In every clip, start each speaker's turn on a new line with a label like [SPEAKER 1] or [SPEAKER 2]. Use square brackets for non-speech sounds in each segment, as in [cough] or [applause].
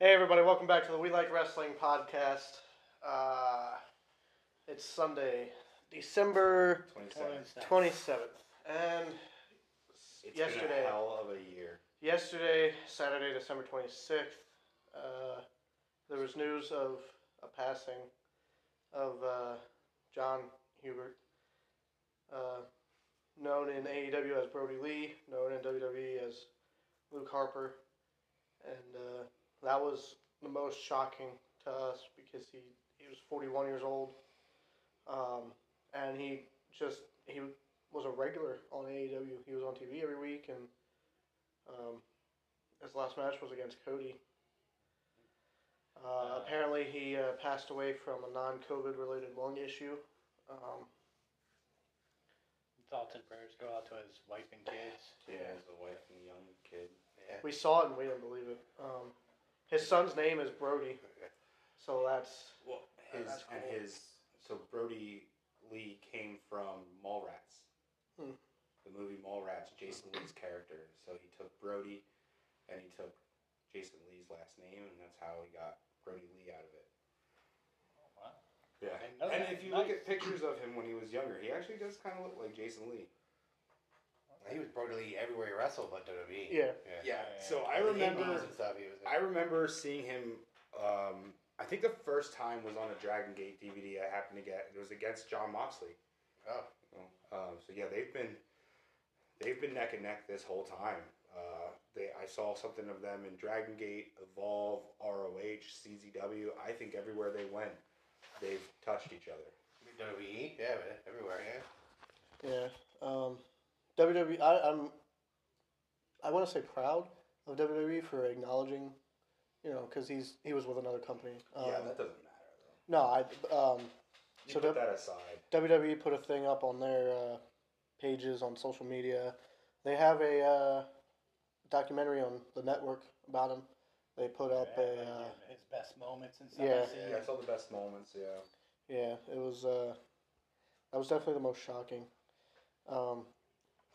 [SPEAKER 1] Hey everybody, welcome back to the We Like Wrestling podcast. Uh, it's Sunday, December
[SPEAKER 2] 27.
[SPEAKER 1] twenty seventh, and
[SPEAKER 2] It's been
[SPEAKER 1] yesterday,
[SPEAKER 2] a hell of a year.
[SPEAKER 1] yesterday, Saturday, December twenty sixth, uh, there was news of a passing of uh, John Hubert, uh, known in AEW as Brody Lee, known in WWE as Luke Harper, and uh, that was the most shocking to us because he he was 41 years old, um, and he just he was a regular on AEW. He was on TV every week, and um, his last match was against Cody. Uh,
[SPEAKER 2] Uh,
[SPEAKER 1] apparently, he uh, passed away from a non-COVID related lung issue. Um,
[SPEAKER 3] Thoughts and prayers go out to his wife and kids.
[SPEAKER 2] Yeah, as a wife and a young kid.
[SPEAKER 3] Yeah.
[SPEAKER 1] we saw it and we didn't believe it. Um, his son's name is Brody, so that's
[SPEAKER 2] Well,
[SPEAKER 1] Uh,
[SPEAKER 2] his
[SPEAKER 1] that's
[SPEAKER 2] and
[SPEAKER 1] cool.
[SPEAKER 2] his. So Brody Lee came from Mallrats,
[SPEAKER 1] Hmm.
[SPEAKER 2] the movie Mallrats. Jason Lee's character. So he took Brody, and he took Jason Lee's last name, and that's how he got Brody Lee out of it.
[SPEAKER 3] Oh, Wow.
[SPEAKER 2] Yeah.
[SPEAKER 3] I didn't know
[SPEAKER 2] And
[SPEAKER 3] that.
[SPEAKER 2] if you look
[SPEAKER 3] Nice.
[SPEAKER 2] at pictures of him when he was younger, he actually does kind of look like Jason Lee.
[SPEAKER 4] He was Brody Lee everywhere he wrestled, but WWE.
[SPEAKER 1] yeah.
[SPEAKER 2] Yeah.
[SPEAKER 3] Yeah.
[SPEAKER 2] So I
[SPEAKER 4] The
[SPEAKER 2] remember.
[SPEAKER 4] Indies and stuff, he was in.
[SPEAKER 2] I remember seeing him. Um, I think the first time was on a Dragon Gate DVD I happened to get. It was against John Moxley.
[SPEAKER 4] Oh.
[SPEAKER 2] Um, so yeah, they've been they've been neck and neck this whole time. Uh, they I saw something of them in Dragon Gate, Evolve, ROH, CZW. I think everywhere they went, they've touched each other.
[SPEAKER 4] WWE. E, Yeah, man, everywhere. Yeah.
[SPEAKER 1] Yeah. Um, WWE. I, I'm. I want to say proud of WWE for acknowledging, you know, because he's he was with another company. Um,
[SPEAKER 2] yeah, that doesn't matter though.
[SPEAKER 1] no, I. Um,
[SPEAKER 2] You
[SPEAKER 1] so
[SPEAKER 2] put
[SPEAKER 1] W-
[SPEAKER 2] that aside.
[SPEAKER 1] WWE put a thing up on their uh, pages on social media. They have a uh, documentary on the network about him. They put up
[SPEAKER 3] Yeah,
[SPEAKER 1] a.
[SPEAKER 3] like,
[SPEAKER 1] Uh,
[SPEAKER 3] yeah, his best moments and stuff.
[SPEAKER 1] yeah.
[SPEAKER 3] I see.
[SPEAKER 2] Yeah, I saw the best moments. Yeah.
[SPEAKER 1] yeah, it was. Uh, that was definitely the most shocking. Um,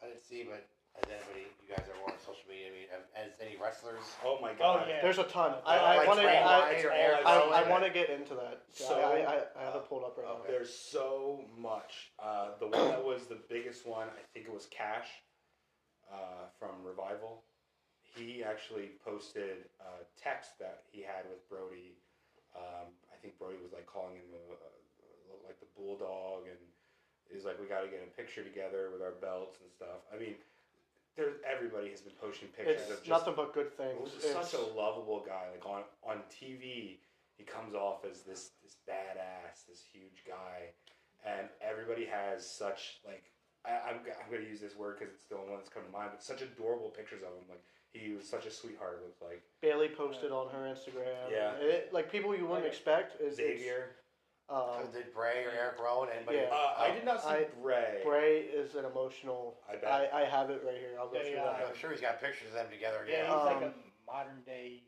[SPEAKER 4] I didn't see, but has anybody, you guys are more on social media. I mean, have- has any wrestlers?
[SPEAKER 2] Oh my
[SPEAKER 3] Oh
[SPEAKER 2] god.
[SPEAKER 3] yeah.
[SPEAKER 1] There's a ton. I,
[SPEAKER 3] Uh,
[SPEAKER 1] I
[SPEAKER 4] like
[SPEAKER 1] wanna-
[SPEAKER 4] Trey
[SPEAKER 1] I-
[SPEAKER 4] Wyatt or
[SPEAKER 2] I-
[SPEAKER 4] Eric
[SPEAKER 1] I,
[SPEAKER 4] Rowan?
[SPEAKER 1] I want to get into that.
[SPEAKER 2] So- Oh,
[SPEAKER 1] I, I, I have it pulled up right now.
[SPEAKER 4] Okay.
[SPEAKER 2] There's so much. Uh, the one that was the biggest one, I think it was Cash uh, from Revival. He actually posted a text that he had with Brody. Um, I think Brody was like calling him a, a- like the bulldog, and he's like, "We got to get a picture together with our belts and stuff." I mean, there everybody has been posting pictures
[SPEAKER 1] It's
[SPEAKER 2] of just
[SPEAKER 1] nothing but good things.
[SPEAKER 2] He's
[SPEAKER 1] It's,
[SPEAKER 2] such a lovable guy. Like on on TV, he comes off as this this badass, this huge guy, and everybody has such like I, I'm g- I'm gonna use this word because it's the only one that's come to mind, but such adorable pictures of him. Like he was such a sweetheart. Looked like
[SPEAKER 1] Bailey posted on her Instagram.
[SPEAKER 2] Yeah.
[SPEAKER 1] It- like people you wouldn't
[SPEAKER 3] Okay.
[SPEAKER 1] expect is it's,
[SPEAKER 2] Xavier.
[SPEAKER 1] Um,
[SPEAKER 4] Did Bray or Eric Rowan? Anybody? Oh,
[SPEAKER 1] Yeah.
[SPEAKER 2] Uh, I did not see
[SPEAKER 1] I-
[SPEAKER 2] Bray.
[SPEAKER 1] Bray is an emotional.
[SPEAKER 2] I bet.
[SPEAKER 1] I, I have it right here. I'll go
[SPEAKER 3] Yeah,
[SPEAKER 1] through
[SPEAKER 3] yeah,
[SPEAKER 1] that.
[SPEAKER 4] I'm sure he's got pictures of them together. Oh,
[SPEAKER 3] Yeah,
[SPEAKER 4] Yeah.
[SPEAKER 3] he's
[SPEAKER 1] Um,
[SPEAKER 3] like a modern day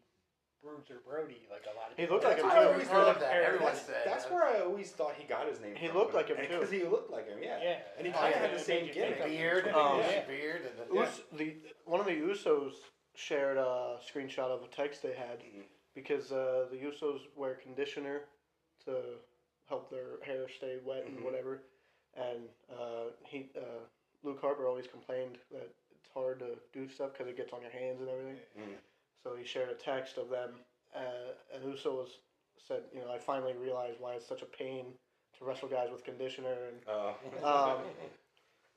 [SPEAKER 3] Bruiser Brody, like a lot of.
[SPEAKER 1] He
[SPEAKER 3] people-
[SPEAKER 1] looked like
[SPEAKER 4] That's
[SPEAKER 1] him,
[SPEAKER 4] why I
[SPEAKER 1] too.
[SPEAKER 4] always heard of that.
[SPEAKER 3] Eric-
[SPEAKER 4] Everyone
[SPEAKER 2] that's,
[SPEAKER 4] said
[SPEAKER 2] that's where I always thought he got his name.
[SPEAKER 1] He looked like him, too.
[SPEAKER 2] because he looked like him. Yeah.
[SPEAKER 3] Yeah.
[SPEAKER 2] And he
[SPEAKER 4] kinda
[SPEAKER 3] Yeah,
[SPEAKER 4] had the
[SPEAKER 3] it
[SPEAKER 2] same
[SPEAKER 3] made you think
[SPEAKER 2] gimmick.
[SPEAKER 3] of-
[SPEAKER 4] beard.
[SPEAKER 1] Um,
[SPEAKER 3] yeah.
[SPEAKER 4] beard and the,
[SPEAKER 1] Us, the one of the Usos shared a screenshot of a text they had
[SPEAKER 2] Mhm.
[SPEAKER 1] because uh, the Usos wear conditioner to help their hair stay wet
[SPEAKER 2] Mhm.
[SPEAKER 1] and whatever. And uh, he, uh, Luke Harper, always complained that it's hard to do stuff because it gets on your hands and everything.
[SPEAKER 2] Mhm.
[SPEAKER 1] So he shared a text of them, uh, and Uso was said, you know, I finally realized why it's such a pain to wrestle guys with conditioner. And
[SPEAKER 2] Oh.
[SPEAKER 1] Um,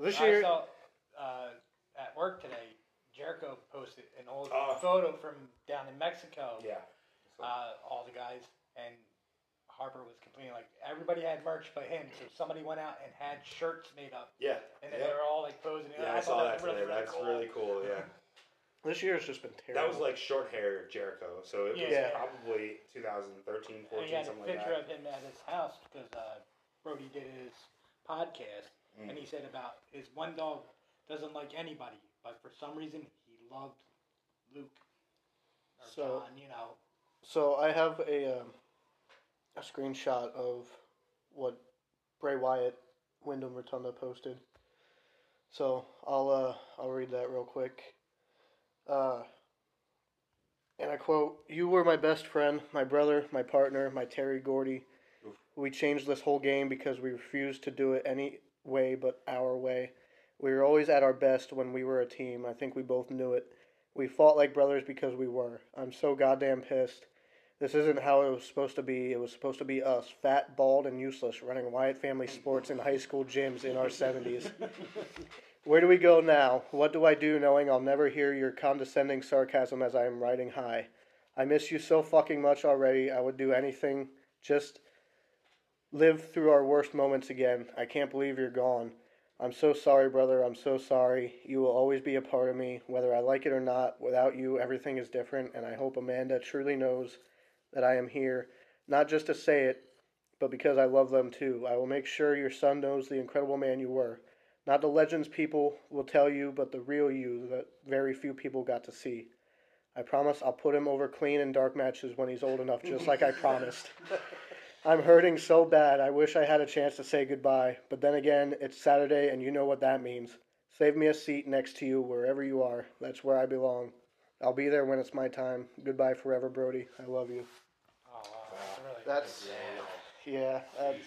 [SPEAKER 1] this
[SPEAKER 3] I
[SPEAKER 1] year,
[SPEAKER 3] saw uh, at work today. Jericho posted an old
[SPEAKER 2] Oh.
[SPEAKER 3] photo from down in Mexico.
[SPEAKER 2] [laughs] yeah.
[SPEAKER 3] uh, all the guys, and Harper was complaining like everybody had merch but him. So somebody went out and had shirts made up,
[SPEAKER 2] Yeah.
[SPEAKER 3] and then
[SPEAKER 2] yeah.
[SPEAKER 3] they were all like posing. "Oh,
[SPEAKER 2] Yeah, I
[SPEAKER 3] thought
[SPEAKER 2] saw that
[SPEAKER 3] was
[SPEAKER 2] today. That's really cool. Yeah,
[SPEAKER 1] this year has just been terrible.
[SPEAKER 2] that was like short hair Jericho, so it was
[SPEAKER 3] Yeah.
[SPEAKER 2] probably 2013,
[SPEAKER 3] And
[SPEAKER 2] 14,
[SPEAKER 3] he had a
[SPEAKER 2] something like
[SPEAKER 3] picture
[SPEAKER 2] that.
[SPEAKER 3] of him at his house because uh, Brody did his podcast,
[SPEAKER 2] Mm.
[SPEAKER 3] and he said about his one dog doesn't like anybody, but for some reason he loved Luke or
[SPEAKER 1] So-
[SPEAKER 3] John. You know,
[SPEAKER 1] So I have a um, a screenshot of what Bray Wyatt Wyndham Rotunda posted. So I'll uh, I'll read that real quick. Uh, And I quote, You were my best friend, my brother, my partner, my Terry Gordy. We changed this whole game because we refused to do it any way but our way. We were always at our best when we were a team. I think we both knew it. We fought like brothers because we were. I'm so goddamn pissed. This isn't how it was supposed to be. It was supposed to be us, fat, bald, and useless, running Wyatt Family Sports in high school gyms in our 70s. Where do we go now? What do I do knowing I'll never hear your condescending sarcasm as I am riding high? I miss you so fucking much already. I would do anything just live through our worst moments again. I can't believe you're gone. I'm so sorry, brother. I'm so sorry. You will always be a part of me, whether I like it or not. Without you, everything is different, and I hope Amanda truly knows that I am here, not just to say it, but because I love them too. I will make sure your son knows the incredible man you were. Not the legends people will tell you, but the real you that very few people got to see. I promise I'll put him over clean in dark matches when he's old enough, just like I promised. I'm hurting so bad. I wish I had a chance to say goodbye, but then again, it's Saturday and you know what that means. Save me a seat next to you wherever you are. That's where I belong. I'll be there when it's my time. Goodbye forever, Brody. I love you.
[SPEAKER 3] Oh, wow. That's really
[SPEAKER 1] That's yeah. um, That's,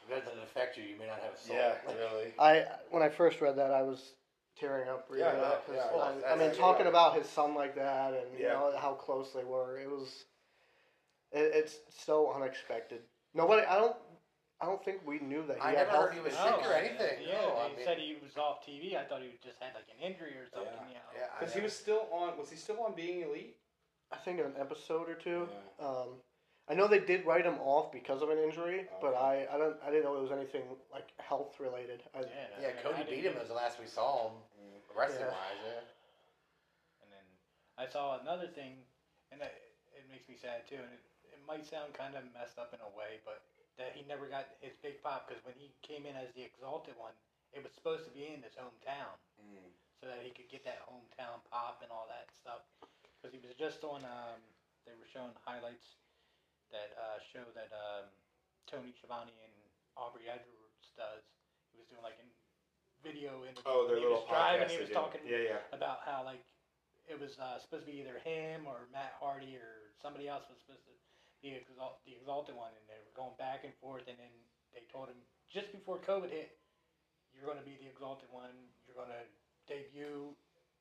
[SPEAKER 4] If that doesn't affect you, you may not have a soul.
[SPEAKER 2] Yeah, really.
[SPEAKER 1] I when I first read that, I was tearing up reading
[SPEAKER 2] Yeah,
[SPEAKER 1] that
[SPEAKER 2] yeah,
[SPEAKER 1] 'cause
[SPEAKER 2] yeah.
[SPEAKER 1] I- I,
[SPEAKER 2] That's-
[SPEAKER 1] mean,
[SPEAKER 2] that's-
[SPEAKER 1] talking
[SPEAKER 2] yeah.
[SPEAKER 1] about his son like that and you
[SPEAKER 2] Yeah.
[SPEAKER 1] know how close they were. It was it, it's so unexpected. Nobody, I don't, I don't think we knew that he
[SPEAKER 4] I
[SPEAKER 1] had
[SPEAKER 4] never
[SPEAKER 1] health
[SPEAKER 4] heard he was
[SPEAKER 1] issues.
[SPEAKER 4] sick or anything.
[SPEAKER 3] Oh, Yeah,
[SPEAKER 2] Oh,
[SPEAKER 4] No, I
[SPEAKER 3] they
[SPEAKER 4] mean-
[SPEAKER 3] said he was off TV. I thought he just had like an injury or something.
[SPEAKER 2] Yeah.
[SPEAKER 3] You know.
[SPEAKER 4] [laughs] Yeah, I
[SPEAKER 2] Because he
[SPEAKER 4] know.
[SPEAKER 2] was still on. Was he still on Being Elite?
[SPEAKER 1] I think an episode or two. Um, I know they did write him off because of an injury, but I,
[SPEAKER 2] Okay.
[SPEAKER 1] I don't, I didn't know it was anything like health related. I,
[SPEAKER 3] I mean,
[SPEAKER 4] Yeah,
[SPEAKER 3] I
[SPEAKER 4] Cody
[SPEAKER 3] didn't
[SPEAKER 4] beat him
[SPEAKER 3] even-
[SPEAKER 4] as the last we saw him, wrestling wise. Yeah.
[SPEAKER 3] And then I saw another thing, and that, it makes me sad too. And it, it might sound kind of messed up in a way, but that he never got his big pop because when he came in as the exalted one, it was supposed to be in his hometown,
[SPEAKER 2] Mm-hmm.
[SPEAKER 3] so that he could get that hometown pop and all that stuff. Because he was just on. Um, they were showing highlights that uh, show that um, Tony Schiavone and Aubrey Edwards does. He was doing like a video in.
[SPEAKER 2] Oh, their
[SPEAKER 3] he
[SPEAKER 2] little
[SPEAKER 3] was
[SPEAKER 2] podcast
[SPEAKER 3] driving. He
[SPEAKER 2] they do.
[SPEAKER 3] was talking
[SPEAKER 2] Yeah, yeah.
[SPEAKER 3] about how like it was uh, supposed to be either him or Matt Hardy or somebody else was supposed to be exalt- the exalted one, and they were going back and forth, and then they told him just before COVID hit, you're going to be the exalted one, you're going to debut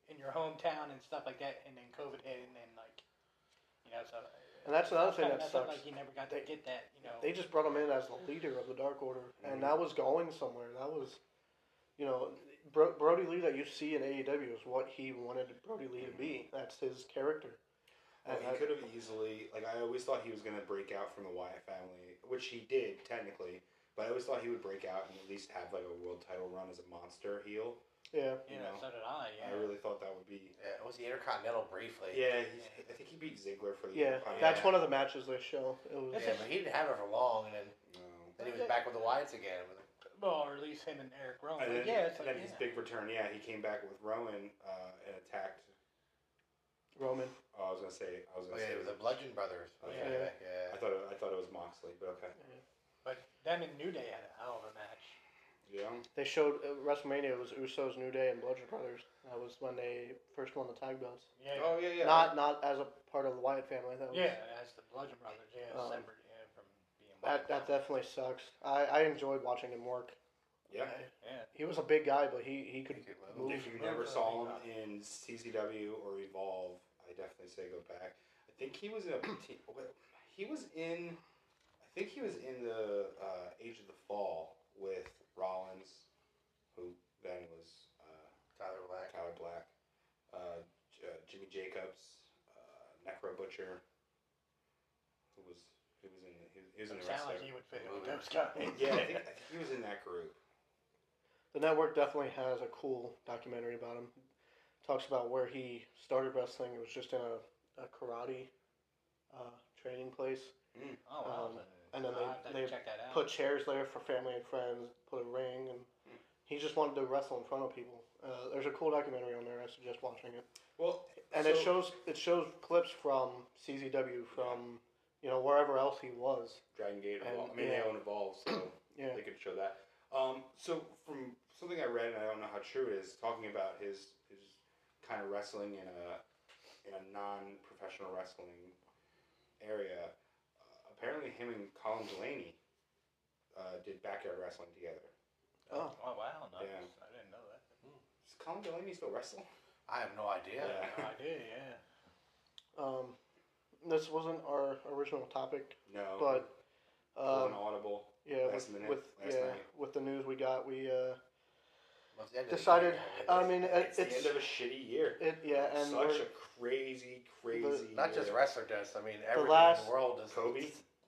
[SPEAKER 3] in your hometown and stuff like that, and then COVID hit, and then like you know so.
[SPEAKER 1] And that's another thing
[SPEAKER 3] Kinda
[SPEAKER 1] that
[SPEAKER 3] messed up,
[SPEAKER 1] sucks.
[SPEAKER 3] Like he never got to
[SPEAKER 1] They-
[SPEAKER 3] get that, you know.
[SPEAKER 1] They just brought him in as the leader of the Dark Order,
[SPEAKER 2] Mm-hmm.
[SPEAKER 1] and that was going somewhere. That was, you know, Bro- Brody Lee that you see in AEW is what he wanted Brody Lee to be. That's his character.
[SPEAKER 2] Mm-hmm. Well,
[SPEAKER 1] And
[SPEAKER 2] he could have easily, like, I always thought he was going to break out from the Wyatt family, which he did technically, but I always thought he would break out and at least have like a world title run as a monster heel.
[SPEAKER 1] I, yeah,
[SPEAKER 3] you
[SPEAKER 2] you
[SPEAKER 3] know,
[SPEAKER 2] know,
[SPEAKER 3] so did I. Yeah.
[SPEAKER 2] I really thought that would be.
[SPEAKER 4] yeah. It was the Intercontinental briefly.
[SPEAKER 2] Yeah, he's, I think he beat Ziggler for the
[SPEAKER 1] yeah.
[SPEAKER 2] Intercontinental.
[SPEAKER 1] That's one of the matches they show. It was,
[SPEAKER 4] Yeah, but he didn't have it for long, and then,
[SPEAKER 2] No.
[SPEAKER 4] then he was back with the Wyatts again.
[SPEAKER 3] Well, or at least him and Eric Rowan.
[SPEAKER 2] And then,
[SPEAKER 3] but yeah, it's
[SPEAKER 2] and
[SPEAKER 3] like,
[SPEAKER 2] then his
[SPEAKER 3] yeah.
[SPEAKER 2] big return, yeah, he came back with Rowan uh, and attacked.
[SPEAKER 1] Roman.
[SPEAKER 2] Oh, I was gonna say, I was
[SPEAKER 4] Oh,
[SPEAKER 2] gonna
[SPEAKER 4] yeah,
[SPEAKER 2] say,
[SPEAKER 4] it was the Bludgeon Brothers.
[SPEAKER 2] Okay. I
[SPEAKER 4] Yeah, yeah.
[SPEAKER 2] thought it, I thought it was Moxley, but okay.
[SPEAKER 3] But them and New Day had a hell of a match.
[SPEAKER 2] Yeah,
[SPEAKER 1] They showed uh, WrestleMania it was Usos, New Day, and Bludgeon Brothers. That was when they first won the tag belts.
[SPEAKER 3] Yeah.
[SPEAKER 2] Oh yeah, yeah.
[SPEAKER 1] Not not as a part of the Wyatt family. That was,
[SPEAKER 3] Yeah, that's the Bludgeon Brothers. Yeah,
[SPEAKER 1] Um,
[SPEAKER 3] separate yeah, from being.
[SPEAKER 1] That that definitely sucks. I, I enjoyed watching him work.
[SPEAKER 2] yeah.
[SPEAKER 1] I-
[SPEAKER 3] Yeah.
[SPEAKER 1] he was a big guy, but he, he could
[SPEAKER 4] He could
[SPEAKER 1] move.
[SPEAKER 4] move.
[SPEAKER 2] If you never saw him in CZW or Evolve, I definitely say go back. I think he was in a [clears throat] t- what- he was in I think he was in the uh, Age of the Fall with Rollins, who then was uh,
[SPEAKER 4] Tyler Black.
[SPEAKER 2] Tyler Black, uh, J- uh, Jimmy Jacobs, uh, Necro Butcher, who was who was in he was, he was in the
[SPEAKER 3] It sounds like
[SPEAKER 2] wrestler.
[SPEAKER 3] he would fit in with those
[SPEAKER 1] [laughs]
[SPEAKER 3] guys.
[SPEAKER 2] Yeah, I think, I think he was in that group.
[SPEAKER 1] The network definitely has a cool documentary about him. Talks about where he started wrestling. It was just in a, a karate uh, training place.
[SPEAKER 3] Oh wow.
[SPEAKER 1] Um, and then
[SPEAKER 3] I'll have to
[SPEAKER 1] they, they
[SPEAKER 3] check that out.
[SPEAKER 1] put chairs there for family and friends, put a ring, and he just wanted to wrestle in front of people. Uh, there's a cool documentary on there. I suggest watching it.
[SPEAKER 2] Well,
[SPEAKER 1] And
[SPEAKER 2] so-
[SPEAKER 1] it shows it shows clips from CZW from you know wherever else he was.
[SPEAKER 2] Dragon Gate.
[SPEAKER 1] And-
[SPEAKER 2] Evolve. I mean,
[SPEAKER 1] yeah.
[SPEAKER 2] they own Evolve, so.
[SPEAKER 1] [clears throat] Yeah.
[SPEAKER 2] they could show that. Um, so from something I read, and I don't know how true it is, talking about his his kind of wrestling in a in a non-professional wrestling area. Uh, apparently, him and Colin Delaney uh, did backyard wrestling together.
[SPEAKER 1] Oh,
[SPEAKER 3] Oh wow, nice.
[SPEAKER 2] Yeah.
[SPEAKER 3] I didn't know that.
[SPEAKER 2] Does Colin Delaney still wrestle?
[SPEAKER 4] I have no idea.
[SPEAKER 2] Yeah.
[SPEAKER 3] No, I did, yeah.
[SPEAKER 1] um, this wasn't our original topic,
[SPEAKER 2] No.
[SPEAKER 1] but
[SPEAKER 2] Pulled an
[SPEAKER 1] um,
[SPEAKER 2] audible.
[SPEAKER 1] yeah,
[SPEAKER 2] last
[SPEAKER 1] with,
[SPEAKER 2] minute,
[SPEAKER 1] with
[SPEAKER 2] last
[SPEAKER 1] yeah,
[SPEAKER 2] night.
[SPEAKER 1] with the news we got, we uh,
[SPEAKER 4] Well, it's the end of the
[SPEAKER 1] decided.
[SPEAKER 4] year.
[SPEAKER 1] I mean, it,
[SPEAKER 2] It's,
[SPEAKER 1] it's
[SPEAKER 2] the end of a shitty year.
[SPEAKER 1] it, yeah, and
[SPEAKER 2] Such
[SPEAKER 1] we're-
[SPEAKER 2] a crazy, crazy.
[SPEAKER 4] not just
[SPEAKER 2] year.
[SPEAKER 4] wrestler deaths. I mean, everything in
[SPEAKER 1] last-
[SPEAKER 4] the world is
[SPEAKER 2] Kobe?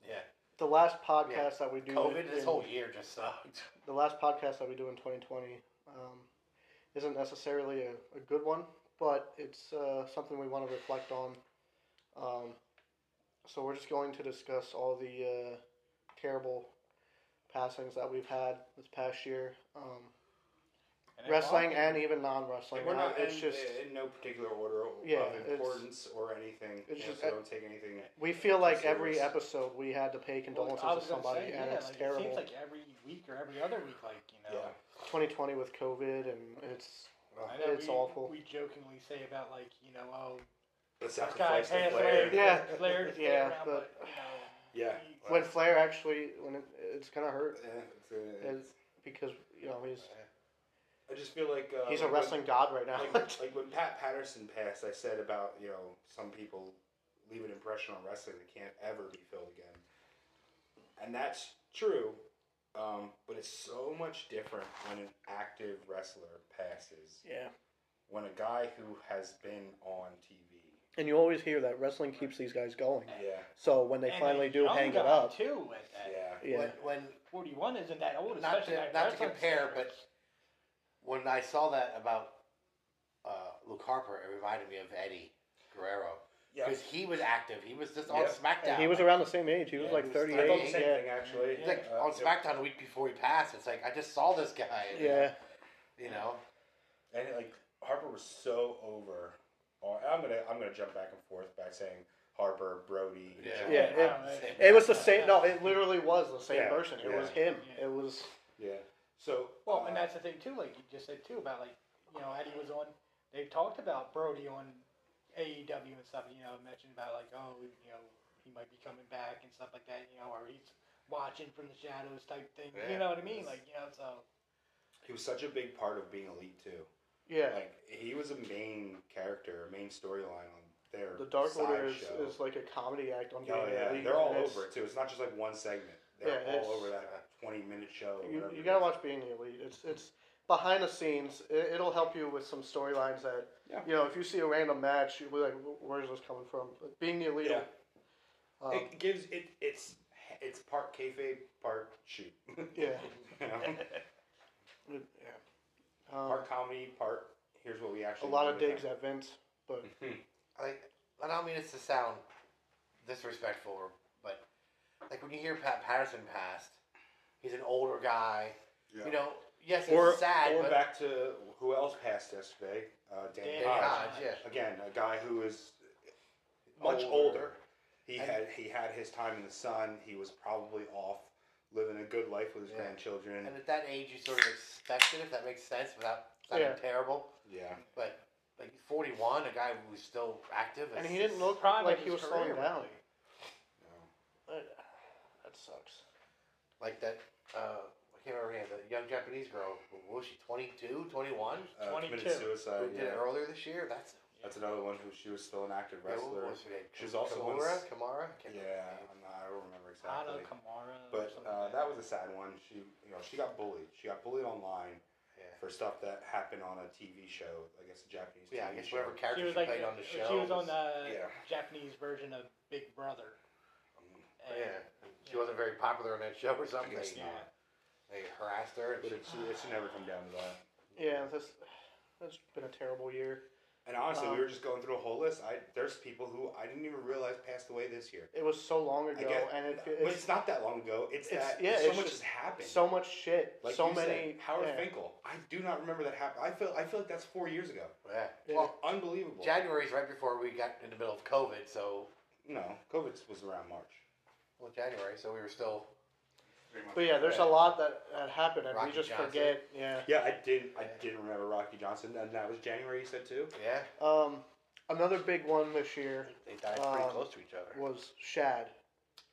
[SPEAKER 4] Yeah,
[SPEAKER 1] the last podcast that we do
[SPEAKER 4] COVID. This
[SPEAKER 1] in-
[SPEAKER 4] whole year just sucked.
[SPEAKER 1] the last podcast that we do in 2020 um, isn't necessarily a, a good one, but it's uh, something we want to reflect on. Um, so we're just going to discuss all the uh, terrible passings that we've had this past year, um,
[SPEAKER 3] And it
[SPEAKER 1] wrestling
[SPEAKER 3] bothered
[SPEAKER 1] and even non-wrestling.
[SPEAKER 2] Like we're not.
[SPEAKER 1] it's
[SPEAKER 2] in,
[SPEAKER 1] just
[SPEAKER 2] in no particular order
[SPEAKER 1] Yeah,
[SPEAKER 2] of
[SPEAKER 1] it's-
[SPEAKER 2] importance or anything.
[SPEAKER 1] it's
[SPEAKER 2] Yeah,
[SPEAKER 1] just-
[SPEAKER 2] so don't take anything.
[SPEAKER 1] we feel like every
[SPEAKER 2] serious.
[SPEAKER 1] episode we had to pay
[SPEAKER 3] Well,
[SPEAKER 1] condolences
[SPEAKER 3] I
[SPEAKER 1] to
[SPEAKER 3] was gonna
[SPEAKER 1] somebody,
[SPEAKER 3] say,
[SPEAKER 1] and
[SPEAKER 3] yeah,
[SPEAKER 1] it's
[SPEAKER 3] like,
[SPEAKER 1] terrible.
[SPEAKER 3] It seems like every week or every other week, like you know.
[SPEAKER 2] Yeah.
[SPEAKER 1] 2020 with COVID, and it's
[SPEAKER 2] uh,
[SPEAKER 3] I know
[SPEAKER 1] It's
[SPEAKER 3] we,
[SPEAKER 1] awful.
[SPEAKER 3] We jokingly say about like you know, oh,
[SPEAKER 2] The
[SPEAKER 3] this guy
[SPEAKER 2] sacrifice
[SPEAKER 3] passed
[SPEAKER 2] of
[SPEAKER 3] away.
[SPEAKER 2] Flair.
[SPEAKER 1] Yeah.
[SPEAKER 3] Flair to stay
[SPEAKER 1] Yeah,
[SPEAKER 3] around,
[SPEAKER 1] but-
[SPEAKER 3] but, you know,
[SPEAKER 2] Yeah.
[SPEAKER 3] he-
[SPEAKER 1] when Flair actually when it, it's gonna hurt
[SPEAKER 2] Yeah, it's, uh,
[SPEAKER 1] It's- because you know he's
[SPEAKER 2] I just feel like uh,
[SPEAKER 1] He's a
[SPEAKER 2] like
[SPEAKER 1] wrestling god right
[SPEAKER 2] When,
[SPEAKER 1] now. [laughs]
[SPEAKER 2] like, like when Pat Patterson passed, I said about you know some people leave an impression on wrestling that can't ever be filled again, and that's true. Um, but it's so much different when an active wrestler passes.
[SPEAKER 1] yeah.
[SPEAKER 2] When a guy who has been on TV.
[SPEAKER 1] And you always hear that wrestling keeps these guys going.
[SPEAKER 2] Yeah.
[SPEAKER 1] So when they
[SPEAKER 3] and
[SPEAKER 1] finally
[SPEAKER 3] a
[SPEAKER 1] do
[SPEAKER 3] young
[SPEAKER 1] hang it
[SPEAKER 3] guy,
[SPEAKER 1] up,
[SPEAKER 3] too. At that.
[SPEAKER 2] Yeah.
[SPEAKER 1] yeah.
[SPEAKER 4] When, when
[SPEAKER 3] Forty-one isn't that old.
[SPEAKER 4] Not
[SPEAKER 3] especially
[SPEAKER 4] to-
[SPEAKER 3] at
[SPEAKER 4] not to
[SPEAKER 3] wrestling
[SPEAKER 4] compare,
[SPEAKER 3] standards.
[SPEAKER 4] when I saw that about uh, Luke Harper, it reminded me of Eddie Guerrero
[SPEAKER 2] Yeah.
[SPEAKER 4] because he was active. He was just on
[SPEAKER 2] Yeah.
[SPEAKER 4] SmackDown.
[SPEAKER 1] And he was
[SPEAKER 4] like,
[SPEAKER 1] around the same age. He was
[SPEAKER 2] Yeah,
[SPEAKER 1] like
[SPEAKER 2] it I thought the
[SPEAKER 1] 38.
[SPEAKER 2] same
[SPEAKER 1] Yeah.
[SPEAKER 2] thing actually.
[SPEAKER 4] he's like
[SPEAKER 2] Uh,
[SPEAKER 4] on SmackDown the week before he passed. It's like I just saw this guy. and,
[SPEAKER 1] Yeah.
[SPEAKER 4] you know.
[SPEAKER 2] and like Harper was so over. Or- I'm gonna I'm gonna jump back and forth by saying Harper, Brody,
[SPEAKER 4] Yeah.
[SPEAKER 2] John.
[SPEAKER 1] Yeah,
[SPEAKER 3] I
[SPEAKER 1] it-
[SPEAKER 3] don't know.
[SPEAKER 4] Same.
[SPEAKER 1] It was the same. No, it literally was the same
[SPEAKER 2] Yeah.
[SPEAKER 1] person. It was
[SPEAKER 2] Yeah.
[SPEAKER 1] him.
[SPEAKER 3] Yeah.
[SPEAKER 1] It was.
[SPEAKER 2] Yeah. So
[SPEAKER 3] Well,
[SPEAKER 2] uh,
[SPEAKER 3] and that's the thing too. Like you just said too about like you know Eddie was on. They talked about Brody on AEW and stuff. You know, mentioned about like oh you know he might be coming back and stuff like that. You know, or he's watching from the shadows type thing.
[SPEAKER 4] Yeah.
[SPEAKER 3] You know what I mean? Like you know, so
[SPEAKER 2] he was such a big part of being elite too.
[SPEAKER 1] Yeah.
[SPEAKER 2] Like he was a main character, a main storyline on their
[SPEAKER 1] The Dark
[SPEAKER 2] side
[SPEAKER 1] Order is,
[SPEAKER 2] show.
[SPEAKER 1] is like a comedy act on being
[SPEAKER 2] oh yeah,
[SPEAKER 1] elite.
[SPEAKER 2] they're all
[SPEAKER 1] and it's-
[SPEAKER 2] over it too. It's not just like one segment. They're
[SPEAKER 1] Yeah, it's-
[SPEAKER 2] all over that 20 minute show. or
[SPEAKER 1] You,
[SPEAKER 2] whatever
[SPEAKER 1] you
[SPEAKER 2] it
[SPEAKER 1] gotta
[SPEAKER 2] is.
[SPEAKER 1] watch Being the Elite. It's it's behind the scenes. It, it'll help you with some storylines that
[SPEAKER 2] Yeah.
[SPEAKER 1] you know. If you see a random match, you'll be like, "Wh- "Where's this coming from?" But Being the Elite.
[SPEAKER 2] Yeah.
[SPEAKER 1] Um,
[SPEAKER 2] it gives it. It's it's part kayfabe, part shoot.
[SPEAKER 1] Yeah.
[SPEAKER 2] [laughs] You know?
[SPEAKER 1] it- yeah. Um,
[SPEAKER 2] part comedy, part here's what we
[SPEAKER 1] a
[SPEAKER 2] actually.
[SPEAKER 1] lot
[SPEAKER 2] do
[SPEAKER 1] of
[SPEAKER 2] with
[SPEAKER 1] digs
[SPEAKER 2] it.
[SPEAKER 1] at Vince, but
[SPEAKER 2] [laughs]
[SPEAKER 4] like I don't mean it's to sound disrespectful, or, but like when you hear Pat Patterson passed, he's an older guy.
[SPEAKER 2] Yeah.
[SPEAKER 4] You know, yes, it's
[SPEAKER 2] or
[SPEAKER 4] sad,
[SPEAKER 2] or
[SPEAKER 4] but
[SPEAKER 2] back to who else passed yesterday? Uh, Dan,
[SPEAKER 3] Dan
[SPEAKER 2] Hodge.
[SPEAKER 3] Hodge.
[SPEAKER 4] yeah,
[SPEAKER 2] Again, a guy who is much older. He
[SPEAKER 4] And-
[SPEAKER 2] had he had his time in the sun. He was probably off living a good life with his
[SPEAKER 4] Yeah.
[SPEAKER 2] grandchildren.
[SPEAKER 4] and at that age, you sort of expect it, if that makes sense, without sounding
[SPEAKER 1] Yeah.
[SPEAKER 4] terrible.
[SPEAKER 2] yeah,
[SPEAKER 4] But like forty-one, a guy who's still active,
[SPEAKER 1] and
[SPEAKER 4] it's
[SPEAKER 1] he didn't
[SPEAKER 4] just-
[SPEAKER 1] look
[SPEAKER 3] prime
[SPEAKER 1] like
[SPEAKER 3] of
[SPEAKER 1] he was
[SPEAKER 3] his
[SPEAKER 1] slowing
[SPEAKER 3] career,
[SPEAKER 1] down.
[SPEAKER 3] really.
[SPEAKER 2] Hmm.
[SPEAKER 1] That that sucks.
[SPEAKER 4] like that. Uh, I can't remember her name. The young Japanese girl, what was she 22, 21?
[SPEAKER 2] uh, committed
[SPEAKER 3] 22.
[SPEAKER 4] Who
[SPEAKER 2] suicide.
[SPEAKER 4] did
[SPEAKER 2] Yeah.
[SPEAKER 4] it earlier this year? That's
[SPEAKER 2] That's another one who she was still an active
[SPEAKER 4] yeah, what
[SPEAKER 2] wrestler.
[SPEAKER 4] was her name?
[SPEAKER 2] She was also
[SPEAKER 4] Kimura.
[SPEAKER 2] once-
[SPEAKER 4] Kimara. I
[SPEAKER 2] Yeah,
[SPEAKER 4] can't remember her name.
[SPEAKER 2] I'm not, I don't remember
[SPEAKER 3] Hana
[SPEAKER 2] exactly.
[SPEAKER 3] Kamara. or
[SPEAKER 2] But
[SPEAKER 3] something
[SPEAKER 2] uh,
[SPEAKER 3] like
[SPEAKER 2] that was a sad one. She you know she got bullied. She got bullied online
[SPEAKER 4] Yeah.
[SPEAKER 2] for stuff that happened on a TV show. I guess a Japanese.
[SPEAKER 4] Yeah,
[SPEAKER 2] TV
[SPEAKER 4] I guess
[SPEAKER 2] show.
[SPEAKER 4] whatever character
[SPEAKER 3] She
[SPEAKER 4] she,
[SPEAKER 3] was like
[SPEAKER 4] played on the show.
[SPEAKER 3] she was on the
[SPEAKER 2] yeah.
[SPEAKER 3] Japanese version of Big Brother. And
[SPEAKER 4] Yeah, she wasn't very popular on that show or something.
[SPEAKER 2] guess
[SPEAKER 4] They,
[SPEAKER 2] not.
[SPEAKER 3] Yeah.
[SPEAKER 4] they harassed her. And
[SPEAKER 2] But
[SPEAKER 4] she,
[SPEAKER 2] it should, it should never come down to that.
[SPEAKER 1] Yeah, that's that's been a terrible year.
[SPEAKER 2] And honestly,
[SPEAKER 1] Um,
[SPEAKER 2] we were just going through a whole list. I there's people who I didn't even realize passed away this year.
[SPEAKER 1] It was so long
[SPEAKER 2] I
[SPEAKER 1] ago,
[SPEAKER 2] get-
[SPEAKER 1] and it,
[SPEAKER 2] but
[SPEAKER 1] it's
[SPEAKER 2] it's not that long ago. It's,
[SPEAKER 1] it's-
[SPEAKER 2] that
[SPEAKER 1] yeah,
[SPEAKER 2] so
[SPEAKER 1] it's
[SPEAKER 2] much
[SPEAKER 1] just
[SPEAKER 2] has happened.
[SPEAKER 1] so much shit.
[SPEAKER 2] like
[SPEAKER 1] so
[SPEAKER 2] you said,
[SPEAKER 1] many.
[SPEAKER 2] Howard
[SPEAKER 1] yeah.
[SPEAKER 2] Finkel. I do not remember that happened. I feel I feel like that's four years ago.
[SPEAKER 4] yeah.
[SPEAKER 1] Yeah.
[SPEAKER 4] Well,
[SPEAKER 2] Unbelievable.
[SPEAKER 4] January's right before we got in the middle of COVID, so
[SPEAKER 2] no, COVID was around March.
[SPEAKER 4] well January, so we were still.
[SPEAKER 1] But yeah, there's a lot that, that happened, and
[SPEAKER 4] Rocky
[SPEAKER 1] we just
[SPEAKER 4] Johnson.
[SPEAKER 1] forget. Yeah.
[SPEAKER 2] Yeah, I didn't. I
[SPEAKER 4] Yeah.
[SPEAKER 2] didn't remember Rocky Johnson, and that was January. You said too.
[SPEAKER 4] Yeah.
[SPEAKER 1] Um, another big one this year
[SPEAKER 4] They died pretty
[SPEAKER 1] Um,
[SPEAKER 4] close to each other.
[SPEAKER 1] was Shad.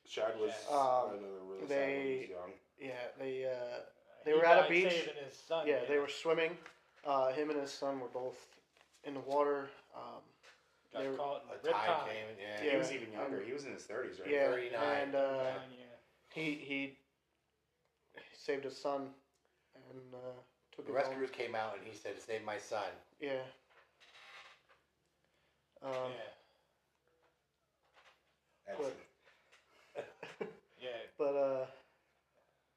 [SPEAKER 2] Shad was
[SPEAKER 1] Um,
[SPEAKER 2] another really sad
[SPEAKER 1] they-
[SPEAKER 2] one. He's young.
[SPEAKER 1] Yeah, they uh, They
[SPEAKER 3] He
[SPEAKER 1] were at a
[SPEAKER 3] died
[SPEAKER 1] beach.
[SPEAKER 3] Saving his son,
[SPEAKER 1] yeah
[SPEAKER 3] man.
[SPEAKER 1] they were swimming. Uh, him and his son were both in the water. Um,
[SPEAKER 3] Got
[SPEAKER 1] they were-
[SPEAKER 3] caught in
[SPEAKER 4] A
[SPEAKER 3] the rip
[SPEAKER 4] time
[SPEAKER 3] tide.
[SPEAKER 4] came, yeah.
[SPEAKER 2] He
[SPEAKER 1] Yeah.
[SPEAKER 2] was even younger.
[SPEAKER 1] um,
[SPEAKER 2] he was in his thirties, right?
[SPEAKER 1] yeah,
[SPEAKER 4] 39.
[SPEAKER 1] and uh,
[SPEAKER 3] Down, yeah.
[SPEAKER 1] he he saved his son and uh, took
[SPEAKER 4] The
[SPEAKER 1] him home.
[SPEAKER 4] rescuers came out and he said, "Save my son."
[SPEAKER 1] Yeah. Um,
[SPEAKER 3] yeah,
[SPEAKER 2] That's
[SPEAKER 1] But-
[SPEAKER 2] it.
[SPEAKER 3] yeah.
[SPEAKER 1] [laughs] But uh,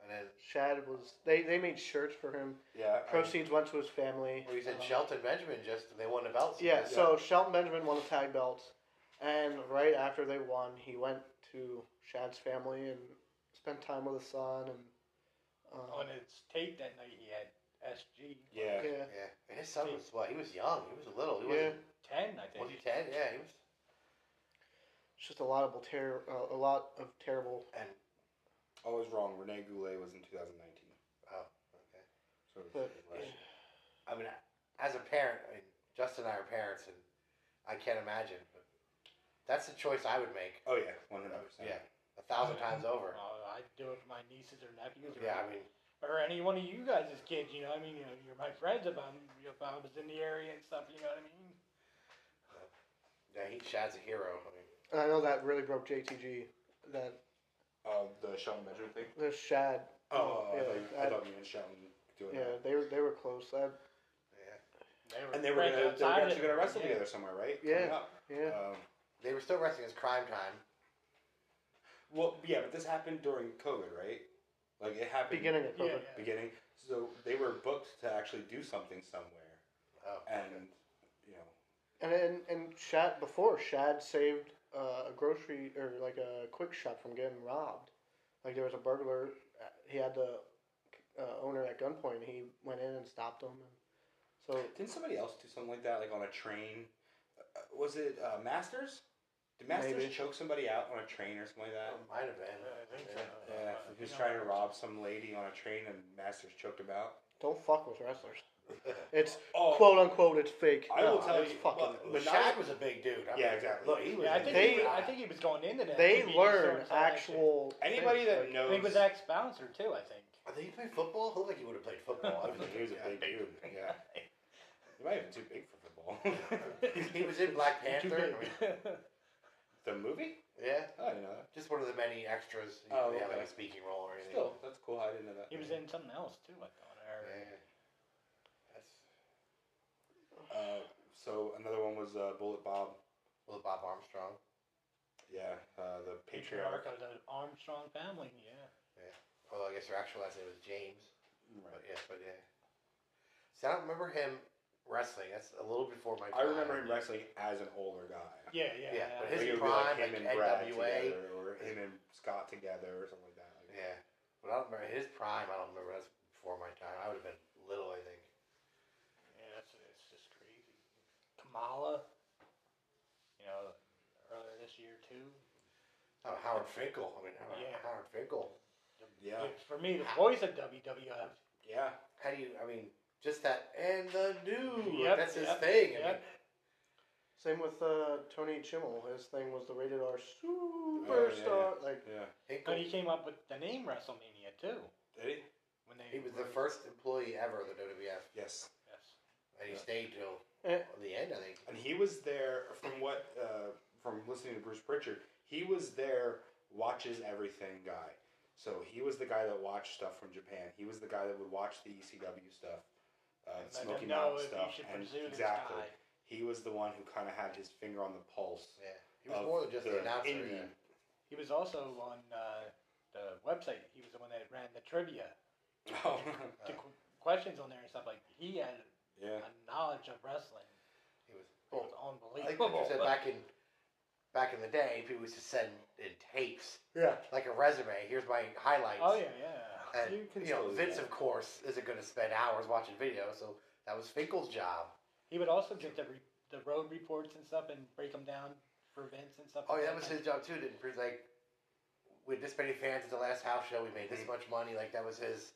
[SPEAKER 4] And then
[SPEAKER 1] Shad was they, they made shirts for him.
[SPEAKER 2] Yeah. I-
[SPEAKER 1] Proceeds went to his family.
[SPEAKER 4] well, you said
[SPEAKER 3] Uh-huh.
[SPEAKER 1] Uh,
[SPEAKER 4] Shelton Benjamin just they won the belt.
[SPEAKER 1] Yeah, so Shelton Benjamin won the tag belts, and right after they won, he went to Shad's family and spent time with his son and.
[SPEAKER 3] On
[SPEAKER 1] Um,
[SPEAKER 3] his tape that night, he had SG
[SPEAKER 2] yeah.
[SPEAKER 1] yeah,
[SPEAKER 4] Yeah, and his son was what? He was young. He was little. He
[SPEAKER 1] yeah.
[SPEAKER 4] wasn't.
[SPEAKER 3] ten, I
[SPEAKER 4] Was he
[SPEAKER 3] think.
[SPEAKER 4] ten? Yeah, he was.
[SPEAKER 1] It's just a lot of ter- uh, a lot of terrible.
[SPEAKER 4] And
[SPEAKER 2] I was wrong. Rene Goulet was in 2019.
[SPEAKER 4] oh, okay.
[SPEAKER 2] So it was
[SPEAKER 1] But
[SPEAKER 2] last year.
[SPEAKER 4] I mean, as a parent, I mean, Justin and I are parents, and I can't imagine. But that's the choice I would make
[SPEAKER 2] oh yeah, 100. percent
[SPEAKER 4] Yeah. a thousand times over.
[SPEAKER 3] Oh, I'd do it for my nieces or nephews or,
[SPEAKER 4] Yeah, I mean,
[SPEAKER 3] or any one of you guys' kids. You know, I mean, you know, you're my friends if I'm if I was in the area and stuff. You know what I mean?
[SPEAKER 4] yeah, he Shad's a hero. I mean,
[SPEAKER 1] And I know that really broke JTG. That
[SPEAKER 2] Uh, the Shelton Benjamin thing.
[SPEAKER 1] there's Shad.
[SPEAKER 2] Oh,
[SPEAKER 1] yeah,
[SPEAKER 2] I, thought, you- I
[SPEAKER 1] I-
[SPEAKER 2] thought you meant Shelton doing
[SPEAKER 1] Yeah,
[SPEAKER 2] that.
[SPEAKER 1] they were they were close. That
[SPEAKER 4] yeah,
[SPEAKER 3] They were
[SPEAKER 2] And they were
[SPEAKER 3] right
[SPEAKER 2] gonna, they were
[SPEAKER 3] outside
[SPEAKER 2] actually
[SPEAKER 3] it,
[SPEAKER 2] gonna wrestle
[SPEAKER 3] yeah.
[SPEAKER 2] together somewhere, right?
[SPEAKER 1] Yeah.
[SPEAKER 2] Coming up.
[SPEAKER 1] yeah.
[SPEAKER 2] Um,
[SPEAKER 4] they were still wrestling as crime time.
[SPEAKER 2] well, yeah, but this happened during COVID, right? Like it happened
[SPEAKER 1] beginning of
[SPEAKER 3] Yeah,
[SPEAKER 1] COVID.
[SPEAKER 3] yeah.
[SPEAKER 2] beginning. So they were booked to actually do something somewhere,
[SPEAKER 4] Oh,
[SPEAKER 2] and you know,
[SPEAKER 1] And and and Shad before Shad saved uh, a grocery or like a quick shop from getting robbed. Like there was a burglar. uh, He had the uh, owner at gunpoint. and He went in and stopped him. so
[SPEAKER 2] didn't somebody else do something like that, like on a train? Uh, was it uh, Masters? Did Masters
[SPEAKER 1] Maybe.
[SPEAKER 2] choke somebody out on a train or something like that?
[SPEAKER 4] It might have been.
[SPEAKER 3] I think so.
[SPEAKER 4] Yeah.
[SPEAKER 2] Yeah,
[SPEAKER 3] Um, Uh,
[SPEAKER 2] he was
[SPEAKER 3] you know,
[SPEAKER 2] trying to rob some lady on a train, and Masters choked him out.
[SPEAKER 1] don't fuck with wrestlers. It's
[SPEAKER 2] Oh,
[SPEAKER 1] quote unquote. It's fake.
[SPEAKER 2] I will
[SPEAKER 1] No,
[SPEAKER 2] tell
[SPEAKER 1] it's
[SPEAKER 2] you,
[SPEAKER 1] fucking.
[SPEAKER 2] well,
[SPEAKER 4] But
[SPEAKER 2] But
[SPEAKER 4] Shad
[SPEAKER 2] not-
[SPEAKER 4] was a big dude. I
[SPEAKER 2] Yeah,
[SPEAKER 4] mean,
[SPEAKER 2] exactly.
[SPEAKER 4] Look, he was.
[SPEAKER 3] Yeah, I
[SPEAKER 4] a
[SPEAKER 3] think
[SPEAKER 4] big
[SPEAKER 3] he,
[SPEAKER 1] They-
[SPEAKER 3] I
[SPEAKER 4] guy.
[SPEAKER 3] think he was going into that.
[SPEAKER 1] they
[SPEAKER 3] He was
[SPEAKER 1] learn
[SPEAKER 3] doing some of that shit.
[SPEAKER 1] actual.
[SPEAKER 2] anybody
[SPEAKER 1] things,
[SPEAKER 2] that
[SPEAKER 1] like-
[SPEAKER 3] I
[SPEAKER 2] knows.
[SPEAKER 3] think it
[SPEAKER 2] [laughs]
[SPEAKER 3] was ex bouncer too. I think. [laughs]
[SPEAKER 4] I think he played football. Looked like he would have played football. I mean,
[SPEAKER 2] [laughs] he was a
[SPEAKER 4] yeah.
[SPEAKER 2] big
[SPEAKER 3] [laughs]
[SPEAKER 2] dude. Yeah, he might have been too big for football. [laughs]
[SPEAKER 4] [laughs] He was in Black
[SPEAKER 3] Too
[SPEAKER 4] Panther. I mean,
[SPEAKER 3] big.
[SPEAKER 2] the movie?
[SPEAKER 4] yeah,
[SPEAKER 2] Oh, I didn't know that.
[SPEAKER 4] just one of the many extras.
[SPEAKER 2] Oh,
[SPEAKER 4] You know, they have like
[SPEAKER 2] okay.
[SPEAKER 4] a speaking role or anything.
[SPEAKER 2] Still, that's cool. I didn't know that.
[SPEAKER 3] he was in something else too. I thought. Or,
[SPEAKER 4] Yeah. That's
[SPEAKER 2] Uh, so another one was uh, Bullet Bob.
[SPEAKER 4] little Bob Armstrong.
[SPEAKER 2] Yeah, uh, the
[SPEAKER 3] patriarch
[SPEAKER 2] patriarch.
[SPEAKER 3] of the Armstrong family. Yeah.
[SPEAKER 4] Although I guess her actual last name was James. But
[SPEAKER 2] Right.
[SPEAKER 4] yeah, but yeah. See, I don't remember him wrestling. That's a little before my time.
[SPEAKER 2] I remember him wrestling as an older guy.
[SPEAKER 3] Yeah, yeah.
[SPEAKER 4] Yeah,
[SPEAKER 3] yeah.
[SPEAKER 4] but his
[SPEAKER 2] it would be
[SPEAKER 4] prime,
[SPEAKER 2] him and
[SPEAKER 4] like
[SPEAKER 2] Brad
[SPEAKER 4] NWA.
[SPEAKER 2] together, or him and Scott together, or something like that. Like,
[SPEAKER 4] Yeah, but I don't remember his prime. I don't remember. That's before my time. I would have been little, I think.
[SPEAKER 3] Yeah, that's it's just crazy. Kamala, you know, earlier this year too.
[SPEAKER 4] Oh, Howard Finkel. I mean, Howard,
[SPEAKER 3] Yeah.
[SPEAKER 4] Howard Finkel.
[SPEAKER 2] Yeah.
[SPEAKER 3] For me, the voice of WWF.
[SPEAKER 2] yeah.
[SPEAKER 4] How do you? I mean, just that and the new.
[SPEAKER 3] Yep,
[SPEAKER 4] that's his
[SPEAKER 3] yep,
[SPEAKER 4] thing. I mean,
[SPEAKER 3] Yep.
[SPEAKER 1] Same with uh, Tony Chimmel. His thing was the rated R
[SPEAKER 2] Oh,
[SPEAKER 1] superstar. Like
[SPEAKER 2] Yeah.
[SPEAKER 4] Finkel.
[SPEAKER 3] But he came up with the name WrestleMania too.
[SPEAKER 2] Did he?
[SPEAKER 3] When they
[SPEAKER 4] He was the
[SPEAKER 3] wrote-
[SPEAKER 4] first employee ever of the WWF,
[SPEAKER 2] Yes.
[SPEAKER 3] Yes.
[SPEAKER 4] and he
[SPEAKER 2] Yeah.
[SPEAKER 4] stayed till
[SPEAKER 1] Eh.
[SPEAKER 4] the end, I think.
[SPEAKER 2] And he was there from what uh, from listening to Bruce Pritchard, he was their watches everything guy. So he was the guy that watched stuff from Japan. He was the guy that would watch the ECW stuff, uh,
[SPEAKER 3] And let
[SPEAKER 2] Smoky
[SPEAKER 3] them know
[SPEAKER 2] Mountain
[SPEAKER 3] if
[SPEAKER 2] stuff,
[SPEAKER 3] you should
[SPEAKER 2] and
[SPEAKER 3] pursue this
[SPEAKER 2] exactly.
[SPEAKER 3] guy.
[SPEAKER 2] He was the one who kind of had his finger on the pulse.
[SPEAKER 4] Yeah, he was
[SPEAKER 2] of
[SPEAKER 4] more than just the
[SPEAKER 2] the
[SPEAKER 4] announcer.
[SPEAKER 2] indie.
[SPEAKER 4] yeah.
[SPEAKER 3] He was also on uh, the website. He was the one that ran the trivia,
[SPEAKER 2] Oh, [laughs]
[SPEAKER 3] the qu- questions on there and stuff. Like he had
[SPEAKER 2] yeah.
[SPEAKER 3] a knowledge of wrestling.
[SPEAKER 4] He was.
[SPEAKER 3] It was
[SPEAKER 4] I think
[SPEAKER 3] unbelievable.
[SPEAKER 4] like you said
[SPEAKER 3] but-
[SPEAKER 4] back in back in the day, people used to send in tapes,
[SPEAKER 2] Yeah.
[SPEAKER 4] like a resume. Here's my highlights.
[SPEAKER 3] oh yeah, yeah.
[SPEAKER 4] And,
[SPEAKER 2] You can
[SPEAKER 4] you know,
[SPEAKER 2] still do
[SPEAKER 4] Vince,
[SPEAKER 2] that.
[SPEAKER 4] of course, isn't going to spend hours watching videos, so that was Finkel's job.
[SPEAKER 3] He would also get the re- the road reports and stuff and break them down for Vince and stuff.
[SPEAKER 4] Oh,
[SPEAKER 3] like
[SPEAKER 4] yeah, that was his job too. Didn't pre- like we had this many fans at the last house show. We made this
[SPEAKER 2] Mhm.
[SPEAKER 4] much money. Like that was his,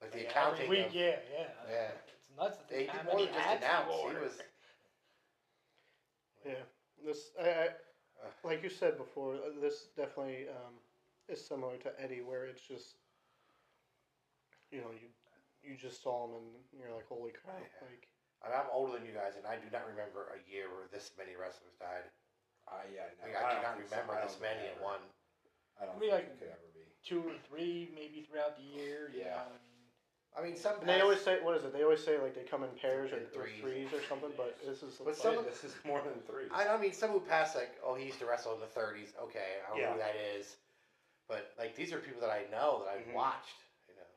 [SPEAKER 4] like the
[SPEAKER 3] Yeah,
[SPEAKER 4] accounting.
[SPEAKER 3] Every week,
[SPEAKER 4] of-
[SPEAKER 3] yeah, yeah.
[SPEAKER 4] Yeah.
[SPEAKER 3] It's nuts. That
[SPEAKER 4] They
[SPEAKER 3] they
[SPEAKER 4] did
[SPEAKER 3] how
[SPEAKER 4] more
[SPEAKER 3] many
[SPEAKER 4] than just
[SPEAKER 3] ads he
[SPEAKER 4] announce. He
[SPEAKER 3] ordered.
[SPEAKER 4] was.
[SPEAKER 1] Yeah, this I, I like you said before. uh, This definitely um, is similar to Eddie, where it's just you know you you just saw him and you're like, holy crap!
[SPEAKER 4] Yeah.
[SPEAKER 1] Like
[SPEAKER 4] I mean, I'm older than you guys, and I do not remember a year where this many wrestlers died.
[SPEAKER 2] I yeah, no,
[SPEAKER 4] Like, I, do
[SPEAKER 2] don't
[SPEAKER 4] not
[SPEAKER 2] think so.
[SPEAKER 4] remember
[SPEAKER 2] I
[SPEAKER 4] this
[SPEAKER 2] don't think
[SPEAKER 4] many at
[SPEAKER 2] ever-
[SPEAKER 4] one.
[SPEAKER 2] I don't
[SPEAKER 3] I
[SPEAKER 2] think
[SPEAKER 3] mean,
[SPEAKER 2] it
[SPEAKER 3] like-
[SPEAKER 2] could ever be.
[SPEAKER 3] two or three maybe throughout the year. you
[SPEAKER 2] Yeah.
[SPEAKER 3] know, I mean,
[SPEAKER 4] I mean, some
[SPEAKER 1] and they always
[SPEAKER 4] pass-
[SPEAKER 1] say, what is it? They always say like they come in pairs or,
[SPEAKER 4] In
[SPEAKER 1] or
[SPEAKER 4] threes.
[SPEAKER 1] threes or something. But this is
[SPEAKER 4] But
[SPEAKER 1] like,
[SPEAKER 4] some- of-
[SPEAKER 2] this is more than three.
[SPEAKER 4] I don't mean some who pass like, oh, he used to wrestle in the 30s. Okay, I don't know who that is, but like these are people that I know that I've
[SPEAKER 2] Mhm.
[SPEAKER 4] watched. You know,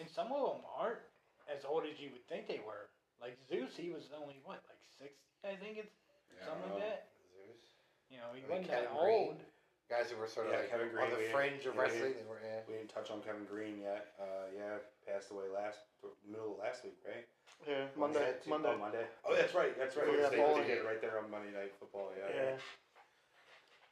[SPEAKER 3] and some of them aren't as old as you would think they were. Like Zeus, he was only what, like sixty, I think it's
[SPEAKER 2] Yeah, I
[SPEAKER 3] something
[SPEAKER 2] don't
[SPEAKER 3] like
[SPEAKER 2] know.
[SPEAKER 3] that.
[SPEAKER 4] Zeus.
[SPEAKER 3] You know, he
[SPEAKER 4] I mean,
[SPEAKER 3] wasn't that
[SPEAKER 4] Kevin Green.
[SPEAKER 3] old.
[SPEAKER 4] guys who were sort of
[SPEAKER 2] Yeah,
[SPEAKER 4] like
[SPEAKER 2] Kevin Green,
[SPEAKER 4] on the
[SPEAKER 2] we-
[SPEAKER 4] fringe of
[SPEAKER 2] yeah, we-
[SPEAKER 4] wrestling. They were yeah.
[SPEAKER 2] We didn't touch on Kevin Green yet. Uh, yeah, passed away last middle of last week, right?
[SPEAKER 1] yeah, Monday,
[SPEAKER 2] Tuesday,
[SPEAKER 1] Monday.
[SPEAKER 2] Oh, Monday. Oh, that's right. That's right.
[SPEAKER 1] Yeah,
[SPEAKER 2] They
[SPEAKER 1] ball
[SPEAKER 2] did
[SPEAKER 4] game.
[SPEAKER 2] it right there on Monday Night Football. Yeah.
[SPEAKER 1] Yeah,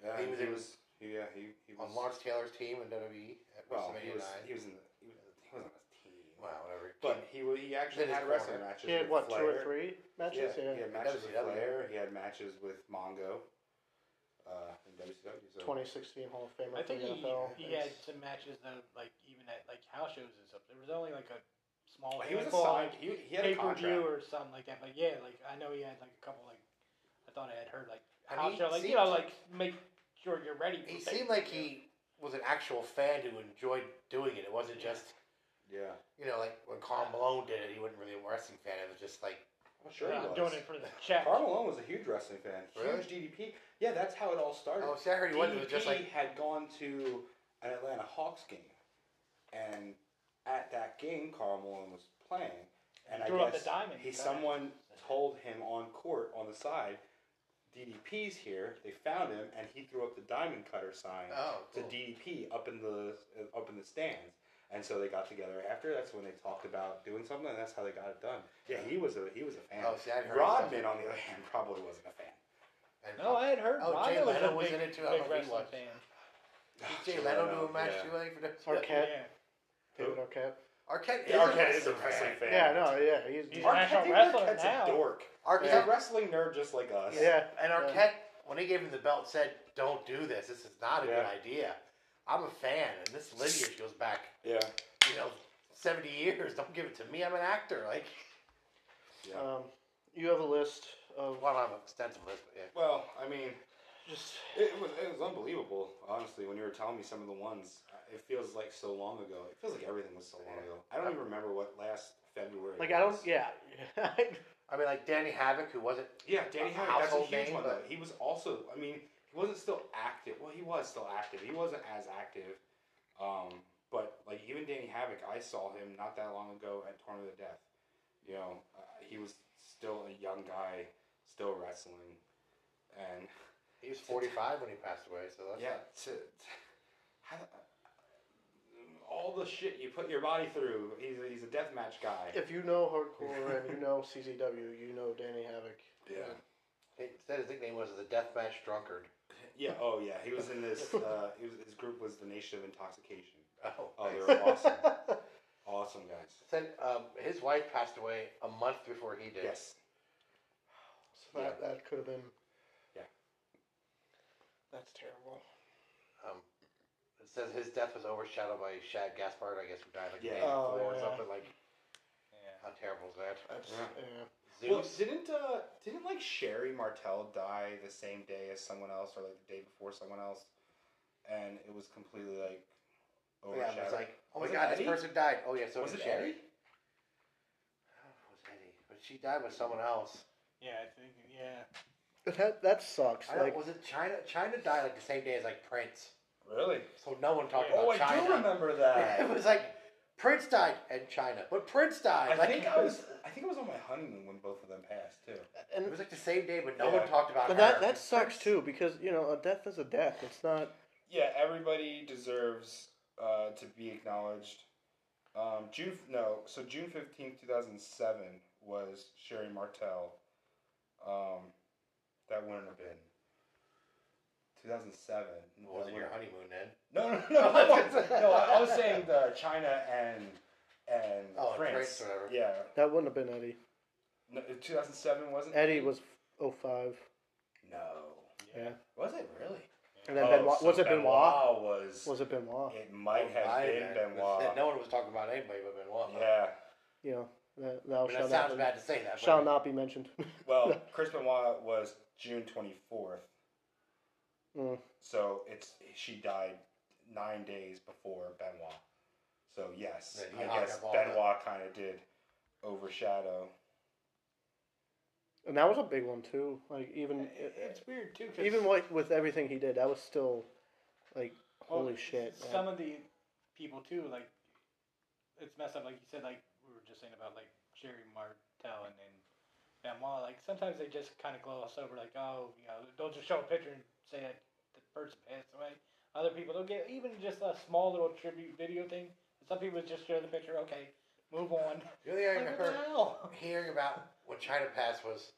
[SPEAKER 2] Yeah,
[SPEAKER 4] He was in-
[SPEAKER 2] yeah, he, he was
[SPEAKER 4] on Lawrence Taylor's team in WWE at
[SPEAKER 2] Well, he
[SPEAKER 4] WrestleMania
[SPEAKER 2] was.
[SPEAKER 4] nine.
[SPEAKER 2] He was in. The, he was. He was on his team.
[SPEAKER 4] wow, whatever.
[SPEAKER 2] But he wa- he actually
[SPEAKER 4] In
[SPEAKER 2] had
[SPEAKER 4] his
[SPEAKER 2] wrestling
[SPEAKER 4] corner.
[SPEAKER 2] matches.
[SPEAKER 1] he had what
[SPEAKER 2] with
[SPEAKER 1] two or
[SPEAKER 2] Flair.
[SPEAKER 1] three matches?
[SPEAKER 2] Yeah,
[SPEAKER 1] Yeah,
[SPEAKER 2] he had
[SPEAKER 4] In
[SPEAKER 2] matches with
[SPEAKER 4] WCW.
[SPEAKER 2] Flair. He had matches with Mongo. Uh, in WCW. So.
[SPEAKER 1] 2016 Hall of Famer
[SPEAKER 3] I
[SPEAKER 1] for
[SPEAKER 3] think
[SPEAKER 1] the
[SPEAKER 3] he,
[SPEAKER 1] NFL.
[SPEAKER 3] he had some matches though, like even at like house shows and stuff. There was only like Oh, a small
[SPEAKER 2] He was
[SPEAKER 3] handful,
[SPEAKER 2] assigned.
[SPEAKER 3] like,
[SPEAKER 2] He, he had a
[SPEAKER 3] pay per view
[SPEAKER 2] contract.
[SPEAKER 3] or something like that. But yeah, like I know he had like a couple like I thought I had heard like
[SPEAKER 4] I
[SPEAKER 3] house
[SPEAKER 4] mean,
[SPEAKER 3] show, like
[SPEAKER 4] seems-
[SPEAKER 3] you know, like make sure you're ready. For
[SPEAKER 4] He
[SPEAKER 3] pay
[SPEAKER 4] seemed
[SPEAKER 3] per
[SPEAKER 4] like
[SPEAKER 3] view.
[SPEAKER 4] he was an actual fan who enjoyed doing it. It wasn't
[SPEAKER 3] Yeah.
[SPEAKER 4] just
[SPEAKER 2] Yeah.
[SPEAKER 4] you know like when Carl Malone did it. He wasn't really a wrestling fan. It was just like
[SPEAKER 2] Well, sure.
[SPEAKER 3] Yeah,
[SPEAKER 2] he was.
[SPEAKER 3] I'm doing it for
[SPEAKER 4] [laughs]
[SPEAKER 3] the check.
[SPEAKER 2] Carl Malone was a huge wrestling fan.
[SPEAKER 4] Really?
[SPEAKER 2] Huge DDP. Yeah, that's how it all started.
[SPEAKER 4] oh, see, I heard he wasn't. It was
[SPEAKER 2] DDP
[SPEAKER 4] just like
[SPEAKER 2] had gone to an Atlanta Hawks game, and at that game, Carl Malone was playing, and I
[SPEAKER 3] Threw up the
[SPEAKER 2] guess
[SPEAKER 3] diamond.
[SPEAKER 2] he
[SPEAKER 3] Got it.
[SPEAKER 2] someone told him on court on the side, DDP's here. They found him, and he threw up the diamond cutter sign
[SPEAKER 4] oh,
[SPEAKER 2] to
[SPEAKER 4] cool.
[SPEAKER 2] DDP E up in the uh, up in the stands. And so they got together after. That's when they talked about doing something, and that's how they got it done. Yeah, he was a he was a fan.
[SPEAKER 4] oh, see, I heard.
[SPEAKER 2] Rodman, on the other hand, probably wasn't a fan.
[SPEAKER 3] No, I had heard.
[SPEAKER 4] Oh,
[SPEAKER 3] Rondo
[SPEAKER 4] Jay
[SPEAKER 3] was
[SPEAKER 4] Leno
[SPEAKER 3] a
[SPEAKER 4] was
[SPEAKER 3] big,
[SPEAKER 4] in it too. I
[SPEAKER 3] Big
[SPEAKER 4] don't know if he
[SPEAKER 3] wrestling
[SPEAKER 4] was.
[SPEAKER 3] fan.
[SPEAKER 2] [laughs]
[SPEAKER 4] Jay Leno do a match too. I think for the
[SPEAKER 1] Arquette.
[SPEAKER 3] Yeah.
[SPEAKER 1] David Arquette.
[SPEAKER 4] Arquette,
[SPEAKER 2] Yeah, Arquette is a wrestling fan.
[SPEAKER 1] Yeah, no, yeah, he's
[SPEAKER 3] He's
[SPEAKER 2] Arquette,
[SPEAKER 3] national
[SPEAKER 2] dude,
[SPEAKER 3] wrestler
[SPEAKER 2] Arquette's
[SPEAKER 3] now.
[SPEAKER 2] a dork.
[SPEAKER 4] Arquette,
[SPEAKER 2] He's a wrestling nerd just like us.
[SPEAKER 1] yeah.
[SPEAKER 4] and Arquette, when he gave him the belt, said, "Don't do this. This is not a
[SPEAKER 2] Yeah.
[SPEAKER 4] good idea. I'm a fan, and this lineage goes back,
[SPEAKER 2] Yeah.
[SPEAKER 4] you know, seventy years. Don't give it to me. I'm an actor. Like,
[SPEAKER 2] Yeah.
[SPEAKER 1] Um, you have a list of
[SPEAKER 4] well, I'm extensive list, but yeah.
[SPEAKER 2] Well, I mean,
[SPEAKER 1] just
[SPEAKER 2] it was it was unbelievable, honestly, when you were telling me some of the ones. uh, It feels like so long ago. It feels like everything was so long ago. I don't even remember what last February.
[SPEAKER 1] like I don't.
[SPEAKER 2] was.
[SPEAKER 1] Yeah, [laughs]
[SPEAKER 4] I mean, like Danny Havoc, who wasn't.
[SPEAKER 2] Yeah, Danny
[SPEAKER 4] A
[SPEAKER 2] Havoc. That's a
[SPEAKER 4] household
[SPEAKER 2] huge
[SPEAKER 4] name,
[SPEAKER 2] one. Though.
[SPEAKER 4] but-
[SPEAKER 2] He was also. I mean, he wasn't still active. Well, he was still active. He wasn't as active. Um, but like even Danny Havoc, I saw him not that long ago at Tournament of Death. You know, uh, he was still a young guy, still wrestling, and
[SPEAKER 4] He was 45 when he passed away, so that's
[SPEAKER 2] yeah, to, to- how, all the shit you put your body through. He's a, he's a deathmatch guy.
[SPEAKER 1] if you know hardcore and you know CZW, you know Danny Havoc.
[SPEAKER 2] Yeah.
[SPEAKER 4] He said his nickname was the Deathmatch Drunkard.
[SPEAKER 2] Yeah. Oh yeah. He was in
[SPEAKER 4] [laughs]
[SPEAKER 2] this. Uh, he was, his group was the Nation of Intoxication.
[SPEAKER 4] Oh,
[SPEAKER 2] Oh, they
[SPEAKER 4] nice.
[SPEAKER 2] were
[SPEAKER 1] [laughs]
[SPEAKER 2] awesome.
[SPEAKER 4] [laughs]
[SPEAKER 2] awesome guys.
[SPEAKER 4] Said um, his wife passed away a month before he did.
[SPEAKER 2] Yes.
[SPEAKER 1] So that that could have been.
[SPEAKER 2] Yeah.
[SPEAKER 1] That's terrible.
[SPEAKER 4] Um, it says his death was overshadowed by Shad Gaspard, I guess, who died like the
[SPEAKER 2] Yeah.
[SPEAKER 4] day before
[SPEAKER 1] Oh,
[SPEAKER 4] or
[SPEAKER 1] yeah.
[SPEAKER 4] something like.
[SPEAKER 3] Yeah.
[SPEAKER 4] How terrible is that?
[SPEAKER 1] That's yeah.
[SPEAKER 2] Yeah.
[SPEAKER 4] Zeus.
[SPEAKER 2] Well, didn't uh, didn't like Sherry Martel die the same day as someone else, or like the day before someone else, and it was completely like
[SPEAKER 4] yeah,
[SPEAKER 2] overshadowed.
[SPEAKER 4] it was like, oh my
[SPEAKER 2] Was it
[SPEAKER 4] god,
[SPEAKER 2] Eddie?
[SPEAKER 4] this person died. Oh yeah, so
[SPEAKER 2] was
[SPEAKER 4] did
[SPEAKER 2] it
[SPEAKER 4] Sherry.
[SPEAKER 2] Eddie?
[SPEAKER 4] I don't know if it was Eddie, but she died with someone else.
[SPEAKER 3] Yeah, I think yeah.
[SPEAKER 1] That that sucks.
[SPEAKER 4] I don't,
[SPEAKER 1] like
[SPEAKER 4] was it China? China died like the same day as like Prince,
[SPEAKER 2] Really?
[SPEAKER 4] so no one talked
[SPEAKER 3] Yeah.
[SPEAKER 2] Oh,
[SPEAKER 4] about
[SPEAKER 2] I
[SPEAKER 4] China.
[SPEAKER 2] do
[SPEAKER 4] [laughs]
[SPEAKER 2] remember
[SPEAKER 4] It
[SPEAKER 2] that.
[SPEAKER 4] was like Prince died and China, but Prince died.
[SPEAKER 2] I
[SPEAKER 4] like,
[SPEAKER 2] think I was I think I was on my honeymoon when both of them passed too.
[SPEAKER 4] It
[SPEAKER 1] and
[SPEAKER 4] was like the same day, but no
[SPEAKER 2] Yeah.
[SPEAKER 4] one talked about
[SPEAKER 1] but
[SPEAKER 4] her.
[SPEAKER 1] that that sucks too because you know a death is a death. It's not.
[SPEAKER 2] Yeah, everybody deserves uh, to be acknowledged. Um, June no, so June fifteenth, two thousand seven was Sherry Martel. Um, that wouldn't have been two thousand seven.
[SPEAKER 4] It wasn't your honeymoon then.
[SPEAKER 2] No, no,
[SPEAKER 4] [laughs]
[SPEAKER 2] no, no. no I I was saying the China and and
[SPEAKER 4] Oh,
[SPEAKER 2] France.
[SPEAKER 4] France, whatever.
[SPEAKER 2] Yeah, uh,
[SPEAKER 1] That wouldn't have been Eddie. oh
[SPEAKER 2] no, two thousand seven wasn't.
[SPEAKER 1] Eddie was 05.
[SPEAKER 2] No.
[SPEAKER 1] Yeah.
[SPEAKER 2] Was it really?
[SPEAKER 1] And then
[SPEAKER 2] Oh,
[SPEAKER 1] Benoit, was it Benoit?
[SPEAKER 2] Was,
[SPEAKER 1] Was it Benoit?
[SPEAKER 2] it might have
[SPEAKER 4] Why
[SPEAKER 2] been
[SPEAKER 4] there?
[SPEAKER 2] Benoit?
[SPEAKER 4] [laughs] That's it. No one was talking about anybody but Benoit.
[SPEAKER 2] Yeah.
[SPEAKER 1] You know, that,
[SPEAKER 4] I
[SPEAKER 1] thou shalt
[SPEAKER 4] mean, that
[SPEAKER 1] not,
[SPEAKER 4] sounds
[SPEAKER 1] be-
[SPEAKER 4] bad to say that.
[SPEAKER 1] shall
[SPEAKER 4] but
[SPEAKER 1] not be mentioned. [laughs]
[SPEAKER 2] Well, Chris Benoit was June twenty fourth,
[SPEAKER 1] Mm.
[SPEAKER 2] so it's she died nine days before Benoit. So yes,
[SPEAKER 4] Then he
[SPEAKER 2] I
[SPEAKER 4] hung
[SPEAKER 2] guess
[SPEAKER 4] up all
[SPEAKER 2] Benoit kind of did overshadow.
[SPEAKER 1] And that was a big one too. Like even
[SPEAKER 4] Mm,
[SPEAKER 3] It- It's weird too. 'cause-
[SPEAKER 1] even like with everything he did, that was still like
[SPEAKER 3] Well,
[SPEAKER 1] holy shit. man.
[SPEAKER 3] Some of the people too, like it's messed up. Like you said, like we were just saying about like Jerry Martell and and Benoit. Like sometimes they just kind of gloss over, like oh, you know, don't just show a picture and say that the person passed away. Other people they'll get even just a small little tribute video thing. Some people just show the picture. Okay,
[SPEAKER 1] [laughs]
[SPEAKER 3] move on.
[SPEAKER 4] The only thing I
[SPEAKER 3] Like, what the
[SPEAKER 4] remember
[SPEAKER 3] hell?
[SPEAKER 4] hearing about when China passed was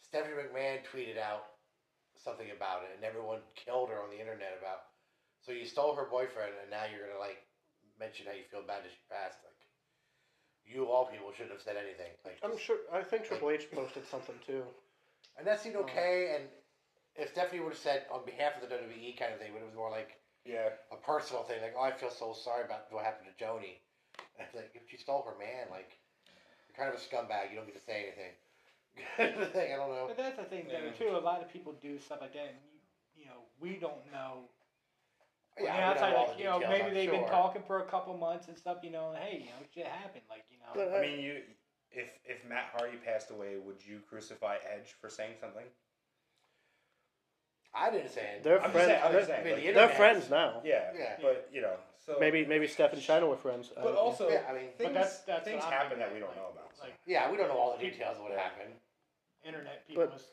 [SPEAKER 4] Stephanie McMahon tweeted out something about it, and everyone killed her on the internet about. So you stole her boyfriend, and now you're gonna like mention how you feel bad that she passed. Like, you of all people shouldn't have said anything. Like,
[SPEAKER 1] I'm sure. I think Triple H posted something too.
[SPEAKER 4] and that seemed okay. And if Stephanie would have said on behalf of the WWE kind of thing, but it was more like
[SPEAKER 2] Yeah,
[SPEAKER 4] a personal thing, like, oh, I feel so sorry about what happened to Joni. [laughs] And it's like, if you stole her man, like, you're kind of a scumbag. You don't get to say anything. [laughs] Like, I don't know.
[SPEAKER 3] But that's the thing, though,
[SPEAKER 2] Yeah.
[SPEAKER 3] too. A lot of people do stuff like that, and you, you know, we don't know
[SPEAKER 4] Yeah,
[SPEAKER 3] Yeah,
[SPEAKER 4] we don't
[SPEAKER 3] outside,
[SPEAKER 4] know all
[SPEAKER 3] like
[SPEAKER 4] the
[SPEAKER 3] you know,
[SPEAKER 4] details,
[SPEAKER 3] maybe
[SPEAKER 4] I'm
[SPEAKER 3] they've been
[SPEAKER 4] sure.
[SPEAKER 3] talking for a couple months and stuff. You know, and, hey, you know, shit happened. Like you know,
[SPEAKER 1] But uh,
[SPEAKER 2] I mean, you if if Matt Hardy passed away, would you crucify Edge for saying something?
[SPEAKER 4] I didn't say anything.
[SPEAKER 1] They're
[SPEAKER 2] I'm
[SPEAKER 1] friends.
[SPEAKER 2] just saying. I'm just
[SPEAKER 4] I
[SPEAKER 2] saying.
[SPEAKER 4] mean,
[SPEAKER 2] like,
[SPEAKER 4] the
[SPEAKER 1] they're
[SPEAKER 4] internet-
[SPEAKER 1] friends now.
[SPEAKER 2] yeah,
[SPEAKER 4] Yeah.
[SPEAKER 2] but you know, so
[SPEAKER 1] Maybe maybe Steph and China were friends. I
[SPEAKER 2] But
[SPEAKER 1] don't know.
[SPEAKER 2] also,
[SPEAKER 4] Yeah, I mean- But
[SPEAKER 2] things,
[SPEAKER 3] that's- that's
[SPEAKER 2] things
[SPEAKER 3] what I'm
[SPEAKER 2] happen
[SPEAKER 3] thinking,
[SPEAKER 2] that we don't
[SPEAKER 3] like-
[SPEAKER 2] know about. so.
[SPEAKER 3] like
[SPEAKER 4] Yeah, we don't know all the details of what happened.
[SPEAKER 3] internet people
[SPEAKER 1] But-
[SPEAKER 3] just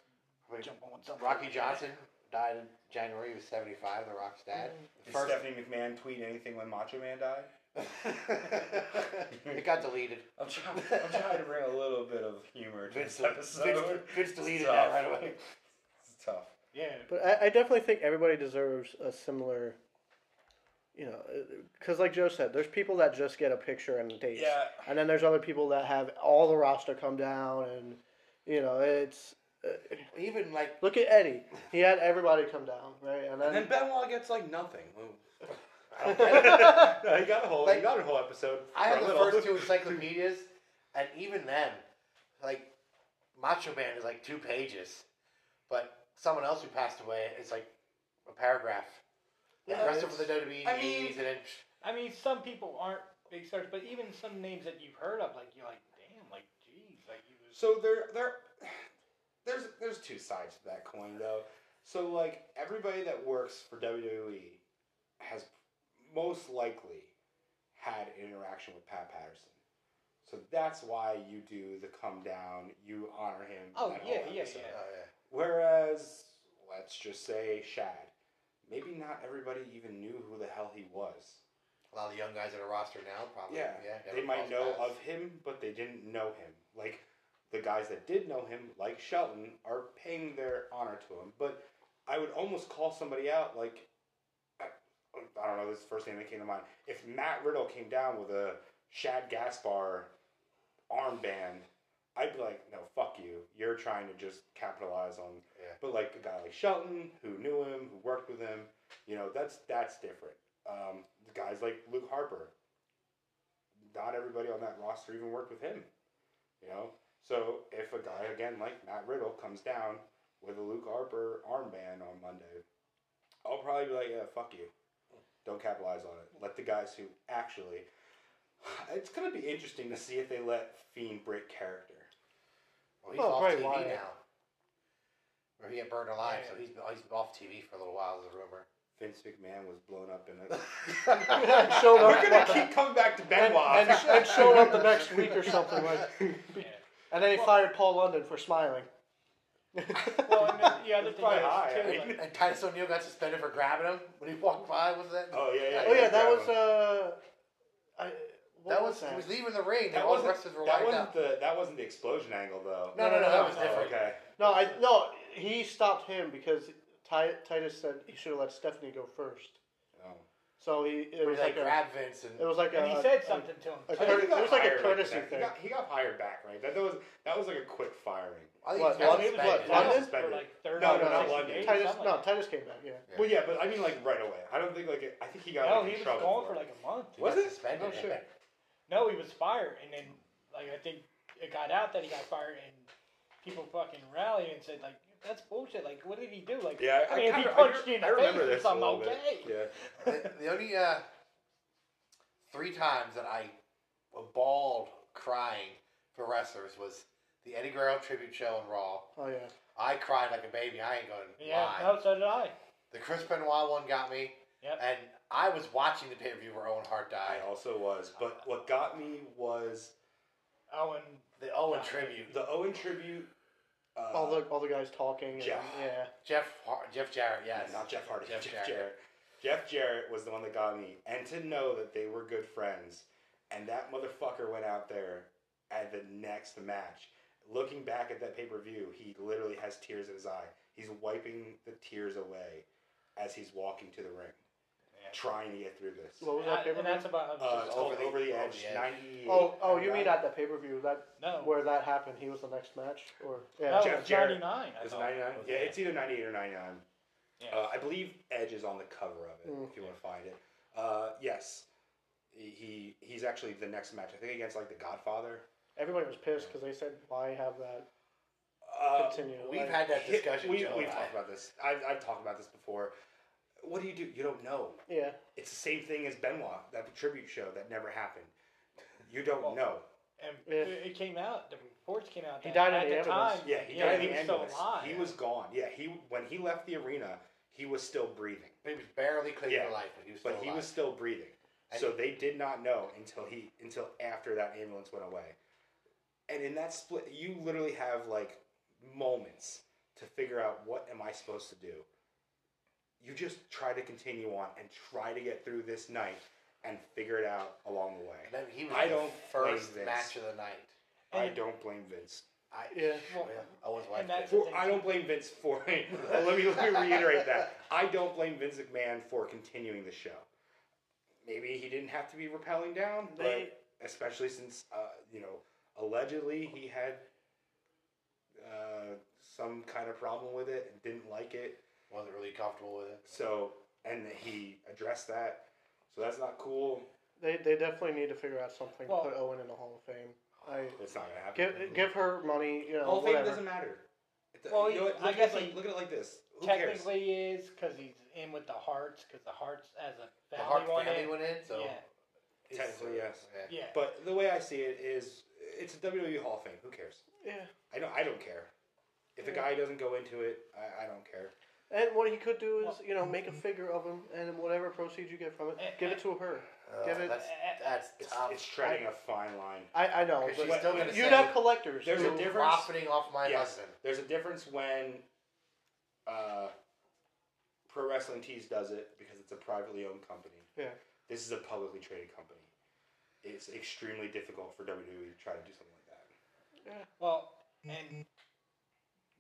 [SPEAKER 4] I mean,
[SPEAKER 3] jump on something.
[SPEAKER 4] Rocky Johnson died in January. He was 75, The Rock's dad.
[SPEAKER 2] Did
[SPEAKER 4] First,
[SPEAKER 2] Stephanie McMahon tweet anything when Macho Man died?
[SPEAKER 4] [laughs] it got deleted.
[SPEAKER 2] I'm trying, I'm trying to bring a little bit of humor to
[SPEAKER 4] Vince,
[SPEAKER 2] this episode.
[SPEAKER 4] Vince, Vince deleted
[SPEAKER 2] It's
[SPEAKER 4] that
[SPEAKER 2] tough.
[SPEAKER 4] right away. [laughs]
[SPEAKER 2] It's tough.
[SPEAKER 3] Yeah,
[SPEAKER 1] But I, I definitely think everybody deserves a similar, you know, because like Joe said, there's people that just get a picture and a date.
[SPEAKER 2] Yeah.
[SPEAKER 1] And then there's other people that have all the roster come down, and you know, it's
[SPEAKER 4] Even like
[SPEAKER 1] look at Eddie. He had everybody come down, right? And then,
[SPEAKER 2] Benoit gets like nothing. [laughs]
[SPEAKER 4] I don't get it.
[SPEAKER 2] no, he got a whole. he
[SPEAKER 4] Like,
[SPEAKER 2] got a whole episode.
[SPEAKER 4] I
[SPEAKER 2] for
[SPEAKER 4] have
[SPEAKER 2] a
[SPEAKER 4] the
[SPEAKER 2] little. [laughs]
[SPEAKER 4] first two encyclopedias, and even then, like Macho Man is like two pages, but someone else who passed away is like a paragraph. Like
[SPEAKER 2] Yeah,
[SPEAKER 4] rest of the WWE
[SPEAKER 2] I mean-
[SPEAKER 4] needs, and then
[SPEAKER 3] I mean, some people aren't big stars, but even some names that you've heard of, like you're like, damn, like geez, like you was.
[SPEAKER 2] So there, there, there's there's two sides to that coin though. So like everybody that works for WWE has most likely had an interaction with Pat Patterson. So that's why you do the come down, you honor him. in
[SPEAKER 3] Oh,
[SPEAKER 2] that
[SPEAKER 3] yeah,
[SPEAKER 2] whole
[SPEAKER 3] yeah,
[SPEAKER 2] episode.
[SPEAKER 3] yeah.
[SPEAKER 4] oh, yeah.
[SPEAKER 2] Whereas, let's just say Shad. Maybe not everybody even knew who the hell he was.
[SPEAKER 4] a lot of the young guys that are roster now probably
[SPEAKER 2] Yeah,
[SPEAKER 4] yeah
[SPEAKER 2] they
[SPEAKER 4] never
[SPEAKER 2] might
[SPEAKER 4] crossed
[SPEAKER 2] know
[SPEAKER 4] paths.
[SPEAKER 2] of him, but they didn't know him. Like the guys that did know him, like Shelton, are paying their honor to him. But I would almost call somebody out. Like I, I don't know, this is the first name that came to mind. If Matt Riddle came down with a Shad Gaspar armband, I'd be like, no, fuck you. You're trying to just capitalize on.
[SPEAKER 4] Yeah.
[SPEAKER 2] But like a guy like Shelton, who knew him, who worked with him, you know, that's that's different. Um, guys like Luke Harper, not everybody on that roster even worked with him. You know? So if a guy again like Matt Riddle comes down with a Luke Harper armband on Monday, I'll probably be like, Yeah, fuck you. Don't capitalize on it. Let the guys who actually [sighs] it's gonna be interesting to see if they let Fiend break character.
[SPEAKER 4] well, he's
[SPEAKER 1] Well,
[SPEAKER 4] off
[SPEAKER 1] Bray
[SPEAKER 4] TV
[SPEAKER 1] Wyatt.
[SPEAKER 4] now or he got burned alive
[SPEAKER 3] Yeah.
[SPEAKER 4] so he's been, he's been off TV for a little while is a rumor [laughs]
[SPEAKER 2] Vince McMahon was blown up in a [laughs]
[SPEAKER 1] showed
[SPEAKER 2] We're
[SPEAKER 1] up.
[SPEAKER 2] gonna keep coming back to
[SPEAKER 1] and,
[SPEAKER 2] Benoit.
[SPEAKER 1] and, and showed up the next week or something, like, [laughs] and then he fired Paul London for smiling. [laughs]
[SPEAKER 3] Well, and then
[SPEAKER 2] [laughs]
[SPEAKER 3] the other
[SPEAKER 2] It's
[SPEAKER 3] thing
[SPEAKER 2] probably
[SPEAKER 3] is
[SPEAKER 2] high,
[SPEAKER 3] too,
[SPEAKER 2] right? [laughs]
[SPEAKER 3] like,
[SPEAKER 4] [laughs] and Titus O'Neil got suspended for grabbing him when he walked by was that
[SPEAKER 2] [laughs] oh yeah, yeah.
[SPEAKER 1] oh yeah, that
[SPEAKER 2] grab
[SPEAKER 1] was
[SPEAKER 2] him.
[SPEAKER 1] uh, I. What
[SPEAKER 4] that was
[SPEAKER 1] that?
[SPEAKER 4] he was leaving the ring
[SPEAKER 2] that
[SPEAKER 4] all the
[SPEAKER 2] wasn't,
[SPEAKER 4] wrestlers were
[SPEAKER 2] that
[SPEAKER 4] lined
[SPEAKER 2] wasn't
[SPEAKER 4] up
[SPEAKER 2] the that wasn't the explosion angle though.
[SPEAKER 4] no no no that was
[SPEAKER 1] no.
[SPEAKER 2] Oh,
[SPEAKER 4] different
[SPEAKER 2] okay.
[SPEAKER 1] No, I no. He stopped him because Ty, Titus said he should have let Stephanie go first.
[SPEAKER 2] Oh.
[SPEAKER 1] So he it
[SPEAKER 4] it
[SPEAKER 1] was like a
[SPEAKER 4] grab Vince and
[SPEAKER 1] it was like
[SPEAKER 3] and
[SPEAKER 1] a
[SPEAKER 3] he said something to him.
[SPEAKER 1] a
[SPEAKER 3] too.
[SPEAKER 2] I think he
[SPEAKER 1] It was like a
[SPEAKER 2] got hired
[SPEAKER 1] courtesy
[SPEAKER 2] that. He
[SPEAKER 1] thing.
[SPEAKER 2] got, he got hired back, right? That, that was that was like a quick firing.
[SPEAKER 4] I think
[SPEAKER 1] What,
[SPEAKER 4] it's got
[SPEAKER 1] London?
[SPEAKER 4] suspended.
[SPEAKER 1] What, London?
[SPEAKER 2] Suspended.
[SPEAKER 5] For like 30
[SPEAKER 2] No,
[SPEAKER 1] no, not
[SPEAKER 5] 60
[SPEAKER 2] London.
[SPEAKER 5] days,
[SPEAKER 1] Titus,
[SPEAKER 5] something
[SPEAKER 1] no,
[SPEAKER 5] like
[SPEAKER 1] Titus came back. Yeah.
[SPEAKER 4] Yeah.
[SPEAKER 2] Well, yeah, but I mean, like right away. I don't think like it, I think he got
[SPEAKER 3] no,
[SPEAKER 2] like,
[SPEAKER 3] he
[SPEAKER 2] in
[SPEAKER 3] was
[SPEAKER 2] trouble
[SPEAKER 3] gone
[SPEAKER 2] for
[SPEAKER 3] for
[SPEAKER 2] it.
[SPEAKER 3] like a month.
[SPEAKER 4] He
[SPEAKER 2] Was
[SPEAKER 4] got
[SPEAKER 2] it? Oh,
[SPEAKER 4] suspended, yeah.
[SPEAKER 2] shit.
[SPEAKER 3] No, he was fired, and then like I think it got out that he got fired, and people fucking rallied and said like, "That's bullshit! Like, what did he do? Like,
[SPEAKER 2] Yeah,
[SPEAKER 3] I mean, if
[SPEAKER 2] kinda-
[SPEAKER 3] he punched you in
[SPEAKER 2] I
[SPEAKER 3] the
[SPEAKER 2] remember
[SPEAKER 3] face,
[SPEAKER 2] this
[SPEAKER 3] it's I'm
[SPEAKER 2] a little
[SPEAKER 3] okay.
[SPEAKER 2] Bit.
[SPEAKER 4] the, the only uh, three times that I bawled crying for wrestlers was the Eddie Guerrero tribute show in Raw.
[SPEAKER 1] Oh yeah.
[SPEAKER 4] I cried like a baby. I ain't going to
[SPEAKER 3] Yeah,
[SPEAKER 4] lie.
[SPEAKER 3] no, so did I.
[SPEAKER 4] The Chris Benoit one got me.
[SPEAKER 3] Yep.
[SPEAKER 4] And I was watching the pay per view where Owen Hart
[SPEAKER 2] I
[SPEAKER 4] died.
[SPEAKER 2] also was, but what got me was
[SPEAKER 3] Oh, and
[SPEAKER 4] The Owen
[SPEAKER 3] Yeah.
[SPEAKER 4] tribute.
[SPEAKER 2] the Owen tribute. Uh,
[SPEAKER 1] All the all the guys talking. And,
[SPEAKER 2] Jeff.
[SPEAKER 1] Yeah.
[SPEAKER 4] Jeff Har- Jeff Jarrett, yes.
[SPEAKER 2] not Jeff Hardy,
[SPEAKER 4] Jeff
[SPEAKER 2] Jeff,
[SPEAKER 4] Jarrett.
[SPEAKER 2] Jarrett. Jeff Jarrett was the one that got me, and to know that they were good friends, and that motherfucker went out there at the next match. Looking back at that pay per view, he literally has tears in his eye. He's wiping the tears away as he's walking to the ring,
[SPEAKER 3] Yeah.
[SPEAKER 2] trying to get through this.
[SPEAKER 1] What was that
[SPEAKER 3] I, and
[SPEAKER 1] pay-per-view?
[SPEAKER 3] that's about
[SPEAKER 2] Uh, it's called
[SPEAKER 4] Over the-
[SPEAKER 2] Over the
[SPEAKER 4] Over
[SPEAKER 2] Edge.
[SPEAKER 4] the Edge.
[SPEAKER 2] 98.
[SPEAKER 1] Oh, oh, you mean
[SPEAKER 2] I
[SPEAKER 1] at the pay per view that
[SPEAKER 3] no,
[SPEAKER 1] where that happened? He was the next match, or yeah.
[SPEAKER 3] Oh. no, it
[SPEAKER 2] Jeff
[SPEAKER 3] was
[SPEAKER 2] Jarrett.
[SPEAKER 3] 99. I
[SPEAKER 2] Is it
[SPEAKER 3] thought.
[SPEAKER 2] 99?
[SPEAKER 3] Was
[SPEAKER 2] Oh, Yeah,
[SPEAKER 3] it?
[SPEAKER 2] it's either 98 or 99.
[SPEAKER 3] Yeah.
[SPEAKER 2] Uh, I believe Edge is on the cover of it,
[SPEAKER 1] Mm.
[SPEAKER 2] if you want to find it. Uh, yes. He he's actually the next match. I think against like the Godfather.
[SPEAKER 1] Everybody was pissed because they said, "Why have that
[SPEAKER 2] Uh,
[SPEAKER 1] continue?"
[SPEAKER 4] We've
[SPEAKER 1] Like,
[SPEAKER 4] had that
[SPEAKER 2] hit-
[SPEAKER 4] discussion.
[SPEAKER 2] We,
[SPEAKER 4] Joe
[SPEAKER 2] we've
[SPEAKER 4] and I.
[SPEAKER 2] talked about this. I've, I've talked about this before. What do you do? You don't know.
[SPEAKER 1] yeah.
[SPEAKER 2] It's the same thing as Benoit, that tribute show that never happened. You don't
[SPEAKER 3] Well,
[SPEAKER 2] know.
[SPEAKER 3] and
[SPEAKER 1] Yeah.
[SPEAKER 3] it it came out. The reports came out.
[SPEAKER 1] He
[SPEAKER 3] that
[SPEAKER 1] died in
[SPEAKER 3] at
[SPEAKER 1] the
[SPEAKER 3] the
[SPEAKER 1] ambulance.
[SPEAKER 3] time.
[SPEAKER 2] Yeah, he
[SPEAKER 3] yeah,
[SPEAKER 2] died
[SPEAKER 3] he
[SPEAKER 2] in the
[SPEAKER 3] was still
[SPEAKER 2] ambulance.
[SPEAKER 3] alive.
[SPEAKER 2] he was gone. Yeah, he when he left the arena, he was still breathing.
[SPEAKER 4] He was barely clinging
[SPEAKER 2] Yeah.
[SPEAKER 4] to life, but he was still
[SPEAKER 2] But he
[SPEAKER 4] alive.
[SPEAKER 2] was still breathing.
[SPEAKER 4] And-
[SPEAKER 2] so they did not know until he until after that ambulance went away. And in that split you literally have like moments to figure out what am I supposed to do. You just try to continue on and try to get through this night and figure it out along the
[SPEAKER 4] And
[SPEAKER 2] way.
[SPEAKER 4] then he was
[SPEAKER 2] I
[SPEAKER 4] the
[SPEAKER 2] don't
[SPEAKER 4] first
[SPEAKER 2] blame Vince.
[SPEAKER 4] match of the night.
[SPEAKER 2] I
[SPEAKER 3] And-
[SPEAKER 2] don't blame Vince.
[SPEAKER 4] I
[SPEAKER 1] Yeah.
[SPEAKER 4] Well, Owen's wife.
[SPEAKER 3] and that's-
[SPEAKER 4] did.
[SPEAKER 2] For, I don't blame Vince for it. [laughs] let me let me reiterate that. I don't blame Vince McMahon for continuing the show. Maybe he didn't have to be rappelling down, but
[SPEAKER 3] They-
[SPEAKER 2] especially since uh, you know allegedly he had uh, some kind of problem with it and didn't like it.
[SPEAKER 4] Wasn't really comfortable with it.
[SPEAKER 2] So and he addressed that. So that's not cool.
[SPEAKER 1] They they definitely need to figure out something
[SPEAKER 3] Well-
[SPEAKER 1] to put Owen in the Hall of Fame. I
[SPEAKER 2] It's not gonna happen.
[SPEAKER 1] give give her money. You know,
[SPEAKER 2] Whole thing
[SPEAKER 1] whatever.
[SPEAKER 2] doesn't matter. It do-
[SPEAKER 3] Well,
[SPEAKER 2] you know what? look
[SPEAKER 3] I
[SPEAKER 2] at it
[SPEAKER 3] guess
[SPEAKER 2] like-
[SPEAKER 3] he-
[SPEAKER 2] look at it like this. Who cares?
[SPEAKER 3] technically is because he's in with the Hearts because the Hearts as a
[SPEAKER 4] The
[SPEAKER 3] family
[SPEAKER 4] Hart
[SPEAKER 3] one
[SPEAKER 4] family
[SPEAKER 3] in.
[SPEAKER 4] went in, so
[SPEAKER 3] yeah,
[SPEAKER 4] it's-
[SPEAKER 2] Technically, yes.
[SPEAKER 4] yeah.
[SPEAKER 3] yeah.
[SPEAKER 2] But the way I see it is, it's a WWE Hall of Fame. Who cares?
[SPEAKER 1] Yeah.
[SPEAKER 2] I don't. I don't care. If a guy doesn't go into it, I, I don't care.
[SPEAKER 1] And what he could do is, you know, make a figure of him, and whatever proceeds you get from it,
[SPEAKER 3] Eh,
[SPEAKER 1] give
[SPEAKER 3] eh.
[SPEAKER 1] it to her.
[SPEAKER 4] Uh,
[SPEAKER 1] Give it-
[SPEAKER 4] That's that's
[SPEAKER 2] It's,
[SPEAKER 4] tough.
[SPEAKER 2] it's treading a fine line.
[SPEAKER 1] I, I know,
[SPEAKER 4] 'Cause
[SPEAKER 1] but
[SPEAKER 4] she's still
[SPEAKER 2] but
[SPEAKER 4] gonna
[SPEAKER 1] you'd
[SPEAKER 4] say,
[SPEAKER 1] have collectors.
[SPEAKER 2] There's a
[SPEAKER 1] who-
[SPEAKER 4] "You're
[SPEAKER 2] difference-
[SPEAKER 4] profiting off my
[SPEAKER 2] Yes.
[SPEAKER 4] husband.
[SPEAKER 2] There's a difference when uh, Pro Wrestling Tees does it because it's a privately owned company.
[SPEAKER 1] Yeah.
[SPEAKER 2] This is a publicly traded company. It's extremely difficult for WWE to try to do something like that.
[SPEAKER 3] Well,
[SPEAKER 4] Mm-hmm.
[SPEAKER 3] and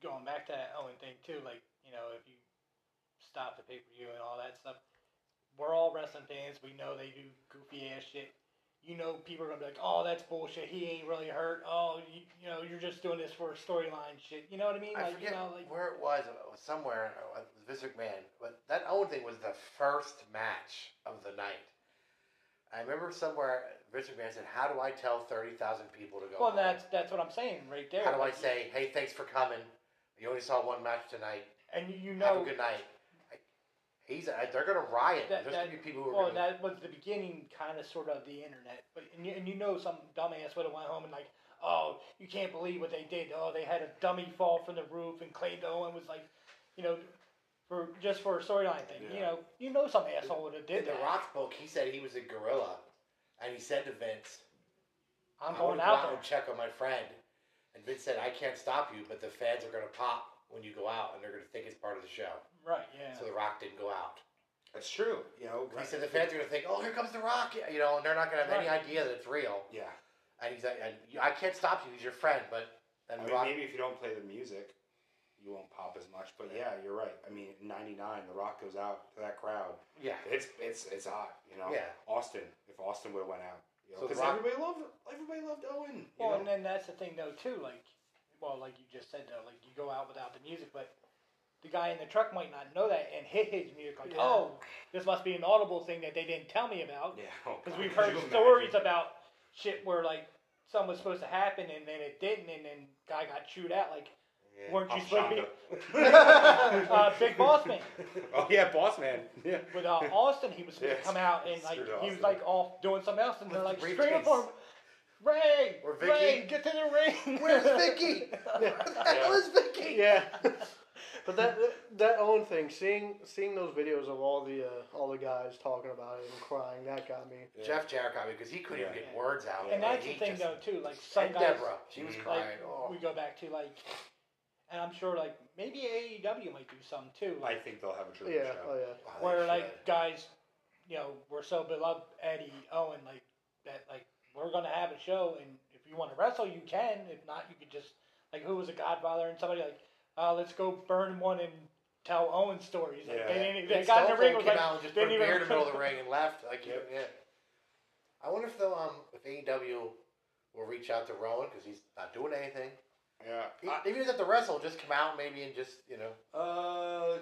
[SPEAKER 3] going back to that Owen thing too, like you know, if you stop the pay per view and all that stuff, we're all wrestling fans. We know they do goofy ass shit. You know, people are gonna be like, "Oh, that's bullshit. He ain't really hurt. Oh, you, you know, you're just doing this for storyline shit." You know what I mean? like,
[SPEAKER 4] I forget
[SPEAKER 3] you know, like
[SPEAKER 4] where it was, uh, it was somewhere, uh, uh, Vince McMahon, but that Owen thing was the first match of the night. I remember somewhere Vince McMahon said, "How do I tell thirty thousand people to go?"
[SPEAKER 3] Well,
[SPEAKER 4] home?
[SPEAKER 3] that's that's what I'm saying right there.
[SPEAKER 4] how do I
[SPEAKER 3] Like,
[SPEAKER 4] say, "Hey, thanks for coming. You only saw one match tonight.
[SPEAKER 3] And you, you
[SPEAKER 4] Have
[SPEAKER 3] know,
[SPEAKER 4] a good night." I- He's uh, they're gonna riot.
[SPEAKER 3] That-
[SPEAKER 4] There's
[SPEAKER 3] that-
[SPEAKER 4] gonna be people who are
[SPEAKER 3] well,
[SPEAKER 4] gonna,
[SPEAKER 3] that was the beginning, kind of, sort of, the internet. But and you, and you know, some dumbass would have went home and like, oh, you can't believe what they did. Oh, they had a dummy fall from the roof, and Clay Owen was like, you know, for just for a storyline thing. You
[SPEAKER 2] Yeah.
[SPEAKER 3] know, you know, some asshole would have
[SPEAKER 4] in
[SPEAKER 3] did
[SPEAKER 4] the
[SPEAKER 3] that.
[SPEAKER 4] Rock book. He said he was a gorilla, and he said to Vince,
[SPEAKER 3] I'm
[SPEAKER 4] I
[SPEAKER 3] going
[SPEAKER 4] wanna go
[SPEAKER 3] out
[SPEAKER 4] and
[SPEAKER 3] there.
[SPEAKER 4] check on my friend. And Vince said, I can't stop you, but the fans are going to pop when you go out, and they're going to think it's part of the show.
[SPEAKER 3] Right? Yeah.
[SPEAKER 4] So The Rock didn't go out.
[SPEAKER 2] That's true. You know.
[SPEAKER 4] He said the fans are going to think, oh, here comes The Rock, you know, and they're not going to have any
[SPEAKER 3] Right.
[SPEAKER 4] idea that it's real.
[SPEAKER 2] Yeah.
[SPEAKER 4] And he's like, and you- I can't stop you, he's your friend, but then
[SPEAKER 2] I
[SPEAKER 4] The
[SPEAKER 2] mean,
[SPEAKER 4] Rock,
[SPEAKER 2] maybe if you don't play the music, you won't pop as much. But yeah, you're right. I mean, in '99, The Rock goes out to that crowd. [laughs]
[SPEAKER 4] [laughs] yeah.
[SPEAKER 2] It's it's it's hot. You know.
[SPEAKER 4] Yeah.
[SPEAKER 2] Austin. If Austin would have went out, you know,
[SPEAKER 4] So The
[SPEAKER 2] because
[SPEAKER 4] Rock-
[SPEAKER 2] everybody loved everybody loved Owen. you
[SPEAKER 3] well,
[SPEAKER 2] know?
[SPEAKER 3] and then that's the thing though too. Like well, like you just said, though, like you go out without the music, but the guy in the truck might not know that and hit his music like,
[SPEAKER 1] Yeah.
[SPEAKER 3] oh, this must be an audible thing that they didn't tell me about
[SPEAKER 2] Yeah.
[SPEAKER 3] because we've heard stories about shit where like something was supposed to happen and then it didn't, and then guy got chewed out. Like,
[SPEAKER 4] Yeah.
[SPEAKER 3] weren't you supposed to be
[SPEAKER 2] [laughs] Shonda.
[SPEAKER 3] uh, Big Boss Man?
[SPEAKER 2] Oh yeah, boss man. Yeah.
[SPEAKER 3] With uh,
[SPEAKER 4] [laughs]
[SPEAKER 3] Austin, he was supposed
[SPEAKER 2] Yes.
[SPEAKER 3] to come out and like
[SPEAKER 2] Screwed
[SPEAKER 3] he was
[SPEAKER 2] Austin.
[SPEAKER 3] like off doing something else, and they're
[SPEAKER 4] With the
[SPEAKER 3] like
[SPEAKER 4] briefcase.
[SPEAKER 3] screaming for him, Ray,
[SPEAKER 4] Or Vicky.
[SPEAKER 3] Ray, get to the ring.
[SPEAKER 4] [laughs]
[SPEAKER 3] [laughs]
[SPEAKER 4] Where's Vicky? Where the hell is
[SPEAKER 1] [laughs]
[SPEAKER 4] Vicky?
[SPEAKER 1] yeah. But that that own thing, seeing seeing those videos of all the uh, all the guys talking about it and crying, that got me.
[SPEAKER 2] Yeah.
[SPEAKER 4] Jeff Jarrett got me because he couldn't even
[SPEAKER 2] Yeah.
[SPEAKER 4] get words out.
[SPEAKER 3] And
[SPEAKER 4] Like,
[SPEAKER 3] that's
[SPEAKER 4] he
[SPEAKER 3] the thing,
[SPEAKER 4] just-
[SPEAKER 3] though, too. Like some
[SPEAKER 4] and
[SPEAKER 3] guys, Mm-hmm.
[SPEAKER 4] Deborah, she was
[SPEAKER 2] Mhm.
[SPEAKER 4] crying.
[SPEAKER 3] like
[SPEAKER 4] oh.
[SPEAKER 3] we go back to like, and I'm sure like maybe AEW might do some too,
[SPEAKER 2] I
[SPEAKER 3] like
[SPEAKER 2] think they'll have a true
[SPEAKER 1] Yeah,
[SPEAKER 2] show.
[SPEAKER 1] oh yeah.
[SPEAKER 4] Wow, they
[SPEAKER 3] where
[SPEAKER 4] should.
[SPEAKER 3] like guys, you know, we're so beloved Eddie Owen, like that, like we're gonna have a show, and if you want to wrestle, you can. If not, you could just like who was a Godfather and somebody like, uh, let's go burn one and tell Owen stories. Like,
[SPEAKER 2] Yeah.
[SPEAKER 3] they didn't,
[SPEAKER 4] When
[SPEAKER 3] they got in
[SPEAKER 4] Stone
[SPEAKER 3] the ring
[SPEAKER 4] Cold
[SPEAKER 3] was
[SPEAKER 4] came
[SPEAKER 3] like
[SPEAKER 4] out and just put a
[SPEAKER 3] didn't even-
[SPEAKER 4] beer in the middle of the ring and left. Like
[SPEAKER 2] Yep.
[SPEAKER 4] yeah. I wonder if they'll um if AEW will reach out to Rowan because he's not doing anything.
[SPEAKER 2] Yeah.
[SPEAKER 4] He, even if he doesn't have to wrestle, just come out maybe and just you know.
[SPEAKER 2] Uh,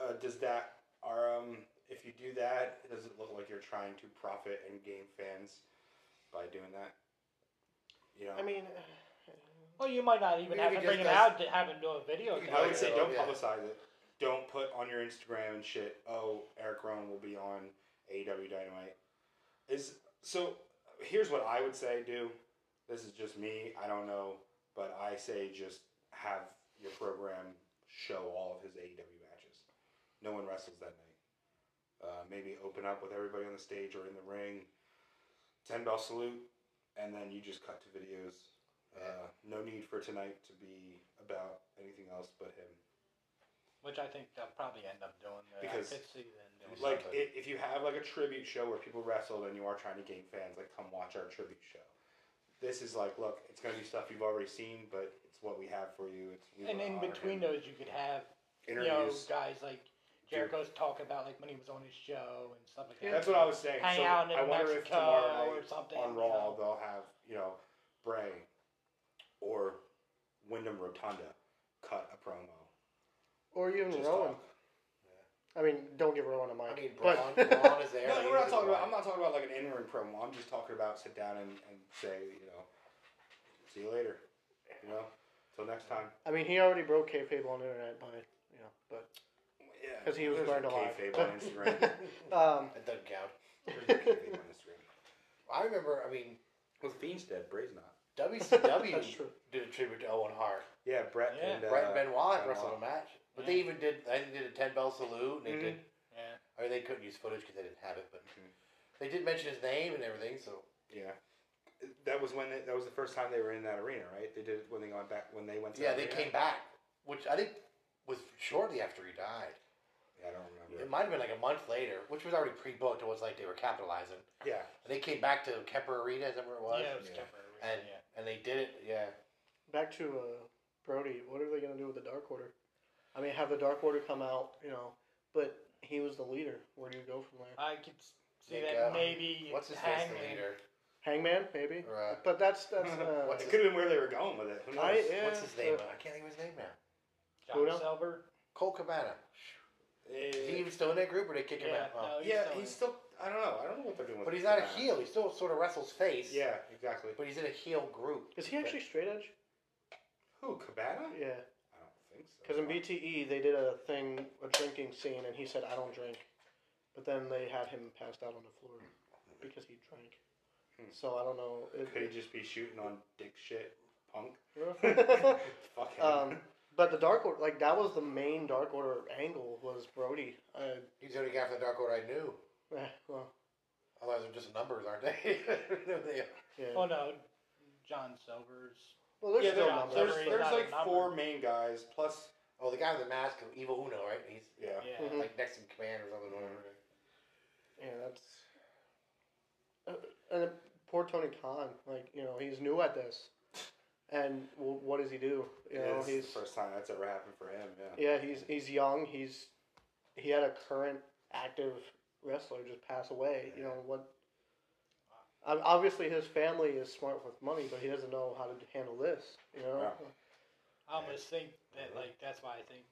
[SPEAKER 2] uh, does that are um if you do that, does it look like you're trying to profit and gain fans by doing that? You know,
[SPEAKER 1] I mean,
[SPEAKER 3] Well, you might not even
[SPEAKER 4] Maybe
[SPEAKER 3] have
[SPEAKER 4] he
[SPEAKER 3] to
[SPEAKER 4] just
[SPEAKER 3] bring him
[SPEAKER 4] does-
[SPEAKER 3] out to have him do a video.
[SPEAKER 4] You
[SPEAKER 3] to
[SPEAKER 4] could
[SPEAKER 2] I
[SPEAKER 3] it.
[SPEAKER 2] would say
[SPEAKER 4] Yeah. Oh,
[SPEAKER 2] don't
[SPEAKER 4] Yeah.
[SPEAKER 2] publicize it. Don't put on your Instagram and shit. Oh, Eric Rowan will be on AEW Dynamite. Is so. Here's what I would say. Do this is just me. I don't know, but I say just have your program show all of his AEW matches. No one wrestles that night. Uh, maybe open up with everybody on the stage or in the ring. Ten bell salute, and then you just cut to videos. Uh, no need for tonight to be about anything else but him.
[SPEAKER 3] Which I think they'll probably end up doing. uh, I
[SPEAKER 2] Because-
[SPEAKER 3] could see them doing
[SPEAKER 2] Like
[SPEAKER 4] something.
[SPEAKER 2] i if you have like a tribute show where people wrestle and you are trying to gain fans, like come watch our tribute show. This is like, look, it's gonna be stuff you've already seen, but it's what we have for you. It's we
[SPEAKER 3] And
[SPEAKER 2] wanna
[SPEAKER 3] in
[SPEAKER 2] honor
[SPEAKER 3] between
[SPEAKER 2] him.
[SPEAKER 3] those, you could have you know
[SPEAKER 2] interviews.
[SPEAKER 3] guys like Jericho's talking about like when he was on his show and stuff like that.
[SPEAKER 2] That's what I was saying.
[SPEAKER 3] Hang
[SPEAKER 2] so
[SPEAKER 3] out in
[SPEAKER 2] I wonder if
[SPEAKER 3] Mexico
[SPEAKER 2] tomorrow
[SPEAKER 3] or
[SPEAKER 2] night
[SPEAKER 3] something
[SPEAKER 2] on
[SPEAKER 3] you
[SPEAKER 2] Raw
[SPEAKER 3] know.
[SPEAKER 2] they'll have you know Bray or Wyndham Rotunda cut a promo.
[SPEAKER 1] or even
[SPEAKER 2] Just
[SPEAKER 1] Rowan.
[SPEAKER 2] talk.
[SPEAKER 1] I mean, don't give Rowan a mic.
[SPEAKER 4] I mean, Braun,
[SPEAKER 1] [laughs] but-
[SPEAKER 4] Braun is there.
[SPEAKER 2] No,
[SPEAKER 4] he
[SPEAKER 2] we're not
[SPEAKER 4] was
[SPEAKER 2] talking about. I'm
[SPEAKER 4] Braun.
[SPEAKER 2] not talking about like an in-ring promo. I'm just talking about sit down and, and say, you know, see you later. You know, till next time.
[SPEAKER 1] I mean, he already broke kayfabe on the internet by you know, but
[SPEAKER 2] Yeah,
[SPEAKER 1] 'Cause he was
[SPEAKER 2] there's
[SPEAKER 1] burned
[SPEAKER 2] no
[SPEAKER 1] alive. [laughs]
[SPEAKER 2] Kayfabe on Instagram.
[SPEAKER 1] um,
[SPEAKER 4] [laughs] That doesn't count.
[SPEAKER 2] There's no kayfabe on Instagram.
[SPEAKER 4] I remember. I mean,
[SPEAKER 2] Well, Fiend's dead. Bray's not.
[SPEAKER 1] [laughs] That's
[SPEAKER 4] WCW
[SPEAKER 1] true.
[SPEAKER 4] did a tribute to Owen Hart.
[SPEAKER 2] Yeah, Brett
[SPEAKER 3] Yeah.
[SPEAKER 2] and uh,
[SPEAKER 4] Brett and Benoit
[SPEAKER 2] Benoit.
[SPEAKER 4] wrestled a match, but
[SPEAKER 3] Yeah.
[SPEAKER 4] they even did. I think they did a ten bell salute, and they
[SPEAKER 1] Mhm.
[SPEAKER 4] did.
[SPEAKER 3] Yeah.
[SPEAKER 4] I mean, they couldn't use footage because they didn't have it, but
[SPEAKER 2] Mhm.
[SPEAKER 4] they did mention his name and everything. So
[SPEAKER 2] Yeah, that was when they, that was the first time they were in that arena, right? They did it when they went back when they went. To
[SPEAKER 4] yeah,
[SPEAKER 2] that
[SPEAKER 4] they
[SPEAKER 2] arena?
[SPEAKER 4] came back, which I think was shortly after he died.
[SPEAKER 2] Yeah, I don't remember.
[SPEAKER 4] It might have been like a month later, which was already pre-booked. It was like they were capitalizing.
[SPEAKER 2] Yeah,
[SPEAKER 4] And they came back to Kemper Arena, is that where it was?
[SPEAKER 3] yeah, it was
[SPEAKER 2] Yeah.
[SPEAKER 3] temporary.
[SPEAKER 4] And
[SPEAKER 3] yeah.
[SPEAKER 4] and they did it. Yeah,
[SPEAKER 1] back to uh, Brody. What are they gonna do with the Dark Order? I mean, have the Dark Order come out, you know? But he was the leader. Where do you go from there?
[SPEAKER 3] I could s- see
[SPEAKER 4] Like,
[SPEAKER 3] that
[SPEAKER 4] uh,
[SPEAKER 3] maybe
[SPEAKER 4] what's his face,
[SPEAKER 3] Hangman.
[SPEAKER 4] the leader?
[SPEAKER 1] Hangman, maybe.
[SPEAKER 4] Or, uh,
[SPEAKER 1] But that's that's. Uh,
[SPEAKER 4] What's
[SPEAKER 2] it could have been where they were going with it. Who knows?
[SPEAKER 1] I, yeah,
[SPEAKER 4] What's his name?
[SPEAKER 1] but-
[SPEAKER 4] I can't think of his name now.
[SPEAKER 3] John
[SPEAKER 1] Who now?
[SPEAKER 3] Silver.
[SPEAKER 4] Cole Cabana. Is he
[SPEAKER 2] Eh,
[SPEAKER 4] even still in that group, or they kick him
[SPEAKER 3] Yeah,
[SPEAKER 4] out? Oh.
[SPEAKER 3] no,
[SPEAKER 2] yeah,
[SPEAKER 3] still
[SPEAKER 2] he's
[SPEAKER 3] in.
[SPEAKER 2] still. I don't know. I don't know what they're doing. with
[SPEAKER 4] But he's not a
[SPEAKER 2] Cabana.
[SPEAKER 4] heel. He still sort of wrestles face.
[SPEAKER 2] Yeah, exactly.
[SPEAKER 4] But he's in a heel group.
[SPEAKER 1] is he actually straight edge?
[SPEAKER 2] Who Cabana?
[SPEAKER 1] Yeah.
[SPEAKER 2] I don't think so.
[SPEAKER 1] Because in BTE they did a thing, a drinking scene, and he said, "I don't drink," but then they had him passed out on the floor because he drank.
[SPEAKER 2] Hmm.
[SPEAKER 1] So I don't know.
[SPEAKER 2] could he
[SPEAKER 1] It,
[SPEAKER 2] just be shooting on dick shit, punk?
[SPEAKER 1] [laughs]
[SPEAKER 2] [laughs] Fuck him.
[SPEAKER 1] um, but the Dark Order, like that was the main Dark Order angle was Brody. Uh,
[SPEAKER 4] He's the only guy from the Dark Order I knew.
[SPEAKER 1] eh, well,
[SPEAKER 4] Otherwise, they're just numbers, aren't they? [laughs] They-
[SPEAKER 1] yeah.
[SPEAKER 3] Oh no, John Silver's.
[SPEAKER 1] Well, there's
[SPEAKER 2] yeah,
[SPEAKER 1] still
[SPEAKER 2] there-
[SPEAKER 1] numbers.
[SPEAKER 3] not-
[SPEAKER 2] there's,
[SPEAKER 3] He's
[SPEAKER 2] there's
[SPEAKER 3] not a
[SPEAKER 2] like
[SPEAKER 3] number.
[SPEAKER 2] four main guys plus.
[SPEAKER 4] oh, the guy with the mask of Evil Uno, right? He's
[SPEAKER 2] Yeah.
[SPEAKER 3] Yeah.
[SPEAKER 1] Mhm.
[SPEAKER 4] like next in command or something. whatever.
[SPEAKER 1] Yeah, that's. Uh, and poor Tony Khan, like you know, he's new at this, and w- what does he do? You know,
[SPEAKER 2] it's
[SPEAKER 1] he's
[SPEAKER 2] the first time that's ever happened for him. Yeah.
[SPEAKER 1] yeah, he's he's young. He's he had a current active wrestler just pass away. You know what? ob- Obviously, his family is smart with money, but he doesn't know how to handle this. You know,
[SPEAKER 2] Yeah.
[SPEAKER 3] I almost think that
[SPEAKER 4] Mhm.
[SPEAKER 3] like that's why I think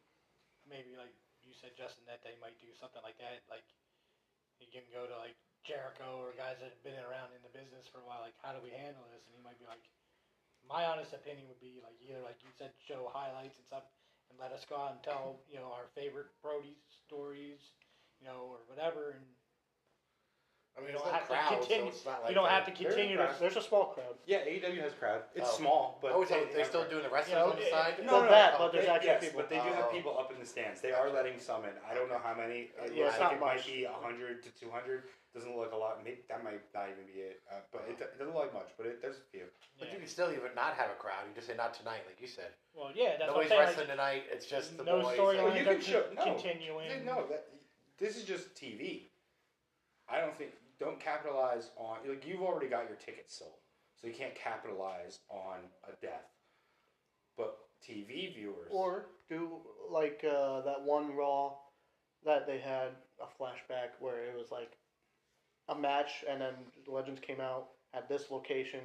[SPEAKER 3] maybe like you said, Justin, that they might do something like that. Like you can go to like Jericho or guys that have been around in the business for a while. Like, how do we handle this? And he might be like, my honest opinion would be like either like you said, show highlights and stuff, and let us go out and tell you know our favorite Brody stories, you know, or whatever, and
[SPEAKER 4] I mean,
[SPEAKER 3] You
[SPEAKER 4] it's
[SPEAKER 3] don't
[SPEAKER 4] no
[SPEAKER 3] have to
[SPEAKER 4] crowd, so
[SPEAKER 3] continue-
[SPEAKER 4] it's not like
[SPEAKER 3] you don't
[SPEAKER 4] they're-
[SPEAKER 3] have to continue to.
[SPEAKER 1] There's a small crowd.
[SPEAKER 2] Yeah, AEW has crowd. It's
[SPEAKER 4] Oh.
[SPEAKER 2] small, but
[SPEAKER 4] oh, it's
[SPEAKER 2] they,
[SPEAKER 4] like they're still
[SPEAKER 2] doing.
[SPEAKER 4] doing the wrestling
[SPEAKER 1] You know,
[SPEAKER 4] on the
[SPEAKER 1] it-
[SPEAKER 4] side.
[SPEAKER 2] no,
[SPEAKER 1] Well,
[SPEAKER 2] no,
[SPEAKER 1] that,
[SPEAKER 4] no.
[SPEAKER 1] but there's
[SPEAKER 2] They-
[SPEAKER 1] actual
[SPEAKER 2] yes,
[SPEAKER 1] people. uh,
[SPEAKER 2] but they do
[SPEAKER 4] Oh.
[SPEAKER 2] have people up in the stands. They are letting some in. I don't know how many. It
[SPEAKER 1] Yeah,
[SPEAKER 2] looks
[SPEAKER 1] it's
[SPEAKER 2] like
[SPEAKER 1] not
[SPEAKER 2] it might
[SPEAKER 1] much.
[SPEAKER 2] be 100 to 200. Doesn't look a lot. Maybe that might not even be it. Uh, but it, it doesn't look like much. But it, there's a few.
[SPEAKER 4] But
[SPEAKER 3] Yeah.
[SPEAKER 4] you can still even not have a crowd. You just say not tonight, like you said.
[SPEAKER 3] Well, yeah, that's
[SPEAKER 4] Nobody's
[SPEAKER 3] what I'm saying.
[SPEAKER 4] wrestling tonight. It's just the
[SPEAKER 3] no
[SPEAKER 4] boys.
[SPEAKER 2] Well,
[SPEAKER 3] storyline.
[SPEAKER 2] you
[SPEAKER 3] they're
[SPEAKER 2] can show-
[SPEAKER 3] con-
[SPEAKER 2] no.
[SPEAKER 3] continuing.
[SPEAKER 2] They- No, that, this is just TV. I don't think don't capitalize on like you've already got your ticket sold, so you can't capitalize on a death. But TV viewers,
[SPEAKER 1] Or do like uh, that one Raw that they had a flashback where it was like a match, and then Legends came out at this location,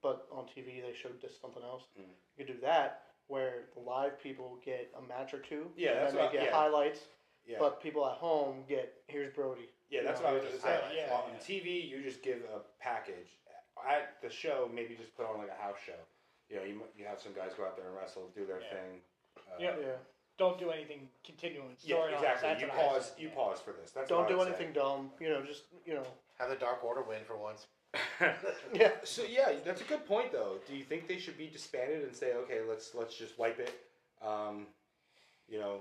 [SPEAKER 1] but on TV they showed this something else.
[SPEAKER 2] Mm.
[SPEAKER 1] You could do that where the live people get a match or two,
[SPEAKER 2] Yeah,
[SPEAKER 1] and
[SPEAKER 2] that's
[SPEAKER 1] then
[SPEAKER 2] what I-
[SPEAKER 1] they get
[SPEAKER 2] yeah.
[SPEAKER 1] highlights,
[SPEAKER 2] yeah,
[SPEAKER 1] but people at home get here's Brody.
[SPEAKER 2] yeah, that's
[SPEAKER 1] No,
[SPEAKER 2] what I was just saying.
[SPEAKER 4] highlights.
[SPEAKER 3] Yeah,
[SPEAKER 2] on
[SPEAKER 3] yeah.
[SPEAKER 2] TV, you just give a package at the show. Maybe just put on like a house show. You know, you mu- you have some guys go out there and wrestle, do their
[SPEAKER 3] Yeah.
[SPEAKER 2] thing. Uh,
[SPEAKER 3] Yeah.
[SPEAKER 1] Yeah,
[SPEAKER 3] Don't do anything continuing storylines.
[SPEAKER 2] yeah,
[SPEAKER 3] That's
[SPEAKER 2] exactly. You
[SPEAKER 3] what I was
[SPEAKER 2] pause.
[SPEAKER 3] saying,
[SPEAKER 2] You
[SPEAKER 3] yeah.
[SPEAKER 2] pause for this. That's
[SPEAKER 1] don't
[SPEAKER 2] what I
[SPEAKER 1] do
[SPEAKER 2] would say.
[SPEAKER 1] anything dumb. You know, just you know.
[SPEAKER 4] Have the Dark Order win for once.
[SPEAKER 1] Yeah.
[SPEAKER 2] So yeah, that's a good point though. Do you think they should be disbanded and say, okay, let's let's just wipe it? Um, you know,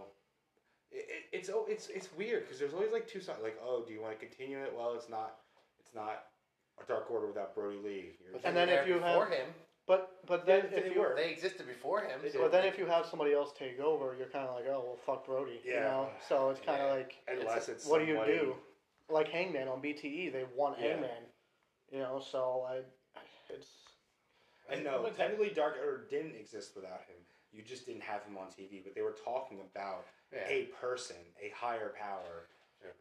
[SPEAKER 2] it, it, it's oh, it's it's weird because there's always like two sides. Like, oh, do you want to continue it? Well, it's not it's not a dark order without Brody Lee. You're
[SPEAKER 4] But
[SPEAKER 1] And
[SPEAKER 4] they
[SPEAKER 1] then
[SPEAKER 4] were
[SPEAKER 1] if
[SPEAKER 4] there
[SPEAKER 1] you
[SPEAKER 4] before
[SPEAKER 1] have-
[SPEAKER 4] him,
[SPEAKER 1] But but then
[SPEAKER 2] Yeah,
[SPEAKER 1] if
[SPEAKER 2] they
[SPEAKER 1] you
[SPEAKER 2] were.
[SPEAKER 4] they existed before him.
[SPEAKER 2] They
[SPEAKER 4] so
[SPEAKER 1] but then
[SPEAKER 4] they-
[SPEAKER 1] if you have somebody else take over, you're kind of like, oh well, fuck Brody. You
[SPEAKER 2] Yeah.
[SPEAKER 1] know, so it's kind of
[SPEAKER 4] Yeah.
[SPEAKER 1] like
[SPEAKER 2] unless it's
[SPEAKER 1] what do you
[SPEAKER 2] somebody-
[SPEAKER 1] do? Like Hangman on BTE, they want
[SPEAKER 2] Yeah.
[SPEAKER 1] Hangman. You know, so I, it's
[SPEAKER 2] And no,
[SPEAKER 3] But that-
[SPEAKER 2] technically, Dark Order didn't exist without him. You just didn't have him on TV, but they were talking about
[SPEAKER 4] yeah.
[SPEAKER 2] a person, a higher power.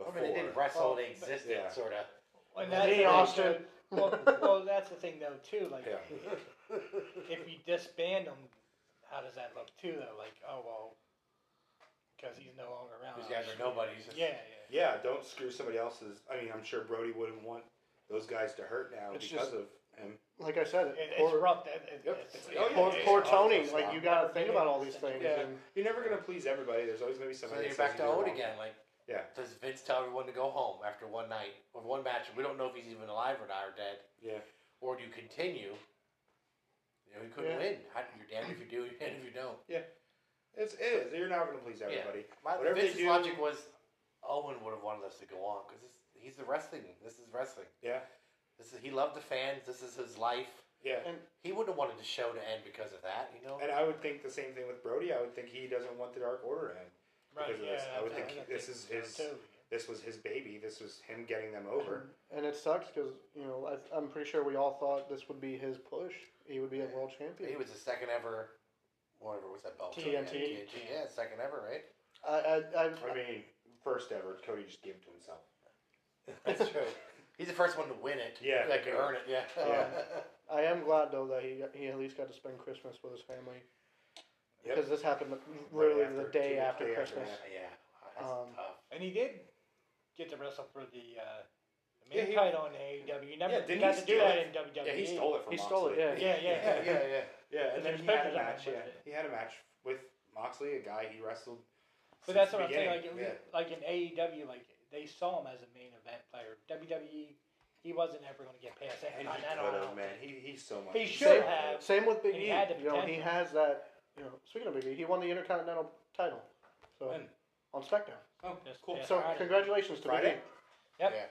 [SPEAKER 4] I mean, they did
[SPEAKER 2] before.
[SPEAKER 4] wrestle. They
[SPEAKER 3] Well, but-
[SPEAKER 4] existed,
[SPEAKER 2] Yeah.
[SPEAKER 1] [laughs]
[SPEAKER 4] sort of.
[SPEAKER 3] And
[SPEAKER 1] Well,
[SPEAKER 3] that's
[SPEAKER 1] Dean
[SPEAKER 3] the-
[SPEAKER 1] Austin.
[SPEAKER 3] Well, well, that's the thing though too. Like,
[SPEAKER 2] Yeah.
[SPEAKER 3] if you disband him, how does that look too though? Like, oh well, because he's no longer around.
[SPEAKER 4] These guys are nobodies.
[SPEAKER 3] Yeah, yeah.
[SPEAKER 2] Yeah, don't screw somebody else's. I mean, I'm sure Brody wouldn't want those guys to hurt now
[SPEAKER 1] It's
[SPEAKER 2] because
[SPEAKER 1] just-
[SPEAKER 2] of him.
[SPEAKER 1] like I said,
[SPEAKER 3] It, it's
[SPEAKER 1] poor,
[SPEAKER 3] rough. It, it,
[SPEAKER 2] Yep.
[SPEAKER 3] it's,
[SPEAKER 2] Oh, yeah,
[SPEAKER 1] poor,
[SPEAKER 2] it's-
[SPEAKER 1] poor
[SPEAKER 2] it's
[SPEAKER 1] Tony.
[SPEAKER 2] awful
[SPEAKER 1] Like
[SPEAKER 2] stuff.
[SPEAKER 1] you got to think about all these things.
[SPEAKER 2] Yeah.
[SPEAKER 1] and-
[SPEAKER 2] You're never gonna please everybody. There's always gonna be
[SPEAKER 4] So
[SPEAKER 2] somebody.
[SPEAKER 4] then you're
[SPEAKER 2] that says
[SPEAKER 4] back
[SPEAKER 2] you
[SPEAKER 4] to
[SPEAKER 2] did
[SPEAKER 4] old
[SPEAKER 2] wrong.
[SPEAKER 4] again. Like,
[SPEAKER 2] Yeah.
[SPEAKER 4] does Vince tell everyone to go home after one night or one match? We don't know if he's even alive or not or dead.
[SPEAKER 2] Yeah.
[SPEAKER 4] Or do you continue? You know, he couldn't
[SPEAKER 1] Yeah.
[SPEAKER 4] win. How, you're damned if you do. [laughs] You're damned if you don't.
[SPEAKER 2] It's it is. You're not gonna please everybody.
[SPEAKER 4] My,
[SPEAKER 2] Whatever they
[SPEAKER 4] Vince's
[SPEAKER 2] do-
[SPEAKER 4] logic was Owen would have wanted us to go on because he's the wrestling. This is wrestling.
[SPEAKER 2] Yeah.
[SPEAKER 4] This is he loved the fans. This is his life.
[SPEAKER 2] Yeah.
[SPEAKER 4] He wouldn't have wanted the show to end because of that. You know.
[SPEAKER 2] And I would think the same thing with Brody. I would think he doesn't want the Dark Order to end.
[SPEAKER 3] Right,
[SPEAKER 2] Because of this,
[SPEAKER 3] yeah,
[SPEAKER 2] I would
[SPEAKER 3] that's-
[SPEAKER 2] think
[SPEAKER 3] that's
[SPEAKER 2] this is his-
[SPEAKER 3] too.
[SPEAKER 2] This was his baby. This was him getting them over.
[SPEAKER 1] And it sucks because you know I, I'm pretty sure we all thought this would be his push. He would be a world
[SPEAKER 4] he
[SPEAKER 1] champion.
[SPEAKER 4] was the second ever. Whatever was that belt?
[SPEAKER 1] TNT.
[SPEAKER 4] TNT. Yeah, second ever, right?
[SPEAKER 1] I I, I,
[SPEAKER 2] I mean, first ever, Cody just gave it to himself.
[SPEAKER 4] That's true. He's the first one to win it.
[SPEAKER 2] Yeah.
[SPEAKER 4] Like to earn it. Yeah.
[SPEAKER 1] Yeah. I am glad though that he got- he at least got to spend Christmas with his family
[SPEAKER 2] Yep.
[SPEAKER 1] because this happened literally
[SPEAKER 2] after-
[SPEAKER 1] the day
[SPEAKER 2] two-
[SPEAKER 1] after
[SPEAKER 2] day after
[SPEAKER 1] Christmas.
[SPEAKER 2] that.
[SPEAKER 4] [laughs] yeah. That's
[SPEAKER 1] Um,
[SPEAKER 4] tough.
[SPEAKER 3] And he did get to wrestle for the, uh, the
[SPEAKER 2] Yeah,
[SPEAKER 3] main
[SPEAKER 2] he-
[SPEAKER 3] title in AEW. You never
[SPEAKER 2] Yeah, didn't
[SPEAKER 3] got
[SPEAKER 2] he
[SPEAKER 3] to do
[SPEAKER 2] steal
[SPEAKER 3] that
[SPEAKER 2] it?
[SPEAKER 3] in E. WWE.
[SPEAKER 2] Yeah, he stole it from.
[SPEAKER 1] He stole it,
[SPEAKER 2] Moxley.
[SPEAKER 1] yeah.
[SPEAKER 3] Yeah, yeah.
[SPEAKER 4] [laughs] Yeah, yeah, yeah.
[SPEAKER 2] Yeah, and then
[SPEAKER 3] There's
[SPEAKER 2] he had a
[SPEAKER 3] pictures of
[SPEAKER 2] match.
[SPEAKER 3] him
[SPEAKER 2] Yeah,
[SPEAKER 3] with it.
[SPEAKER 2] he had a match with Moxley, a guy he wrestled. since
[SPEAKER 3] But that's
[SPEAKER 2] the
[SPEAKER 3] what I'm saying. Like,
[SPEAKER 2] beginning.
[SPEAKER 3] it- like in AEW, like they saw him as a main event player. WWE, he wasn't ever going to get past that.
[SPEAKER 2] yeah. and
[SPEAKER 3] I-
[SPEAKER 2] he
[SPEAKER 3] I don't
[SPEAKER 2] could
[SPEAKER 3] know.
[SPEAKER 2] have, man. He he's so much.
[SPEAKER 3] He
[SPEAKER 2] he's so
[SPEAKER 3] should have.
[SPEAKER 1] Same with Big
[SPEAKER 3] And
[SPEAKER 1] E.
[SPEAKER 3] he had the
[SPEAKER 1] You know, he
[SPEAKER 3] potential.
[SPEAKER 1] has that. You know, speaking of Big E, he won the Intercontinental title. So
[SPEAKER 2] When?
[SPEAKER 1] on SmackDown.
[SPEAKER 2] Oh,
[SPEAKER 3] Just
[SPEAKER 2] cool.
[SPEAKER 3] Yeah,
[SPEAKER 1] so
[SPEAKER 3] Friday.
[SPEAKER 1] congratulations to Big E.
[SPEAKER 2] Friday?
[SPEAKER 3] Yep.
[SPEAKER 4] Yeah.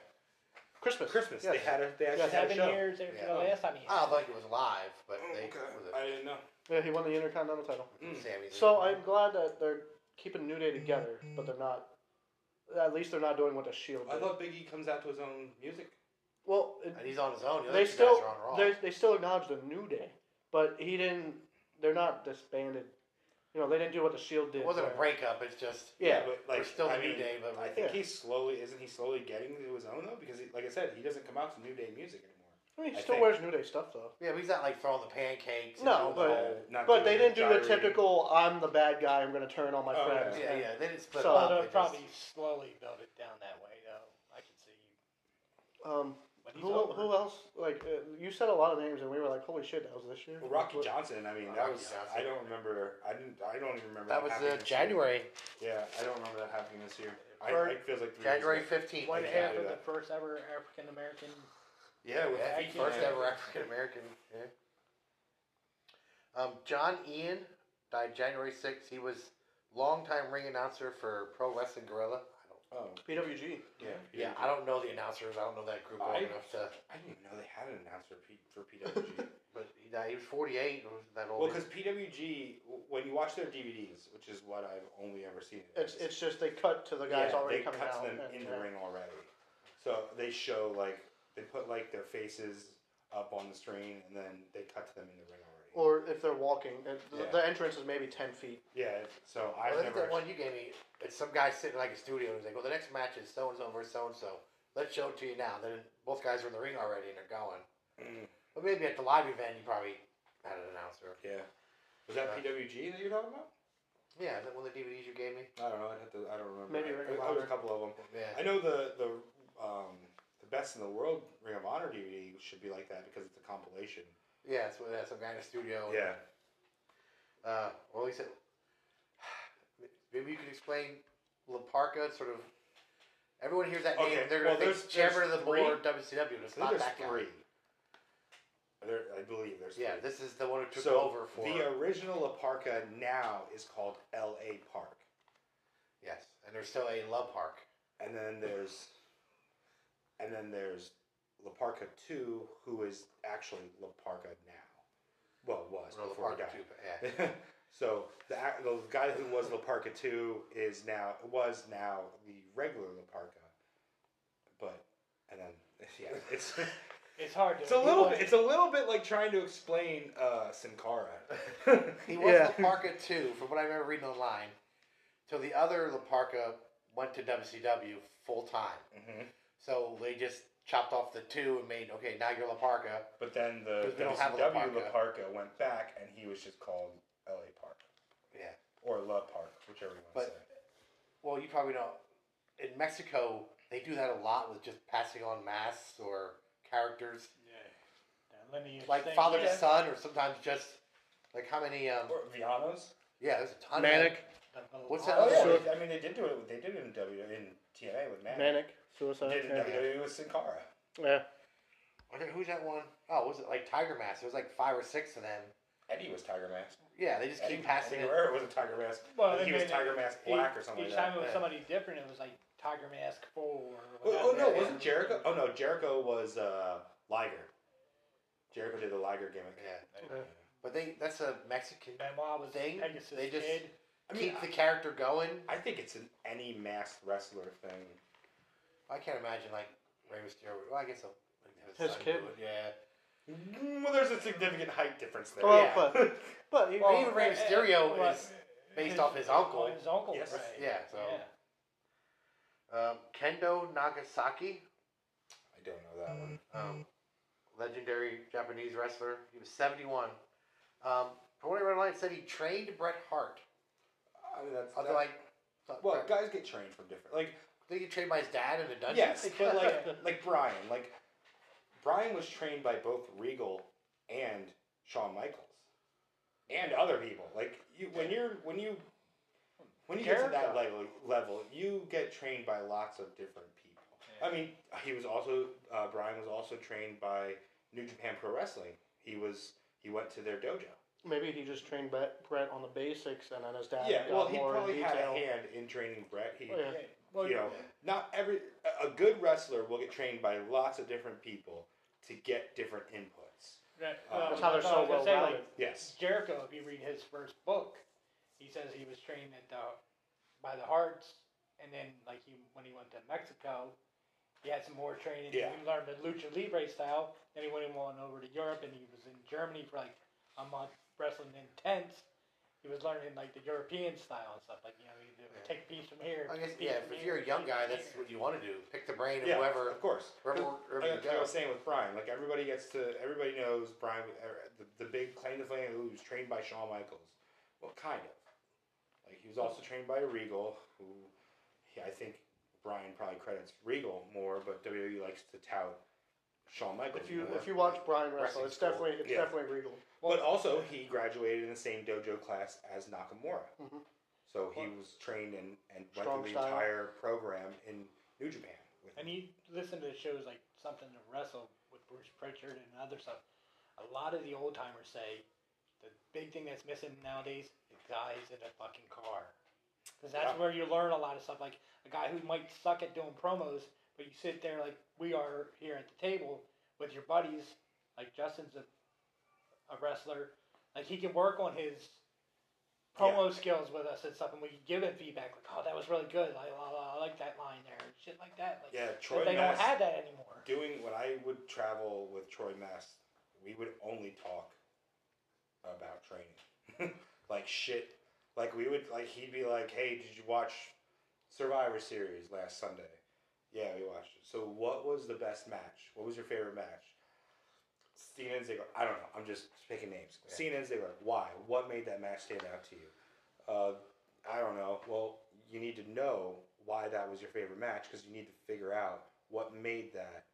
[SPEAKER 1] Christmas.
[SPEAKER 2] Christmas.
[SPEAKER 1] Yes.
[SPEAKER 2] They had a. They actually
[SPEAKER 1] Yes.
[SPEAKER 2] had a
[SPEAKER 3] Seven
[SPEAKER 2] show.
[SPEAKER 3] years oh, after
[SPEAKER 4] Yeah. Ah,
[SPEAKER 3] the last time he
[SPEAKER 4] I don't
[SPEAKER 3] had. it.
[SPEAKER 4] think it was live, but they was it
[SPEAKER 2] I didn't know.
[SPEAKER 1] Yeah, he won the Intercontinental title.
[SPEAKER 2] Mm.
[SPEAKER 4] Sammy's-
[SPEAKER 1] So I'm glad that they're keeping New Day together, but they're not. At least they're not doing what the Shield
[SPEAKER 2] I
[SPEAKER 1] did.
[SPEAKER 2] thought Big E comes out to his own music.
[SPEAKER 1] well, it,
[SPEAKER 4] And he's on his own. The other
[SPEAKER 1] they
[SPEAKER 4] two
[SPEAKER 1] still
[SPEAKER 4] guys are on Raw.
[SPEAKER 1] they they still acknowledge the New Day, but he didn't. They're not disbanded. You know, they didn't do what the Shield did.
[SPEAKER 4] It wasn't a
[SPEAKER 1] where-
[SPEAKER 4] breakup. It's just
[SPEAKER 1] Yeah,
[SPEAKER 2] but
[SPEAKER 4] we're
[SPEAKER 2] like
[SPEAKER 4] still
[SPEAKER 2] I
[SPEAKER 4] the New
[SPEAKER 2] mean,
[SPEAKER 4] Day, but
[SPEAKER 2] I think
[SPEAKER 1] Yeah.
[SPEAKER 2] he's slowly. Isn't he slowly getting to his own though? Because he, like I said, he doesn't come out to New Day music anymore.
[SPEAKER 1] I mean, he
[SPEAKER 2] I
[SPEAKER 1] still
[SPEAKER 2] think.
[SPEAKER 1] wears New Day stuff though.
[SPEAKER 4] Yeah, but he's not like throwing the pancakes. and
[SPEAKER 1] No,
[SPEAKER 4] doing the
[SPEAKER 1] but-
[SPEAKER 4] whole-
[SPEAKER 2] not
[SPEAKER 1] But they didn't
[SPEAKER 2] doing
[SPEAKER 1] do the
[SPEAKER 2] gyrating.
[SPEAKER 1] typical "I'm the bad guy, I'm going to turn on my
[SPEAKER 2] Oh,
[SPEAKER 1] friends."
[SPEAKER 4] yeah, yeah, they didn't split
[SPEAKER 1] So-
[SPEAKER 4] so, up.
[SPEAKER 1] Well,
[SPEAKER 3] But
[SPEAKER 4] they
[SPEAKER 3] uh,
[SPEAKER 4] just-
[SPEAKER 3] probably slowly build it down that way, though. I can see.
[SPEAKER 1] Um,
[SPEAKER 3] But he's
[SPEAKER 1] who,
[SPEAKER 3] over.
[SPEAKER 1] who else? Like uh, you said a lot of names, and we were like, "Holy shit, that was this year."
[SPEAKER 2] Well, Rocky
[SPEAKER 1] What-
[SPEAKER 2] Johnson. I mean, that
[SPEAKER 4] Rocky
[SPEAKER 2] was.
[SPEAKER 4] Johnson.
[SPEAKER 2] I don't remember. I didn't. I don't even remember.
[SPEAKER 4] that was
[SPEAKER 2] happening
[SPEAKER 4] uh,
[SPEAKER 2] this year. Mm-hmm.
[SPEAKER 4] January,
[SPEAKER 2] Yeah, I don't remember that happening this year. I,
[SPEAKER 1] Or-
[SPEAKER 2] I it feels like three
[SPEAKER 4] January
[SPEAKER 2] Years ago.
[SPEAKER 4] fifteenth.
[SPEAKER 3] One
[SPEAKER 2] I
[SPEAKER 3] half
[SPEAKER 2] do
[SPEAKER 3] of the
[SPEAKER 2] that.
[SPEAKER 3] first ever African American.
[SPEAKER 2] Yeah, with
[SPEAKER 4] Yeah,
[SPEAKER 2] Fiki
[SPEAKER 4] first
[SPEAKER 2] and-
[SPEAKER 4] ever African American. Yeah. Um, John Ian died January sixth. He was longtime ring announcer for Pro Wrestling Gorilla. I don't,
[SPEAKER 2] Oh,
[SPEAKER 1] PWG.
[SPEAKER 2] yeah.
[SPEAKER 4] yeah, I don't know the announcers. I don't know that group well
[SPEAKER 2] I-
[SPEAKER 4] enough to.
[SPEAKER 2] I didn't even know they had an announcer P- for PWG.
[SPEAKER 4] But he died. He was forty eight. That
[SPEAKER 2] [laughs]
[SPEAKER 4] old.
[SPEAKER 2] well, because PWG, w- when you watch their DVDs, which is what I've only ever seen. it
[SPEAKER 1] It's
[SPEAKER 2] as,
[SPEAKER 1] it's just they cut to the guys
[SPEAKER 2] yeah,
[SPEAKER 1] already
[SPEAKER 2] they
[SPEAKER 1] coming
[SPEAKER 2] cut
[SPEAKER 1] out.
[SPEAKER 2] them
[SPEAKER 1] and-
[SPEAKER 2] in
[SPEAKER 1] yeah.
[SPEAKER 2] the ring already. So they show like they put like their faces up on the screen, and then they cut to them in the ring already.
[SPEAKER 1] Or if they're walking, it, the,
[SPEAKER 2] Yeah.
[SPEAKER 1] the entrance is maybe ten feet.
[SPEAKER 2] yeah. So
[SPEAKER 4] I
[SPEAKER 2] I've
[SPEAKER 4] think
[SPEAKER 2] never.
[SPEAKER 4] that one you gave me. It's some guy sitting in like a studio and he's like, "Well, the next match is so and so versus so and so. Let's show it to you now." Then both guys are in the ring already and they're going.
[SPEAKER 2] Mm.
[SPEAKER 4] But maybe at the live event, you probably had an announcer.
[SPEAKER 2] [clears throat] Yeah. Was that PWG that you're talking about?
[SPEAKER 4] Yeah, is that one of the DVDs you gave me?
[SPEAKER 2] I don't know. I'd have to. I don't remember.
[SPEAKER 1] Maybe
[SPEAKER 2] I,
[SPEAKER 1] Ring of
[SPEAKER 2] I- I was
[SPEAKER 1] Honor.
[SPEAKER 2] a couple of them.
[SPEAKER 4] Yeah.
[SPEAKER 2] I know the the um, the best in the world Ring of Honor DVD should be like that because it's a compilation.
[SPEAKER 4] Yeah, it's with uh, some guy in a studio.
[SPEAKER 2] Yeah.
[SPEAKER 4] Uh, well, he said, [sighs] maybe you could explain La Parka, sort of. Everyone hears that name,
[SPEAKER 2] Okay,
[SPEAKER 4] they're
[SPEAKER 2] well,
[SPEAKER 4] going to
[SPEAKER 2] there's-
[SPEAKER 4] think Chairman of
[SPEAKER 2] there's
[SPEAKER 4] the Board, WCW, and
[SPEAKER 2] I
[SPEAKER 4] it's
[SPEAKER 2] think
[SPEAKER 4] not
[SPEAKER 2] there's
[SPEAKER 4] that guy.
[SPEAKER 2] three. There, I believe there's
[SPEAKER 4] Yeah,
[SPEAKER 2] three.
[SPEAKER 4] this is the one who took
[SPEAKER 2] so
[SPEAKER 4] over for.
[SPEAKER 2] the original La Parka now is called L.A. Park,
[SPEAKER 4] yes, and there's still a La Park.
[SPEAKER 2] and then there's and then there's La Parka Two, who is actually La Parka now. Well, was
[SPEAKER 4] No, La
[SPEAKER 2] before he
[SPEAKER 4] Parka
[SPEAKER 2] died.
[SPEAKER 4] too, but
[SPEAKER 2] [laughs]
[SPEAKER 4] yeah.
[SPEAKER 2] so the, ac- the guy who was La Parka two is now was now the regular La Parka, but and then [laughs] yeah, it's
[SPEAKER 3] It's hard to.
[SPEAKER 2] it's a little bit, it's a little bit like trying to explain uh, Sin Cara.
[SPEAKER 4] [laughs] He was
[SPEAKER 1] Yeah.
[SPEAKER 4] La Parka too, from what I remember reading online. So the other La Parka went to WCW full time.
[SPEAKER 2] Mhm.
[SPEAKER 4] So they just chopped off the two and made okay. Now you're La Parka.
[SPEAKER 2] But then the
[SPEAKER 4] Because we don't have a La
[SPEAKER 2] WCW La
[SPEAKER 4] Parka.
[SPEAKER 2] Parka went back, and he was just called L.A. Park
[SPEAKER 4] Yeah.
[SPEAKER 2] or La Park, whichever you want
[SPEAKER 4] But-
[SPEAKER 2] to say.
[SPEAKER 4] Well, you probably know. In Mexico, they do that a lot with just passing on masks or characters,
[SPEAKER 3] Yeah. That lineage
[SPEAKER 4] like
[SPEAKER 3] thing,
[SPEAKER 4] father
[SPEAKER 3] yeah.
[SPEAKER 4] to son, or sometimes just like how many? Um,
[SPEAKER 2] Or Vianos.
[SPEAKER 4] yeah, there's a ton.
[SPEAKER 1] Manic,
[SPEAKER 3] The- the
[SPEAKER 4] What's
[SPEAKER 3] line-
[SPEAKER 4] that
[SPEAKER 2] Oh
[SPEAKER 4] other
[SPEAKER 2] yeah,
[SPEAKER 1] Sure.
[SPEAKER 2] they- I mean they did do it. They did it in W in TNA with Manic.
[SPEAKER 1] manic,
[SPEAKER 2] They
[SPEAKER 1] suicide.
[SPEAKER 2] did it in
[SPEAKER 1] yeah.
[SPEAKER 2] WWE with Sin Cara.
[SPEAKER 1] yeah.
[SPEAKER 4] Of, okay, who's that one? Oh, was it like Tiger Mask? There was like five or six of them.
[SPEAKER 2] Eddie was Tiger Mask.
[SPEAKER 4] Yeah, they just
[SPEAKER 2] Eddie,
[SPEAKER 4] keep passing
[SPEAKER 2] Eddie
[SPEAKER 4] it.
[SPEAKER 2] Guerrero was a Tiger Mask. I think
[SPEAKER 3] they
[SPEAKER 2] he was
[SPEAKER 3] made it-
[SPEAKER 2] Tiger Mask Black or something
[SPEAKER 3] Each
[SPEAKER 2] like
[SPEAKER 3] time
[SPEAKER 2] that.
[SPEAKER 3] it was
[SPEAKER 4] Yeah.
[SPEAKER 3] somebody different, it was like Tiger Mask Four. Or
[SPEAKER 2] Oh, oh,
[SPEAKER 3] whatever.
[SPEAKER 2] no, wasn't Jericho? Oh no, Jericho was uh, Liger. Jericho did the Liger gimmick.
[SPEAKER 4] Yeah,
[SPEAKER 1] Yeah.
[SPEAKER 4] but they—that's a Mexican
[SPEAKER 3] Benoit was
[SPEAKER 4] They-
[SPEAKER 3] Pegasus
[SPEAKER 4] they just-
[SPEAKER 3] Kid.
[SPEAKER 2] I mean,
[SPEAKER 4] keep the character going.
[SPEAKER 2] I, I think it's an any masked wrestler thing.
[SPEAKER 4] I can't imagine like Rey Mysterio. Well, I guess I'll like, have
[SPEAKER 1] His
[SPEAKER 4] son
[SPEAKER 1] kid.
[SPEAKER 4] do it, Yeah.
[SPEAKER 2] Mm, Well, there's a significant height difference there.
[SPEAKER 1] Well,
[SPEAKER 4] Yeah.
[SPEAKER 1] but
[SPEAKER 2] [laughs]
[SPEAKER 1] but you-
[SPEAKER 4] Well, even Rey
[SPEAKER 3] eh, eh,
[SPEAKER 4] Mysterio
[SPEAKER 3] what-
[SPEAKER 4] is based off his uncle.
[SPEAKER 3] His uncle,
[SPEAKER 2] Yes.
[SPEAKER 3] right?
[SPEAKER 4] Yeah. So
[SPEAKER 3] Yeah.
[SPEAKER 4] Um, Kendo Nagasaki,
[SPEAKER 2] I don't know that one.
[SPEAKER 4] um,
[SPEAKER 2] Mm-hmm.
[SPEAKER 4] legendary Japanese wrestler. He was seventy-one. Um, from what I read online, it said he trained Bret Hart.
[SPEAKER 2] I mean, that's,
[SPEAKER 4] Although
[SPEAKER 2] that-
[SPEAKER 4] like, thought
[SPEAKER 2] well,
[SPEAKER 4] Bret-
[SPEAKER 2] guys get trained from different. Like,
[SPEAKER 4] did he train by his dad in the dungeon? [laughs]
[SPEAKER 2] yes, but like, like Brian, like Brian was trained by both Regal and Shawn Michaels and other people. Like, you when you're when you when you get to that level, level, you get trained by lots of different people. I mean, he was also uh, Brian was also trained by New Japan Pro Wrestling. He was he went to theher dojo.
[SPEAKER 1] maybe he just trained Brett, Brett on the basics, and then his dad.
[SPEAKER 2] Yeah,
[SPEAKER 1] got
[SPEAKER 2] well, he
[SPEAKER 1] more
[SPEAKER 2] probably
[SPEAKER 1] in
[SPEAKER 2] had
[SPEAKER 1] detail.
[SPEAKER 2] a hand in training Brett. He,
[SPEAKER 1] Oh, yeah.
[SPEAKER 3] Yeah. Well,
[SPEAKER 2] you know, not every a- a good wrestler will get trained by lots of different people to get different inputs.
[SPEAKER 3] Right.
[SPEAKER 2] Uh,
[SPEAKER 3] Well,
[SPEAKER 2] That's
[SPEAKER 1] how they're
[SPEAKER 3] I was gonna
[SPEAKER 1] so
[SPEAKER 3] say,
[SPEAKER 1] well-rounded.
[SPEAKER 3] like,
[SPEAKER 2] Yes.
[SPEAKER 3] Jericho, if you read his first book, he says he was trained at the, by the Hearts, and then like he when he went to Mexico, he had some more training.
[SPEAKER 2] Yeah.
[SPEAKER 3] He learned the lucha libre style. Then he went and went over to Europe, and he was in Germany for like a month wrestling in tents. He he was learning like the European style and stuff. Like you know, you do,
[SPEAKER 4] Yeah.
[SPEAKER 3] take piece from here.
[SPEAKER 4] I guess
[SPEAKER 3] piece
[SPEAKER 4] yeah.
[SPEAKER 3] from
[SPEAKER 4] If
[SPEAKER 3] here,
[SPEAKER 4] you're a young
[SPEAKER 3] piece
[SPEAKER 4] guy,
[SPEAKER 3] from
[SPEAKER 4] that's
[SPEAKER 3] here.
[SPEAKER 4] what you want to do. Pick the brain of
[SPEAKER 2] Yeah,
[SPEAKER 4] whoever,
[SPEAKER 2] of course. [laughs]
[SPEAKER 4] wherever, wherever
[SPEAKER 2] Like,
[SPEAKER 4] you
[SPEAKER 2] I
[SPEAKER 4] go.
[SPEAKER 2] was saying with Brian, like everybody gets to, everybody knows Brian, er, the, the big claim to fame, who was trained by Shawn Michaels. Well, kind of. Like he was also trained by Regal, who yeah, I think Brian probably credits Regal more, but WWE likes to tout Shawn Michaels.
[SPEAKER 1] If you
[SPEAKER 2] more.
[SPEAKER 1] if you watch Brian wrestle,
[SPEAKER 4] Wrestling
[SPEAKER 1] it's
[SPEAKER 4] school.
[SPEAKER 1] definitely it's
[SPEAKER 2] Yeah.
[SPEAKER 1] definitely regal.
[SPEAKER 2] but also he graduated in the same dojo class as Nakamura,
[SPEAKER 1] Mhm.
[SPEAKER 2] so he was trained and and went
[SPEAKER 1] Strong
[SPEAKER 2] through the
[SPEAKER 1] style.
[SPEAKER 2] entire program in New Japan. with
[SPEAKER 3] And you listen to shows like Something to Wrestle with Bruce Pritchard and other stuff. A lot of the old timers say the big thing that's missing nowadays is guys in a fucking car. Because that's
[SPEAKER 2] Yeah.
[SPEAKER 3] where you learn a lot of stuff. Like a guy who might suck at doing promos, but you sit there like we are here at the table with your buddies. Like Justin's a, a wrestler. Like he can work on his promo skills with us and stuff, and we can give him feedback. Like, oh, that was really good. Like, la, la, I like that line there, and shit like that. Like,
[SPEAKER 2] Yeah,
[SPEAKER 3] but
[SPEAKER 2] Troy
[SPEAKER 3] they
[SPEAKER 2] Mass
[SPEAKER 3] don't have that anymore.
[SPEAKER 2] doing when I would travel with Troy Mast, we would only talk about training. [laughs] like shit. Like we would like he'd be like, Hey, did you watch Survivor series last Sunday? Yeah, we watched it. So what was the best match? What was your favorite match? Cena and Ziggler. I don't know. I'm just picking names.
[SPEAKER 4] Yeah.
[SPEAKER 2] Cena and Ziggler. Why? What made that match stand out to you? Uh, I don't know. Well, you need to know why that was your favorite match because you need to figure out what made that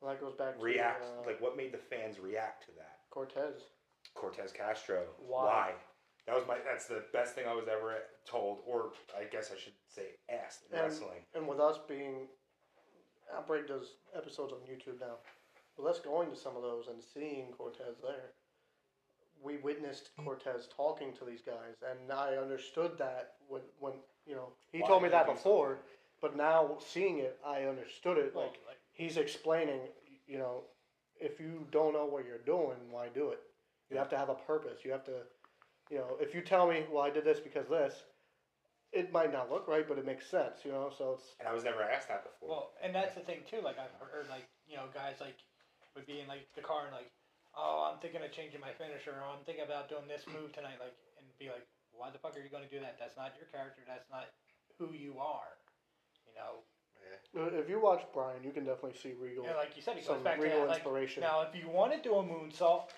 [SPEAKER 1] Well, that goes back to
[SPEAKER 2] react
[SPEAKER 1] uh,
[SPEAKER 2] like what made the fans react to that
[SPEAKER 1] Cortez.
[SPEAKER 2] cortez castro
[SPEAKER 1] Why?
[SPEAKER 2] that was my that's the best thing i was ever told or i guess i should say asked in
[SPEAKER 3] Um,
[SPEAKER 1] And-
[SPEAKER 2] wrestling
[SPEAKER 1] And with us being, Outbreak does episodes on YouTube now. With us going to some of those and seeing Cortez there, we witnessed Cortez talking to these guys, and I understood that when, when you know, he
[SPEAKER 2] Why
[SPEAKER 1] told me
[SPEAKER 2] they
[SPEAKER 1] that
[SPEAKER 2] do
[SPEAKER 1] before,
[SPEAKER 2] something.
[SPEAKER 1] but now seeing it, I understood it. Like,
[SPEAKER 3] Well, like,
[SPEAKER 1] he's explaining, you know, if you don't know what you're doing, why do it? You have to have a purpose. You have to, you know, if you tell me, well, I did this because this, it might not look right, but it makes sense, you know. So it's
[SPEAKER 2] and i was never asked that before
[SPEAKER 3] well, and that's the thing too. Like I've heard, like you know, guys like would be in like the car and like, oh, I'm thinking of changing my finisher, or I'm thinking about doing this move tonight, like, and be like, why the fuck are you going to do that? That's not your character. That's not who you are. You know,
[SPEAKER 1] if you watch Brian, you can definitely see Regal,
[SPEAKER 3] yeah, like you said, it goes
[SPEAKER 1] some
[SPEAKER 3] back to
[SPEAKER 1] Regal
[SPEAKER 3] that, like,
[SPEAKER 1] inspiration.
[SPEAKER 3] Now, if you want to do a moonsault,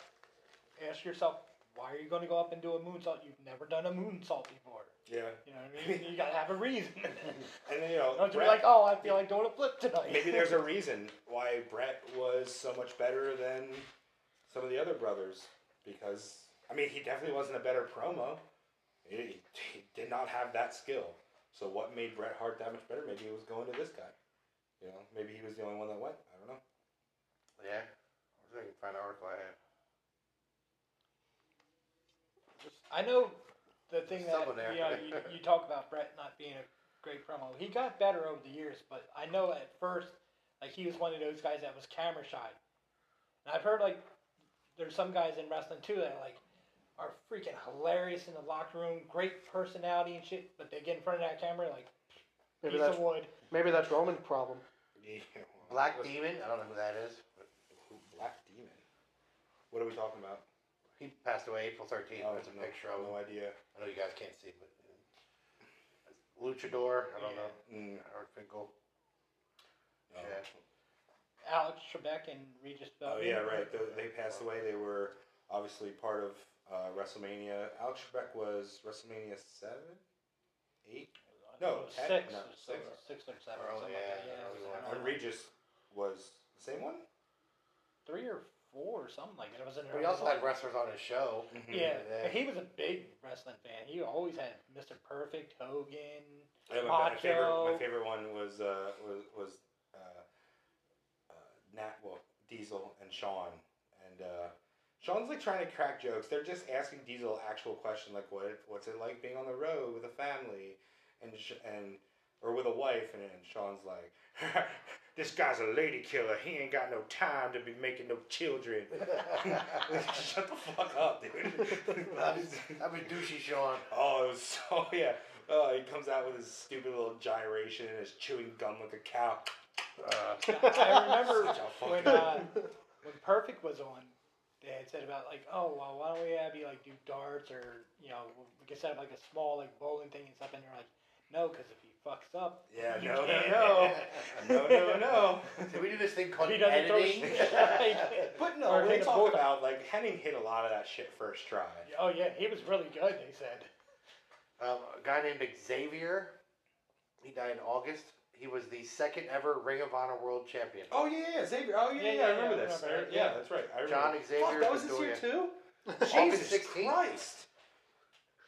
[SPEAKER 3] ask yourself, why are you going to go up and do a moonsault? You've never done a moonsault before.
[SPEAKER 2] yeah
[SPEAKER 3] You know what I mean? You got to have a reason.
[SPEAKER 2] and then you know
[SPEAKER 3] Don't you be
[SPEAKER 2] Brett-
[SPEAKER 3] like, oh, [laughs] I feel like doing a flip tonight.
[SPEAKER 2] maybe there's a reason why brett was so much better than some of the other brothers because i mean he definitely wasn't a better promo he, he did not have that skill so what made bret hart that much better maybe it was going to this guy you know maybe he was the only one that went i don't know
[SPEAKER 4] Yeah. I was thinking find an article I had.
[SPEAKER 3] [laughs] I know the thing that
[SPEAKER 4] Something there.
[SPEAKER 3] you, know, you, you talk about Brett not being a great promo. He got better over the years, but I know at first, like he was one of those guys that was camera shy. And I've heard like there's some guys in wrestling too that like are freaking hilarious in the locker room, great personality and shit, but they get in front of that camera like
[SPEAKER 1] maybe
[SPEAKER 3] piece
[SPEAKER 1] that's
[SPEAKER 3] of wood.
[SPEAKER 1] maybe that's Roman's
[SPEAKER 3] [laughs]
[SPEAKER 1] problem.
[SPEAKER 2] Yeah, well,
[SPEAKER 4] Black
[SPEAKER 2] what's-
[SPEAKER 4] Demon. I don't know who that is. But
[SPEAKER 2] who- [laughs] Black Demon. What are we talking about?
[SPEAKER 4] he passed away April 13th. There's
[SPEAKER 2] Oh,
[SPEAKER 4] Oh, a
[SPEAKER 2] no,
[SPEAKER 4] picture of him.
[SPEAKER 2] no idea.
[SPEAKER 4] I know you guys can't see, but Luchador. I don't know.
[SPEAKER 2] Mm,
[SPEAKER 4] Or Finkel.
[SPEAKER 2] no.
[SPEAKER 4] Yeah.
[SPEAKER 3] Alex Trebek and Regis
[SPEAKER 2] Oh
[SPEAKER 3] Belbin.
[SPEAKER 2] yeah, right. They, they passed away. They were obviously part of uh, WrestleMania. Alex Trebek was Wrestlemania seven, eight.
[SPEAKER 3] I think
[SPEAKER 2] No,
[SPEAKER 3] it was
[SPEAKER 2] Ted-
[SPEAKER 3] six,
[SPEAKER 2] no,
[SPEAKER 3] or six,
[SPEAKER 2] six. Oh,
[SPEAKER 3] six or seven. Or
[SPEAKER 4] Or
[SPEAKER 3] something
[SPEAKER 4] only- yeah,
[SPEAKER 3] like that. yeah,
[SPEAKER 4] only
[SPEAKER 3] it was
[SPEAKER 4] one.
[SPEAKER 3] around
[SPEAKER 2] And
[SPEAKER 3] there.
[SPEAKER 2] Regis was the same one.
[SPEAKER 3] three or four or something like that. It was in
[SPEAKER 4] We also had wrestlers on his show.
[SPEAKER 3] Yeah,
[SPEAKER 4] [laughs] Yeah.
[SPEAKER 3] but he was a big wrestling fan. He always had Mr. Perfect,
[SPEAKER 4] [laughs]
[SPEAKER 3] Hogan.
[SPEAKER 2] Yeah, my, my favorite, my
[SPEAKER 3] Macho.
[SPEAKER 2] favorite one was uh, was was uh, uh, Nat, well, Diesel and Sean, and uh, Sean's like trying to crack jokes. They're just asking Diesel actual question like, what what's it like being on the road with a family, and sh- and or with a wife, and, and Sean's like, [laughs] this guy's a lady killer. He ain't got no time to be making no children. [laughs] Like, Shut the fuck up, dude.
[SPEAKER 4] that [laughs] was that was
[SPEAKER 3] [laughs]
[SPEAKER 4] douchey Sean.
[SPEAKER 2] Oh, it was [laughs] so yeah. Oh, he comes out with his stupid little gyration and his chewing gum like a cow.
[SPEAKER 4] Uh,
[SPEAKER 3] I remember
[SPEAKER 2] Such a
[SPEAKER 3] when
[SPEAKER 2] fucking-
[SPEAKER 3] uh, when Perfect was on, they had said about like, oh well, why don't we have you like do darts or you know we could set up like a small like bowling thing and stuff, and they're like, no, because if he fucks up,
[SPEAKER 2] Yeah,
[SPEAKER 3] You
[SPEAKER 2] no,
[SPEAKER 3] can't.
[SPEAKER 2] no, no, no, no,
[SPEAKER 3] [laughs]
[SPEAKER 2] no.
[SPEAKER 4] [laughs] Did we do this thing called
[SPEAKER 3] Oh. He doesn't throw [laughs]
[SPEAKER 4] editing?
[SPEAKER 3] shit.
[SPEAKER 2] But no,
[SPEAKER 3] Or
[SPEAKER 2] we
[SPEAKER 3] hit a
[SPEAKER 2] talk
[SPEAKER 3] bullseye.
[SPEAKER 2] about like Henning hit a lot of that shit first try.
[SPEAKER 3] oh yeah, he was really good. They said.
[SPEAKER 4] [laughs] um, a guy named Xavier. He died in August. He was the second ever Ring of Honor World Champion.
[SPEAKER 2] Oh yeah, yeah, Xavier. Oh yeah,
[SPEAKER 3] Yeah,
[SPEAKER 2] yeah,
[SPEAKER 3] yeah,
[SPEAKER 2] I remember
[SPEAKER 3] yeah, I
[SPEAKER 2] this.
[SPEAKER 3] remember it,
[SPEAKER 2] yeah.
[SPEAKER 3] yeah.
[SPEAKER 2] that's right. I remember.
[SPEAKER 4] John Xavier
[SPEAKER 2] Fuck, that was this year
[SPEAKER 4] Bedoya.
[SPEAKER 2] too.
[SPEAKER 4] [laughs] August
[SPEAKER 2] Jesus
[SPEAKER 4] 16th.
[SPEAKER 2] Christ!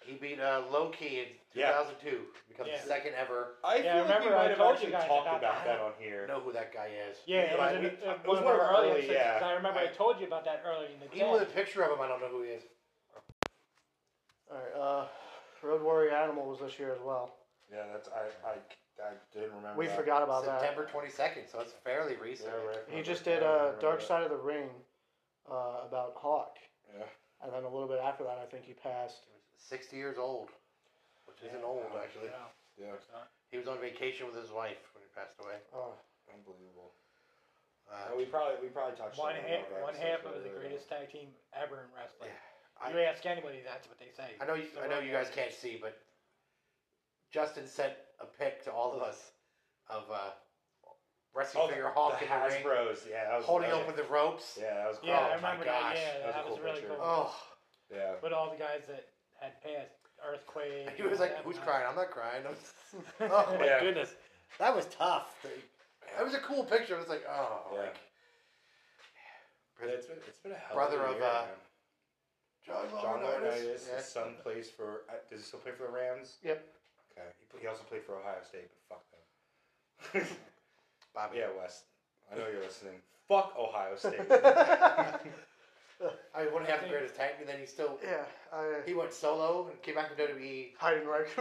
[SPEAKER 4] He beat uh, Loki in
[SPEAKER 2] Yeah.
[SPEAKER 4] 2002. Becomes
[SPEAKER 3] Yeah.
[SPEAKER 4] the second ever.
[SPEAKER 2] I feel
[SPEAKER 3] Yeah, I
[SPEAKER 2] like we
[SPEAKER 3] remember I
[SPEAKER 2] might have
[SPEAKER 3] told you
[SPEAKER 2] actually
[SPEAKER 3] guys
[SPEAKER 2] talked
[SPEAKER 3] about
[SPEAKER 2] about
[SPEAKER 3] that.
[SPEAKER 2] that on here.
[SPEAKER 4] Know who that guy is?
[SPEAKER 3] Yeah, it
[SPEAKER 2] Yeah,
[SPEAKER 3] was,
[SPEAKER 2] I-
[SPEAKER 3] in,
[SPEAKER 2] it
[SPEAKER 3] it
[SPEAKER 2] was
[SPEAKER 3] was one
[SPEAKER 2] one of
[SPEAKER 3] of our
[SPEAKER 2] our
[SPEAKER 3] early
[SPEAKER 2] early,
[SPEAKER 3] episodes.
[SPEAKER 2] yeah.
[SPEAKER 3] 'cause I remember I,
[SPEAKER 2] I-
[SPEAKER 3] told you about that early in the
[SPEAKER 4] Even with a
[SPEAKER 3] day.
[SPEAKER 4] picture of him, I don't know who he is.
[SPEAKER 1] [laughs] All right. Uh, Road Warrior Animal was this year as well.
[SPEAKER 2] Yeah, that's I, I I didn't remember.
[SPEAKER 1] We
[SPEAKER 3] Uh,
[SPEAKER 2] that.
[SPEAKER 1] forgot about that.
[SPEAKER 4] September 22nd, so it's fairly recent.
[SPEAKER 2] Yeah, right.
[SPEAKER 1] He just did uh, Dark Side of the Ring uh, about Hawk,
[SPEAKER 2] Yeah.
[SPEAKER 1] and then a little bit after that, I think he passed.
[SPEAKER 4] 60 years old, which isn't old actually.
[SPEAKER 3] Yeah.
[SPEAKER 2] Yeah,
[SPEAKER 4] He was on vacation with his wife when he passed away.
[SPEAKER 1] [laughs] Oh,
[SPEAKER 2] unbelievable.
[SPEAKER 4] Uh,
[SPEAKER 2] we probably we probably touched
[SPEAKER 3] One
[SPEAKER 2] on
[SPEAKER 3] half,
[SPEAKER 2] that
[SPEAKER 3] one half
[SPEAKER 2] episode
[SPEAKER 3] of the
[SPEAKER 2] earlier.
[SPEAKER 3] greatest tag team ever in wrestling.
[SPEAKER 4] I-
[SPEAKER 3] you ask anybody, that's what they say.
[SPEAKER 4] I know you,
[SPEAKER 3] So
[SPEAKER 4] I know
[SPEAKER 3] right
[SPEAKER 4] you guys
[SPEAKER 3] there.
[SPEAKER 4] can't see, but Justin sent a pic to all of us of uh, wrestling
[SPEAKER 2] Oh,
[SPEAKER 4] figure
[SPEAKER 2] the
[SPEAKER 4] Hawk in the ring,
[SPEAKER 2] Hasbro's. Yeah, that was
[SPEAKER 4] holding
[SPEAKER 2] that
[SPEAKER 4] up with the ropes.
[SPEAKER 2] Yeah, that was cool.
[SPEAKER 3] Yeah,
[SPEAKER 4] Oh
[SPEAKER 3] I
[SPEAKER 4] my
[SPEAKER 3] remember
[SPEAKER 4] gosh,
[SPEAKER 3] that.
[SPEAKER 2] that was a
[SPEAKER 3] Yeah, that
[SPEAKER 2] cool
[SPEAKER 3] was really
[SPEAKER 2] picture.
[SPEAKER 3] cool.
[SPEAKER 4] Oh,
[SPEAKER 2] Yeah.
[SPEAKER 3] With all the guys that had passed, earthquake.
[SPEAKER 4] [laughs] he
[SPEAKER 3] and
[SPEAKER 4] was
[SPEAKER 3] all
[SPEAKER 4] like,
[SPEAKER 3] that
[SPEAKER 4] "Who's
[SPEAKER 3] mess.
[SPEAKER 4] crying? I'm not crying." I'm [laughs] oh my
[SPEAKER 2] Yeah.
[SPEAKER 4] goodness,
[SPEAKER 3] [laughs]
[SPEAKER 4] that was tough. It was a cool picture. It was like, oh,
[SPEAKER 2] Yeah.
[SPEAKER 4] like
[SPEAKER 2] But it's been it's been a hell
[SPEAKER 4] Brother
[SPEAKER 2] of a
[SPEAKER 4] of,
[SPEAKER 2] year,
[SPEAKER 4] uh,
[SPEAKER 2] man.
[SPEAKER 4] John
[SPEAKER 2] John Laurinaitis.
[SPEAKER 4] Yeah.
[SPEAKER 2] His son plays for. Uh, does he still play for the Rams?
[SPEAKER 1] Yep.
[SPEAKER 2] Okay. He, pl- he also played for Ohio State, but fuck them. [laughs]
[SPEAKER 4] Bobby.
[SPEAKER 2] yeah, Wes. I know you're listening. Fuck Ohio [laughs] State.
[SPEAKER 4] I mean, one half the greatest tank, and then he still
[SPEAKER 1] [laughs] yeah. I, [laughs]
[SPEAKER 4] he went solo and came back to E. WWE.
[SPEAKER 1] Heidenreich.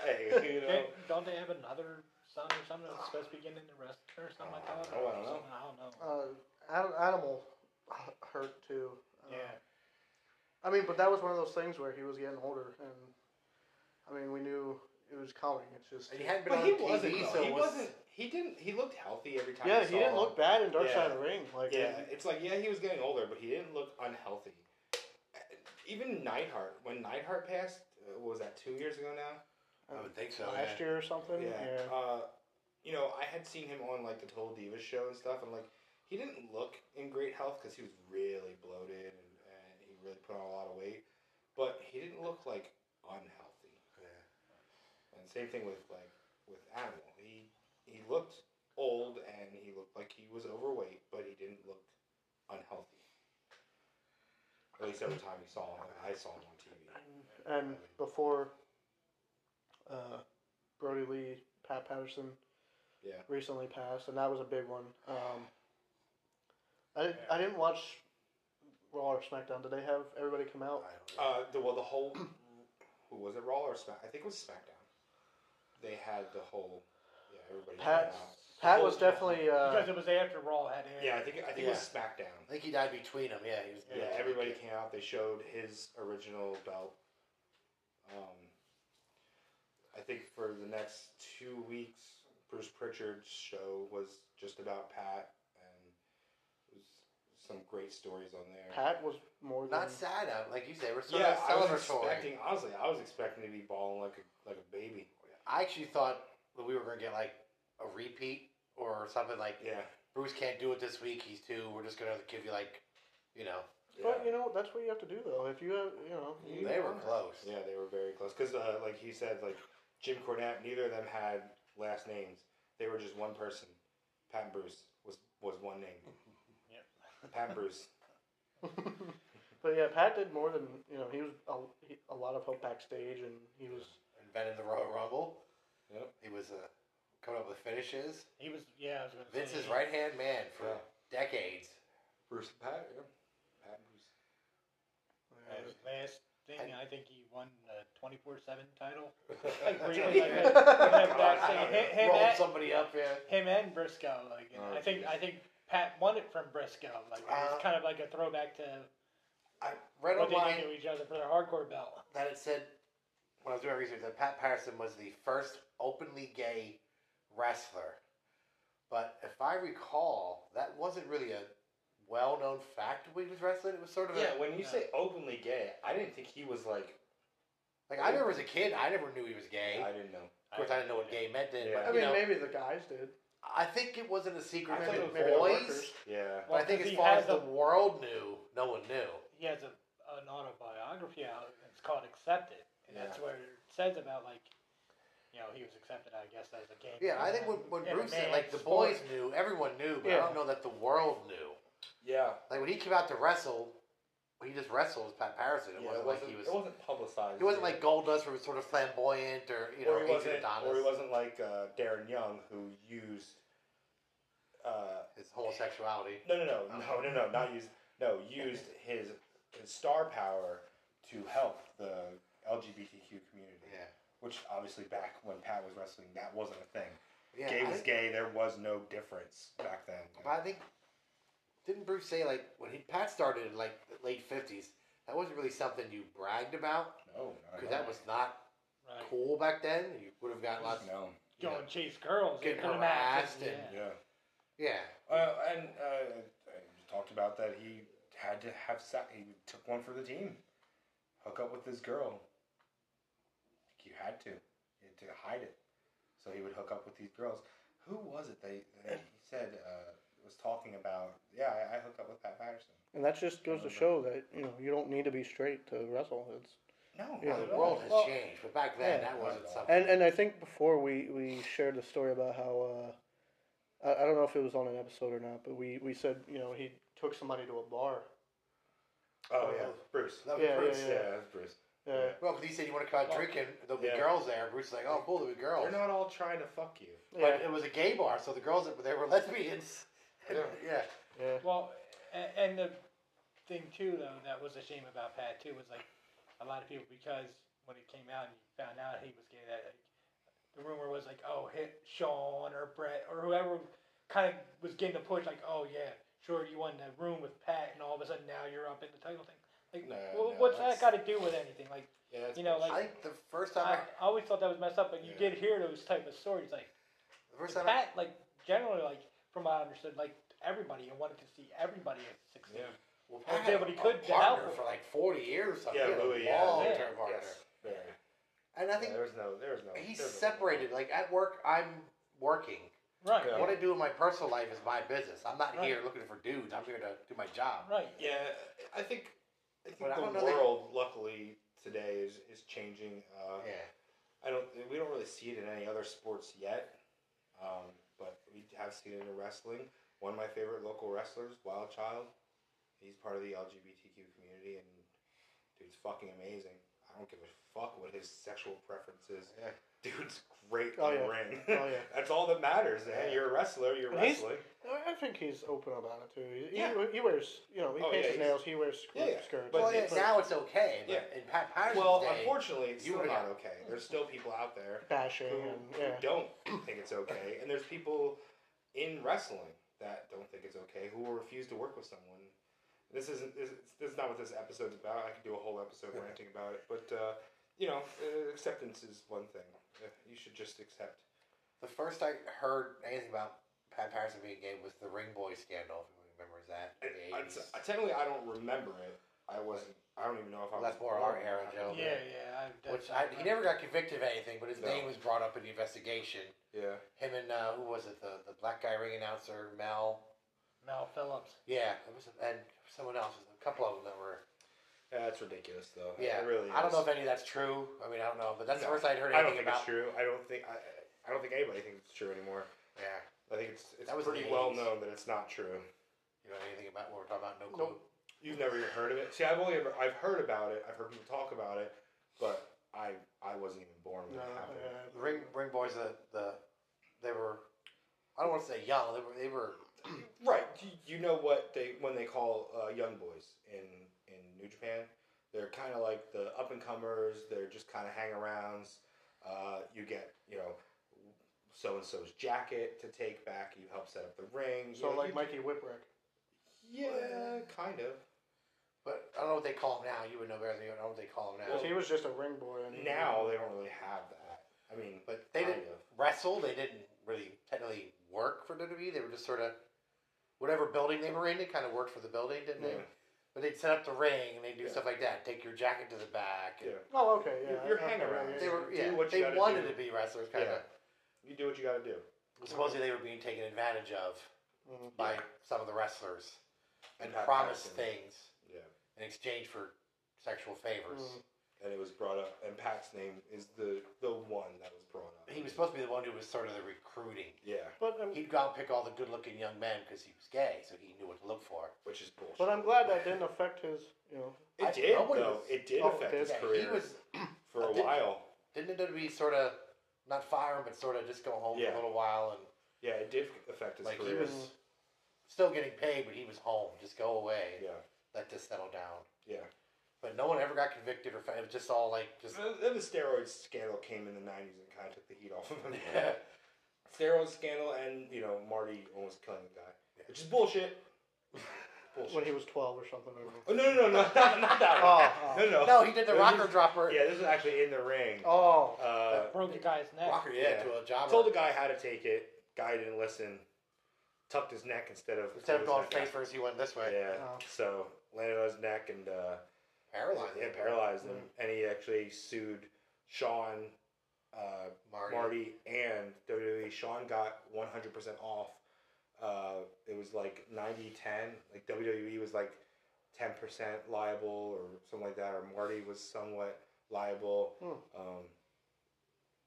[SPEAKER 2] hey, you know.
[SPEAKER 3] They- Don't they have another son or something that's supposed to be getting into wrestling or something like that?
[SPEAKER 2] Oh, I don't know.
[SPEAKER 3] Something, I don't
[SPEAKER 1] [laughs]
[SPEAKER 3] know.
[SPEAKER 1] uh, Ad- Animal h- hurt too. Uh,
[SPEAKER 3] yeah.
[SPEAKER 1] I mean, but that was one of those things where he was getting older, and I mean, we knew it was coming. It's just
[SPEAKER 4] And he hadn't been
[SPEAKER 2] But
[SPEAKER 4] on
[SPEAKER 2] he
[SPEAKER 4] TV,
[SPEAKER 2] wasn't. though.
[SPEAKER 4] so
[SPEAKER 2] he
[SPEAKER 4] it was,
[SPEAKER 2] wasn't. He didn't. He looked healthy every time.
[SPEAKER 1] yeah,
[SPEAKER 2] you
[SPEAKER 1] he
[SPEAKER 2] saw
[SPEAKER 1] didn't
[SPEAKER 2] him.
[SPEAKER 1] look bad in Dark Side of
[SPEAKER 2] Yeah.
[SPEAKER 1] the Ring. Like
[SPEAKER 2] Yeah, it's like yeah, he was getting older, but he didn't look unhealthy. Even Neidhart, when Neidhart passed, uh, what was that two years ago now?
[SPEAKER 4] I would think so.
[SPEAKER 1] last
[SPEAKER 4] yeah.
[SPEAKER 1] year or something. Oh, Yeah.
[SPEAKER 2] Uh, you know, I had seen him on like the Total Divas show and stuff, and like he didn't look in great health because he was really bloated and, and he really put on a lot of weight, but he didn't look like unhealthy. Yeah. And same thing with like with Animal. He he looked old and he looked like he was overweight, but he didn't look unhealthy. At least every time you saw him, I saw him on TV.
[SPEAKER 1] And before uh, Brody Lee, Pat Patterson
[SPEAKER 2] Yeah.
[SPEAKER 1] recently passed, and that was a big one. Um, I, didn't,
[SPEAKER 3] Yeah.
[SPEAKER 1] I didn't watch Raw or SmackDown. Did they have everybody come out?
[SPEAKER 4] I don't know.
[SPEAKER 2] Uh, the, well, the whole who was it, Raw or Smack? I think it was SmackDown. They had the whole yeah, everybody.
[SPEAKER 1] Pat-
[SPEAKER 2] came out.
[SPEAKER 1] Pat
[SPEAKER 2] The
[SPEAKER 1] was
[SPEAKER 2] whole-
[SPEAKER 1] definitely.
[SPEAKER 3] because
[SPEAKER 1] Uh,
[SPEAKER 3] it was after Raw had aired.
[SPEAKER 2] yeah, I think I think it was SmackDown.
[SPEAKER 4] I think he died between them. Yeah, he was.
[SPEAKER 2] Yeah, everybody came out. They showed his original belt. Um, I think for the next two weeks, Bruce Pritchard's show was just about Pat, and it was some great stories on there.
[SPEAKER 1] Pat was more than.
[SPEAKER 4] Not sad, uh, like you say, we're so
[SPEAKER 2] yeah, I was
[SPEAKER 4] celebratory.
[SPEAKER 2] expecting honestly, I was expecting to be balling like a like a baby.
[SPEAKER 4] I actually thought that we were gonna get like a repeat or something like
[SPEAKER 2] Yeah.
[SPEAKER 4] Bruce can't do it this week. He's too. We're just gonna give you like, you know,
[SPEAKER 1] But you know that's what you have to do though. If you have, you know, you,
[SPEAKER 4] they were close.
[SPEAKER 2] Yeah, they were very close. Because, uh, like he said, like Jim Cornette, neither of them had last names. They were just one person. Pat and Bruce was was one
[SPEAKER 3] [laughs]
[SPEAKER 2] name. Pat and Bruce.
[SPEAKER 1] [laughs] but yeah, Pat did more than you know. He was a, he, a lot of help backstage, and he was
[SPEAKER 4] Invented the Royal Rumble.
[SPEAKER 2] Yep.
[SPEAKER 4] He was uh, coming up with finishes.
[SPEAKER 3] He was. Yeah, I was gonna say.
[SPEAKER 4] Vince's right hand man for
[SPEAKER 2] Yeah.
[SPEAKER 4] decades.
[SPEAKER 2] Bruce and Pat. Yeah. Pat and Bruce.
[SPEAKER 3] Uh, his last thing, I, think he won the twenty four seven title.
[SPEAKER 2] Like, [laughs]
[SPEAKER 3] really,
[SPEAKER 2] yeah.
[SPEAKER 3] like,
[SPEAKER 2] [laughs]
[SPEAKER 3] like, like that
[SPEAKER 2] I
[SPEAKER 3] thing.
[SPEAKER 2] don't
[SPEAKER 3] Him, him
[SPEAKER 4] [laughs] Rolled
[SPEAKER 3] and,
[SPEAKER 4] somebody up, yeah.
[SPEAKER 3] him and Briscoe. Like, and
[SPEAKER 2] Oh,
[SPEAKER 3] I think
[SPEAKER 2] geez.
[SPEAKER 3] I think Pat won it from Briscoe. Like,
[SPEAKER 4] Uh,
[SPEAKER 3] it's kind of like a throwback to
[SPEAKER 4] I read
[SPEAKER 3] what they
[SPEAKER 4] online
[SPEAKER 3] did to each other for their hardcore belt.
[SPEAKER 4] that it said when I was doing research that Pat Patterson was the first openly gay wrestler. But if I recall, that wasn't really a well known fact when he was wrestling. It was sort of
[SPEAKER 2] Yeah, when you
[SPEAKER 3] Yeah.
[SPEAKER 2] say openly gay, I didn't think he was like.
[SPEAKER 4] a, like I remember as a kid, I never knew he was gay.
[SPEAKER 2] I didn't know.
[SPEAKER 4] of course, I didn't know what gay meant then.
[SPEAKER 2] Yeah.
[SPEAKER 4] But,
[SPEAKER 1] I
[SPEAKER 4] you
[SPEAKER 1] mean,
[SPEAKER 4] know,
[SPEAKER 1] maybe the guys did.
[SPEAKER 4] I think it wasn't a secret
[SPEAKER 2] I
[SPEAKER 4] to
[SPEAKER 2] thought
[SPEAKER 4] the
[SPEAKER 2] it was
[SPEAKER 1] maybe the
[SPEAKER 4] boys,
[SPEAKER 1] workers.
[SPEAKER 2] Yeah.
[SPEAKER 4] but I
[SPEAKER 3] Well,
[SPEAKER 4] think
[SPEAKER 3] 'cause
[SPEAKER 4] as
[SPEAKER 3] he
[SPEAKER 4] far
[SPEAKER 3] has
[SPEAKER 4] as the
[SPEAKER 3] a-
[SPEAKER 4] world knew, no one knew.
[SPEAKER 3] he has a, an autobiography out. It's called Accepted, and that's where it says about like, you know, he was accepted, I guess, as a gay.
[SPEAKER 4] Yeah, I
[SPEAKER 3] man
[SPEAKER 4] think when, when
[SPEAKER 3] in a
[SPEAKER 4] Bruce said,
[SPEAKER 3] man's
[SPEAKER 4] like, the
[SPEAKER 3] sport.
[SPEAKER 4] boys knew, everyone knew, but I
[SPEAKER 1] Yeah.
[SPEAKER 4] don't know that the world knew.
[SPEAKER 2] Yeah.
[SPEAKER 4] Like, when he came out to wrestle, he just wrestled with Pat Patterson. It
[SPEAKER 2] Yeah,
[SPEAKER 4] wasn't like he was.
[SPEAKER 2] It wasn't publicized.
[SPEAKER 4] He wasn't
[SPEAKER 2] yeah.
[SPEAKER 4] like Goldust, where he was sort of flamboyant, or you know,
[SPEAKER 2] or he
[SPEAKER 4] Ancient
[SPEAKER 2] wasn't,
[SPEAKER 4] Adonis.
[SPEAKER 2] or he wasn't like uh, Darren Young, who used. Uh,
[SPEAKER 4] his homosexuality.
[SPEAKER 2] no, no, no,
[SPEAKER 4] Oh.
[SPEAKER 2] no, no, no, not used. No, used his his star power to help the LGBTQ community,
[SPEAKER 4] Yeah,
[SPEAKER 2] which obviously back when Pat was wrestling, that wasn't a thing.
[SPEAKER 4] yeah.
[SPEAKER 2] gay
[SPEAKER 4] I
[SPEAKER 2] was
[SPEAKER 4] think-
[SPEAKER 2] gay. There was no difference back then.
[SPEAKER 4] But I think didn't Bruce say like when he Pat started in like the late fifties, that wasn't really something you bragged about
[SPEAKER 2] no, not
[SPEAKER 4] because
[SPEAKER 2] at
[SPEAKER 4] that
[SPEAKER 2] all.
[SPEAKER 4] was not
[SPEAKER 3] Right.
[SPEAKER 4] cool back then. You would have gotten lots.
[SPEAKER 2] no.
[SPEAKER 4] you know,
[SPEAKER 3] Go and chase girls,
[SPEAKER 4] Getting
[SPEAKER 3] put 'em out,
[SPEAKER 4] harassed
[SPEAKER 3] yeah.
[SPEAKER 4] and-
[SPEAKER 2] Yeah.
[SPEAKER 4] Yeah,
[SPEAKER 2] Uh, and uh, you talked about that he had to have sex. He took one for the team. Hook up with this girl. You had to you had to hide it. So he would hook up with these girls. Who was it they, that [coughs] he said uh, was talking about? Yeah, I, I hooked up with Pat Patterson.
[SPEAKER 1] And that just goes to
[SPEAKER 2] Remember.
[SPEAKER 1] show that you know you don't need to be straight to wrestle. It's
[SPEAKER 2] No,
[SPEAKER 1] Yeah,
[SPEAKER 2] not
[SPEAKER 4] the
[SPEAKER 2] at all.
[SPEAKER 4] world has
[SPEAKER 1] Well-
[SPEAKER 4] changed, but back then
[SPEAKER 1] Yeah.
[SPEAKER 4] that wasn't something.
[SPEAKER 1] And and I think before we we shared the story about how uh, I, I don't know if it was on an episode or not, but we we said you know he took somebody to a bar.
[SPEAKER 2] Oh yeah, Bruce.
[SPEAKER 4] That was
[SPEAKER 1] Yeah,
[SPEAKER 4] Bruce.
[SPEAKER 2] Bruce. Yeah, that's Bruce.
[SPEAKER 1] Yeah.
[SPEAKER 4] Well, because he said you want to come out
[SPEAKER 2] Well,
[SPEAKER 4] drinking, there'll be
[SPEAKER 2] yeah.
[SPEAKER 4] girls there. Bruce is like, oh, cool, there'll be girls.
[SPEAKER 2] They're not all trying to fuck you.
[SPEAKER 4] but it was a gay bar, so the girls they were lesbians.
[SPEAKER 2] Yeah.
[SPEAKER 4] yeah.
[SPEAKER 1] yeah.
[SPEAKER 3] Well, and, and the thing too, though, that was a shame about Pat too was like a lot of people because when it came out and you found out he was gay, that like, the rumor was like, oh, hit Sean or Brett or whoever kind of was getting the push, like, oh yeah, sure, you won the room with Pat, and all of a sudden now you're up in the title thing. Like,
[SPEAKER 2] No,
[SPEAKER 3] well,
[SPEAKER 2] no,
[SPEAKER 3] what's
[SPEAKER 2] that's-
[SPEAKER 3] that got to do with anything? Like,
[SPEAKER 2] Yeah, that's
[SPEAKER 3] You know,
[SPEAKER 2] Bruce.
[SPEAKER 4] I
[SPEAKER 3] like-
[SPEAKER 4] think the first time I,
[SPEAKER 3] I, I always thought that was messed up, but you
[SPEAKER 2] Yeah.
[SPEAKER 3] did hear those type of stories, like.
[SPEAKER 4] the first
[SPEAKER 3] But
[SPEAKER 4] time I,
[SPEAKER 3] Pat, like generally, like from what I understood, like everybody, I wanted to see everybody succeed.
[SPEAKER 2] Yeah.
[SPEAKER 4] well,
[SPEAKER 3] Pat
[SPEAKER 4] had
[SPEAKER 3] did what he could to
[SPEAKER 4] a partner
[SPEAKER 3] help him.
[SPEAKER 4] for like forty years or something.
[SPEAKER 2] yeah,
[SPEAKER 4] He had a
[SPEAKER 2] Louis. Yeah,
[SPEAKER 4] long-term
[SPEAKER 2] yeah,
[SPEAKER 4] partner.
[SPEAKER 2] yes, very.
[SPEAKER 4] And I think
[SPEAKER 2] there was no, there was no.
[SPEAKER 4] he's
[SPEAKER 2] there was no-
[SPEAKER 4] separated. Like at work, I'm working.
[SPEAKER 3] Right,
[SPEAKER 2] Yeah.
[SPEAKER 4] What I do in my personal life is my business. I'm not
[SPEAKER 3] Right.
[SPEAKER 4] here looking for dudes. I'm here to do my job.
[SPEAKER 3] right.
[SPEAKER 2] Yeah, I think, I think
[SPEAKER 4] But I don't
[SPEAKER 2] the
[SPEAKER 4] know that-
[SPEAKER 2] world, luckily, today is is changing. Uh,
[SPEAKER 4] Yeah.
[SPEAKER 2] I don't. We don't really see it in any other sports yet, um, but we have seen it in wrestling. One of my favorite local wrestlers, Wild Child, he's part of the LGBTQ community, and dude's fucking amazing. I don't give a fuck what his sexual preference is.
[SPEAKER 4] Yeah.
[SPEAKER 2] Dude's great
[SPEAKER 1] Oh,
[SPEAKER 2] in the
[SPEAKER 1] yeah.
[SPEAKER 2] ring.
[SPEAKER 1] Oh, yeah.
[SPEAKER 2] [laughs] That's all that matters, man.
[SPEAKER 4] Yeah.
[SPEAKER 2] You're a wrestler. You're
[SPEAKER 1] And he's-
[SPEAKER 2] wrestling.
[SPEAKER 1] I- I think he's open about it too. He, he-
[SPEAKER 2] Yeah.
[SPEAKER 1] he, wears you know he
[SPEAKER 2] Oh,
[SPEAKER 1] paints
[SPEAKER 2] yeah,
[SPEAKER 1] his
[SPEAKER 2] he's-
[SPEAKER 1] nails. He wears skirt,
[SPEAKER 2] Yeah, yeah.
[SPEAKER 1] skirts.
[SPEAKER 2] But
[SPEAKER 4] well,
[SPEAKER 2] it-
[SPEAKER 4] yeah, now it's okay. But
[SPEAKER 2] Yeah.
[SPEAKER 4] in Pat Patterson's
[SPEAKER 2] Well,
[SPEAKER 4] day,
[SPEAKER 2] unfortunately, it's
[SPEAKER 4] you
[SPEAKER 2] still
[SPEAKER 4] would've
[SPEAKER 2] not
[SPEAKER 4] got-
[SPEAKER 2] okay. There's still people out there
[SPEAKER 1] bashing
[SPEAKER 2] who,
[SPEAKER 1] and
[SPEAKER 2] who
[SPEAKER 1] yeah.
[SPEAKER 2] don't think it's okay, and there's people in wrestling that don't think it's okay who will refuse to work with someone. This isn't this, this is not what this episode's about. I could do a whole episode ranting about it, but uh, you know, uh, acceptance is one thing. Uh, You should just accept.
[SPEAKER 4] the first I heard anything about Pat Patterson being gay was the Ring Boy scandal. If anyone remembers that, in the
[SPEAKER 2] I,
[SPEAKER 4] 80s.
[SPEAKER 2] I- technically, I don't remember it. I wasn't. I don't even know if I was.
[SPEAKER 4] That's more our era, Joe.
[SPEAKER 3] Yeah,
[SPEAKER 4] Okay.
[SPEAKER 3] yeah. I, that's-
[SPEAKER 4] Which I, he never got convicted of anything, but his
[SPEAKER 2] No.
[SPEAKER 4] name was brought up in the investigation.
[SPEAKER 2] Yeah.
[SPEAKER 4] Him and uh, who was it? The, the black guy ring announcer Mel.
[SPEAKER 3] Mel Phillips.
[SPEAKER 4] Yeah, it was, and someone else. A couple of them that were.
[SPEAKER 2] Yeah, that's ridiculous, though.
[SPEAKER 4] Yeah,
[SPEAKER 2] it really.
[SPEAKER 4] I don't
[SPEAKER 2] is.
[SPEAKER 4] know if any of that's true. I mean, I don't know, but that's
[SPEAKER 2] No,
[SPEAKER 4] the first I'd heard
[SPEAKER 2] I don't
[SPEAKER 4] anything
[SPEAKER 2] think
[SPEAKER 4] about.
[SPEAKER 2] it's true. I don't think. I, I don't think anybody thinks it's true anymore.
[SPEAKER 4] Yeah,
[SPEAKER 2] I think it's it's
[SPEAKER 4] That was in
[SPEAKER 2] pretty
[SPEAKER 4] the
[SPEAKER 2] well
[SPEAKER 4] 80s.
[SPEAKER 2] known that it's not true.
[SPEAKER 4] you know anything about what we're talking about? No clue.
[SPEAKER 1] Nope.
[SPEAKER 2] You've never even heard of it. See, I've only ever I've heard about it. I've heard people talk about it, but I I wasn't even born when
[SPEAKER 1] No,
[SPEAKER 2] it happened.
[SPEAKER 1] uh,
[SPEAKER 4] The ring ring boys, the, the they were. I don't want to say young. They were they were
[SPEAKER 2] [clears throat] Right. You- You know what they when they call uh, young boys in in New Japan, they're kind of like the up and comers. They're just kind of hangarounds. Uh, you get you know so and so's jacket to take back. You help set up the ring.
[SPEAKER 1] So
[SPEAKER 2] you know,
[SPEAKER 1] like
[SPEAKER 2] you-
[SPEAKER 1] Mikey Whipwreck.
[SPEAKER 2] Yeah, kind of.
[SPEAKER 4] but I don't know what they call them now. You would know better than me. I don't know what they call them now.
[SPEAKER 1] 'Cause he was just a ring boy. And
[SPEAKER 2] Now they don't really have that. I mean,
[SPEAKER 4] but they
[SPEAKER 2] kind
[SPEAKER 4] didn't
[SPEAKER 2] of.
[SPEAKER 4] E. wrestle. They didn't really technically work for WWE. They were just sort of whatever building they were in. It kind of worked for the building, didn't they?
[SPEAKER 2] Mhm.
[SPEAKER 4] But they'd set up the ring and they'd do
[SPEAKER 2] Yeah.
[SPEAKER 4] stuff like that. Take your jacket to the back. And
[SPEAKER 2] Yeah.
[SPEAKER 1] Oh, okay, yeah.
[SPEAKER 2] Your- your
[SPEAKER 1] okay,
[SPEAKER 2] hangaround.
[SPEAKER 1] yeah,
[SPEAKER 4] They
[SPEAKER 1] yeah,
[SPEAKER 4] were
[SPEAKER 2] Do
[SPEAKER 4] yeah.
[SPEAKER 2] what you
[SPEAKER 4] They
[SPEAKER 2] gotta
[SPEAKER 4] wanted
[SPEAKER 2] do.
[SPEAKER 4] to be wrestlers, kind of.
[SPEAKER 2] You do what you got to do.
[SPEAKER 4] Supposedly they were being taken advantage of
[SPEAKER 1] yeah. Mhm.
[SPEAKER 4] by some of the wrestlers and
[SPEAKER 2] Pat
[SPEAKER 4] promised
[SPEAKER 2] Patterson.
[SPEAKER 4] things
[SPEAKER 2] Yeah.
[SPEAKER 4] in exchange for sexual favors.
[SPEAKER 1] Mm.
[SPEAKER 2] And it was brought up, and Pat's name is the the one that was brought up.
[SPEAKER 4] He was supposed to be the one who was sort of the recruiting.
[SPEAKER 2] Yeah,
[SPEAKER 1] But um, I'm,
[SPEAKER 4] He'd go out and pick all the good-looking young men because he was gay, so he knew what to look for.
[SPEAKER 2] which is bullshit.
[SPEAKER 1] but I'm glad that didn't affect his, you know.
[SPEAKER 2] it
[SPEAKER 4] I-
[SPEAKER 2] did
[SPEAKER 4] nobody
[SPEAKER 2] though.
[SPEAKER 4] was-
[SPEAKER 2] It did
[SPEAKER 1] oh, it
[SPEAKER 2] affect
[SPEAKER 1] did.
[SPEAKER 2] his
[SPEAKER 4] Yeah,
[SPEAKER 2] career
[SPEAKER 4] he was.
[SPEAKER 2] for
[SPEAKER 4] I
[SPEAKER 2] a
[SPEAKER 4] didn't-
[SPEAKER 2] while.
[SPEAKER 4] Didn't it be sort of not fire him, but sort of just go home for
[SPEAKER 2] Yeah.
[SPEAKER 4] a little while and
[SPEAKER 2] Yeah, it did affect his
[SPEAKER 4] like he
[SPEAKER 2] career.
[SPEAKER 4] was still getting paid, but he was home. Just go away.
[SPEAKER 2] yeah,
[SPEAKER 4] Let this settle down.
[SPEAKER 2] yeah.
[SPEAKER 4] But no one ever got convicted or found. It was just all like
[SPEAKER 2] [laughs]
[SPEAKER 4] just [laughs]
[SPEAKER 2] Then the steroid scandal came in the '90s and kind of took the heat off of him.
[SPEAKER 4] yeah.
[SPEAKER 2] steroid scandal, and you know Marty almost killing the guy, which is bullshit. bullshit.
[SPEAKER 1] When he was 12 or something. I don't know.
[SPEAKER 2] oh no no [laughs] no no not, not that one.
[SPEAKER 1] Oh, oh.
[SPEAKER 2] no no
[SPEAKER 4] No, he did the
[SPEAKER 2] It was
[SPEAKER 4] rocker
[SPEAKER 2] just-
[SPEAKER 4] dropper.
[SPEAKER 2] Yeah, this is actually in the ring.
[SPEAKER 1] Oh.
[SPEAKER 2] Uh,
[SPEAKER 3] Broke the guy's neck.
[SPEAKER 4] Rocker, yeah,
[SPEAKER 2] Yeah.
[SPEAKER 4] to a jobber.
[SPEAKER 2] told the guy how to take it. Guy didn't listen. Tucked his neck instead of
[SPEAKER 4] Instead of
[SPEAKER 2] pulled
[SPEAKER 4] going
[SPEAKER 2] his
[SPEAKER 4] face
[SPEAKER 2] neck
[SPEAKER 4] first, he went
[SPEAKER 2] out.
[SPEAKER 4] this way.
[SPEAKER 2] Yeah.
[SPEAKER 1] Oh.
[SPEAKER 2] So landed on his neck and uh,
[SPEAKER 4] Paralyzed. Mm.
[SPEAKER 2] yeah, paralyzed him. And he actually sued Sean, uh,
[SPEAKER 4] Marty.
[SPEAKER 2] Marty, and WWE. Sean got 100 percent off. Uh, it was like 90 10. Like WWE was like 10 percent liable or something like that, or Marty was somewhat liable.
[SPEAKER 1] Hmm.
[SPEAKER 2] Um,